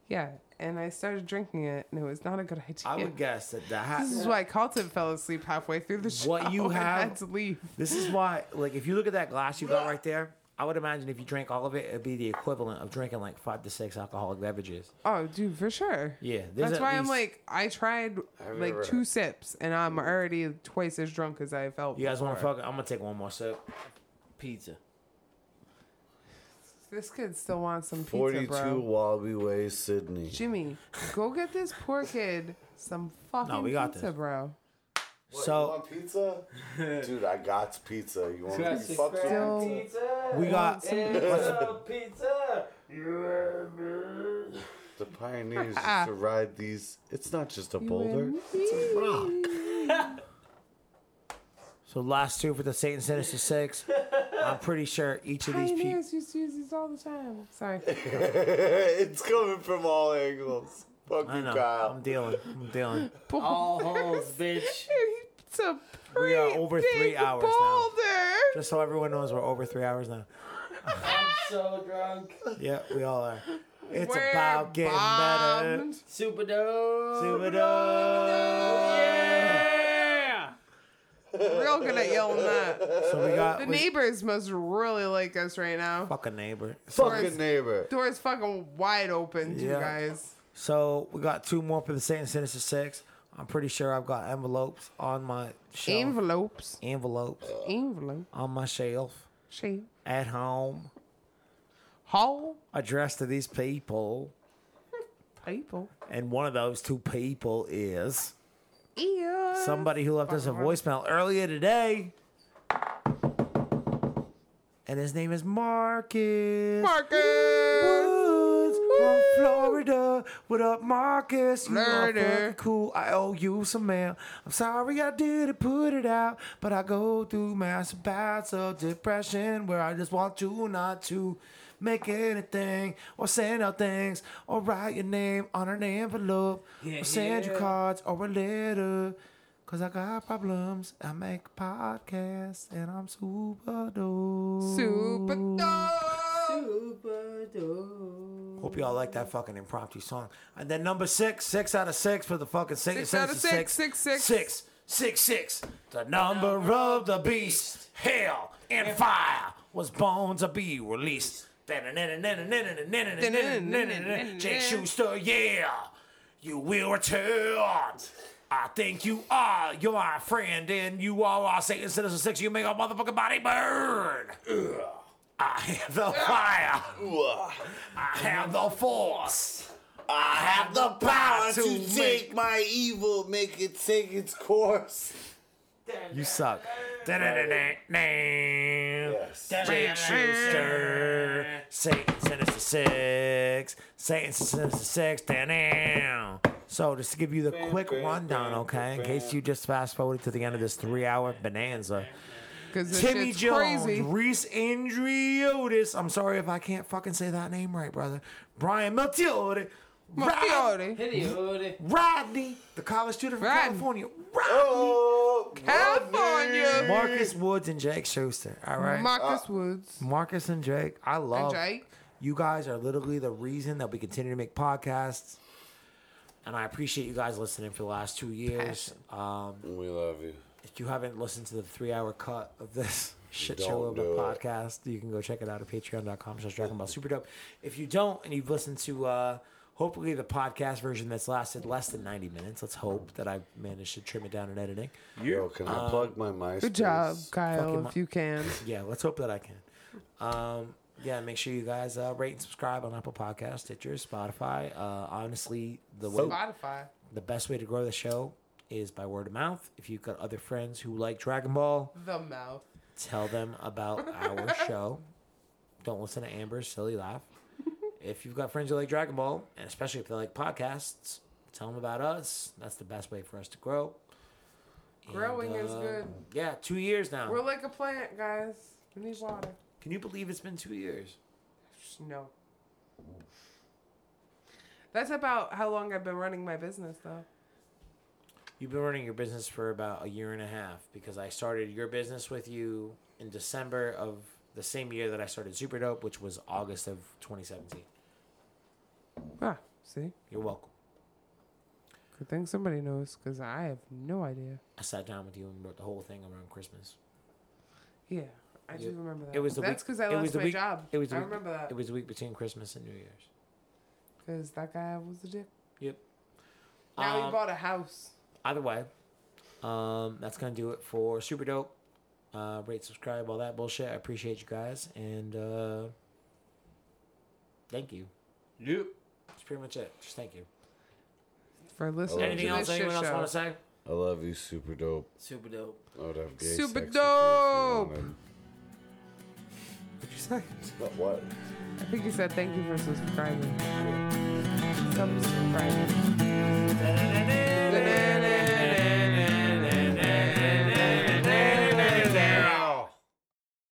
[SPEAKER 5] yeah. And I started drinking it, and it was not a good idea.
[SPEAKER 2] I would guess that that ha-
[SPEAKER 5] This is why Calton fell asleep halfway through the show.
[SPEAKER 2] What you
[SPEAKER 5] and
[SPEAKER 2] have-
[SPEAKER 5] had to leave.
[SPEAKER 2] This is why, like, if you look at that glass you got right there, I would imagine if you drank all of it, it'd be the equivalent of drinking like five to six alcoholic beverages.
[SPEAKER 5] Oh, dude, for sure.
[SPEAKER 2] Yeah, there's
[SPEAKER 5] That's
[SPEAKER 2] at
[SPEAKER 5] why I'm
[SPEAKER 2] least-
[SPEAKER 5] like, I tried like
[SPEAKER 2] never-
[SPEAKER 5] two sips, and I'm already twice as drunk as I felt.
[SPEAKER 2] You guys want to
[SPEAKER 5] before.
[SPEAKER 2] fuck? I'm gonna take one more sip. Pizza.
[SPEAKER 5] This kid still wants some pizza,
[SPEAKER 3] 42
[SPEAKER 5] bro.
[SPEAKER 3] Wallaby Way, Sydney.
[SPEAKER 5] Jimmy, go get this poor kid some fucking
[SPEAKER 3] we got
[SPEAKER 5] pizza,
[SPEAKER 3] this.
[SPEAKER 5] bro.
[SPEAKER 2] so,
[SPEAKER 3] pizza? Dude, I got pizza. You want me to fuck you?
[SPEAKER 2] We got-
[SPEAKER 1] pizza.
[SPEAKER 3] The pioneers used to ride these. It's not just a boulder.
[SPEAKER 2] So last two for the Satan Sinister Six. I'm pretty sure each of these people.
[SPEAKER 5] Pioneers used to use these all the time. Sorry.
[SPEAKER 3] it's coming from all angles. Fuck you, Kyle.
[SPEAKER 2] I'm dealing. I'm dealing.
[SPEAKER 1] All holes, bitch.
[SPEAKER 5] It's a
[SPEAKER 2] We are over three hours now. Just so everyone knows, we're over three hours now.
[SPEAKER 1] I'm so drunk.
[SPEAKER 2] Yeah, we all are. It's
[SPEAKER 1] We're
[SPEAKER 2] about getting better.
[SPEAKER 1] Super dope.
[SPEAKER 2] Super Yeah.
[SPEAKER 5] Real good at yelling that.
[SPEAKER 2] So we got
[SPEAKER 5] the
[SPEAKER 2] we-
[SPEAKER 5] neighbors must really like us right now.
[SPEAKER 2] Fuck a neighbor.
[SPEAKER 5] Fucking
[SPEAKER 3] neighbor.
[SPEAKER 5] Doors fucking wide open, you
[SPEAKER 2] Yeah.
[SPEAKER 5] guys.
[SPEAKER 2] So we got two more for the Satan Sinister Six. I'm pretty sure I've got envelopes on my shelf.
[SPEAKER 5] Envelopes.
[SPEAKER 2] Envelopes.
[SPEAKER 5] Envelope.
[SPEAKER 2] On my shelf.
[SPEAKER 5] She.
[SPEAKER 2] At home.
[SPEAKER 5] Home.
[SPEAKER 2] Addressed to these people.
[SPEAKER 5] People.
[SPEAKER 2] And one of those two people is
[SPEAKER 5] Ew.
[SPEAKER 2] somebody who left us a voicemail earlier today. And his name is Marcus.
[SPEAKER 5] Marcus
[SPEAKER 2] Woods from Florida. What up, Marcus? You are
[SPEAKER 5] Florida.
[SPEAKER 2] fucking cool. I owe you some mail. I'm sorry I didn't put it out, but I go through massive bouts of depression where I just want you not to make anything or send out things or write your name on an envelope
[SPEAKER 6] Yeah,
[SPEAKER 2] or send you
[SPEAKER 6] yeah.
[SPEAKER 2] cards or a letter. Cause I got problems. I make podcasts and I'm super dope.
[SPEAKER 5] Super
[SPEAKER 1] Super dope.
[SPEAKER 2] Hope y'all like that fucking impromptu song. And then number six, six out of six for the fucking Satan
[SPEAKER 5] Six out of
[SPEAKER 2] Sinister
[SPEAKER 5] six, six, six.
[SPEAKER 2] six, six, six. The number of the beast, hell and fire was born to be released. Jake Schuster, yeah, you will return. I think you are. You're my friend, and you are our Satan Sinister Six. You make our motherfucking body burn. I am the fire. I have the force. I have the power to make.
[SPEAKER 3] my evil, make it take its course.
[SPEAKER 2] You suck. Yes. Jake Schuster. Satan Sinister Six. Satan Sinister Six. Da-dam. So just to give you the quick rundown, okay, in case you just fast forwarded to the end of this three-hour bonanza.
[SPEAKER 5] this
[SPEAKER 2] Timmy
[SPEAKER 5] shit's
[SPEAKER 2] Jones,
[SPEAKER 5] crazy.
[SPEAKER 2] Reese Andriotis. I'm sorry if I can't fucking say that name right, brother. Brian Melchiori.
[SPEAKER 5] Melchiori.
[SPEAKER 2] Rod- Rodney, the college student from California. Rodney.
[SPEAKER 3] Oh,
[SPEAKER 2] California. Marcus Woods and Jake Schuster. All right.
[SPEAKER 5] Marcus Woods.
[SPEAKER 2] Marcus and Jake. I love
[SPEAKER 5] Jake.
[SPEAKER 2] You guys are literally the reason that we continue to make podcasts. And I appreciate you guys listening for the last two years. Um,
[SPEAKER 3] we love you.
[SPEAKER 2] if you haven't listened to the three hour cut of this shit
[SPEAKER 3] Don't
[SPEAKER 2] show of a
[SPEAKER 3] do it.
[SPEAKER 2] podcast, you can go check it out at patreon.com slash Dragon Ball Super Dope. If you don't and you've listened to uh, hopefully the podcast version that's lasted less than 90 minutes, let's hope that I've managed to trim it down in editing.
[SPEAKER 3] Yo, can I
[SPEAKER 2] Um,
[SPEAKER 3] plug my MySpace?
[SPEAKER 5] Good job,
[SPEAKER 2] Fucking
[SPEAKER 5] Kyle,
[SPEAKER 2] mi-
[SPEAKER 5] if you can.
[SPEAKER 2] Yeah, let's hope that I can. Um, yeah, make sure you guys uh, rate and subscribe on Apple Podcasts, Stitcher, Spotify. Uh, honestly, the way,
[SPEAKER 5] Spotify.
[SPEAKER 2] the best way to grow the show is by word of mouth. If you've got other friends who like Dragon Ball,
[SPEAKER 5] The mouth.
[SPEAKER 2] tell them about our show. Don't listen to Amber's silly laugh. If you've got friends who like Dragon Ball, and especially if they like podcasts, tell them about us. That's the best way for us to grow. And, uh,
[SPEAKER 5] Growing is good.
[SPEAKER 2] Yeah, two years now.
[SPEAKER 5] We're like a plant, guys. We need water.
[SPEAKER 2] Can you believe it's been two years?
[SPEAKER 5] No. That's about how long I've been running my business, though.
[SPEAKER 2] You've been running your business for about a year and a half because I started your business with you in December of the same year that I started Super Dope, which was August of 2017.
[SPEAKER 5] Ah, see?
[SPEAKER 2] You're welcome.
[SPEAKER 5] Good thing somebody knows, because I have no idea.
[SPEAKER 2] I sat down with you and wrote the whole thing around Christmas.
[SPEAKER 5] Yeah, I do
[SPEAKER 2] Yeah.
[SPEAKER 5] remember that.
[SPEAKER 2] It was the
[SPEAKER 5] That's
[SPEAKER 2] week-
[SPEAKER 5] because I
[SPEAKER 2] it was
[SPEAKER 5] lost
[SPEAKER 2] the
[SPEAKER 5] my
[SPEAKER 2] week-
[SPEAKER 5] job.
[SPEAKER 2] It was the
[SPEAKER 5] I
[SPEAKER 2] week-
[SPEAKER 5] remember that.
[SPEAKER 2] It was the week between Christmas and New Year's.
[SPEAKER 5] Because that guy was a dick.
[SPEAKER 2] Yep.
[SPEAKER 5] Now
[SPEAKER 2] Um,
[SPEAKER 5] he bought a house.
[SPEAKER 2] either way, um, that's gonna do it for Super Dope. Uh, rate, subscribe, all that bullshit. I appreciate you guys, and uh, thank you.
[SPEAKER 1] Yep.
[SPEAKER 2] That's pretty much it. Just thank you.
[SPEAKER 5] For listening
[SPEAKER 2] Anything
[SPEAKER 5] to
[SPEAKER 2] else?
[SPEAKER 5] this shit
[SPEAKER 2] Anyone else
[SPEAKER 5] show.
[SPEAKER 2] want to say?
[SPEAKER 3] I love you, super dope.
[SPEAKER 1] Super dope.
[SPEAKER 3] I would have gay
[SPEAKER 5] Super
[SPEAKER 3] sex with you if you
[SPEAKER 5] dope.
[SPEAKER 3] wanted.
[SPEAKER 2] What'd you say?
[SPEAKER 3] But what?
[SPEAKER 5] I think he said thank you for subscribing. Subscribing.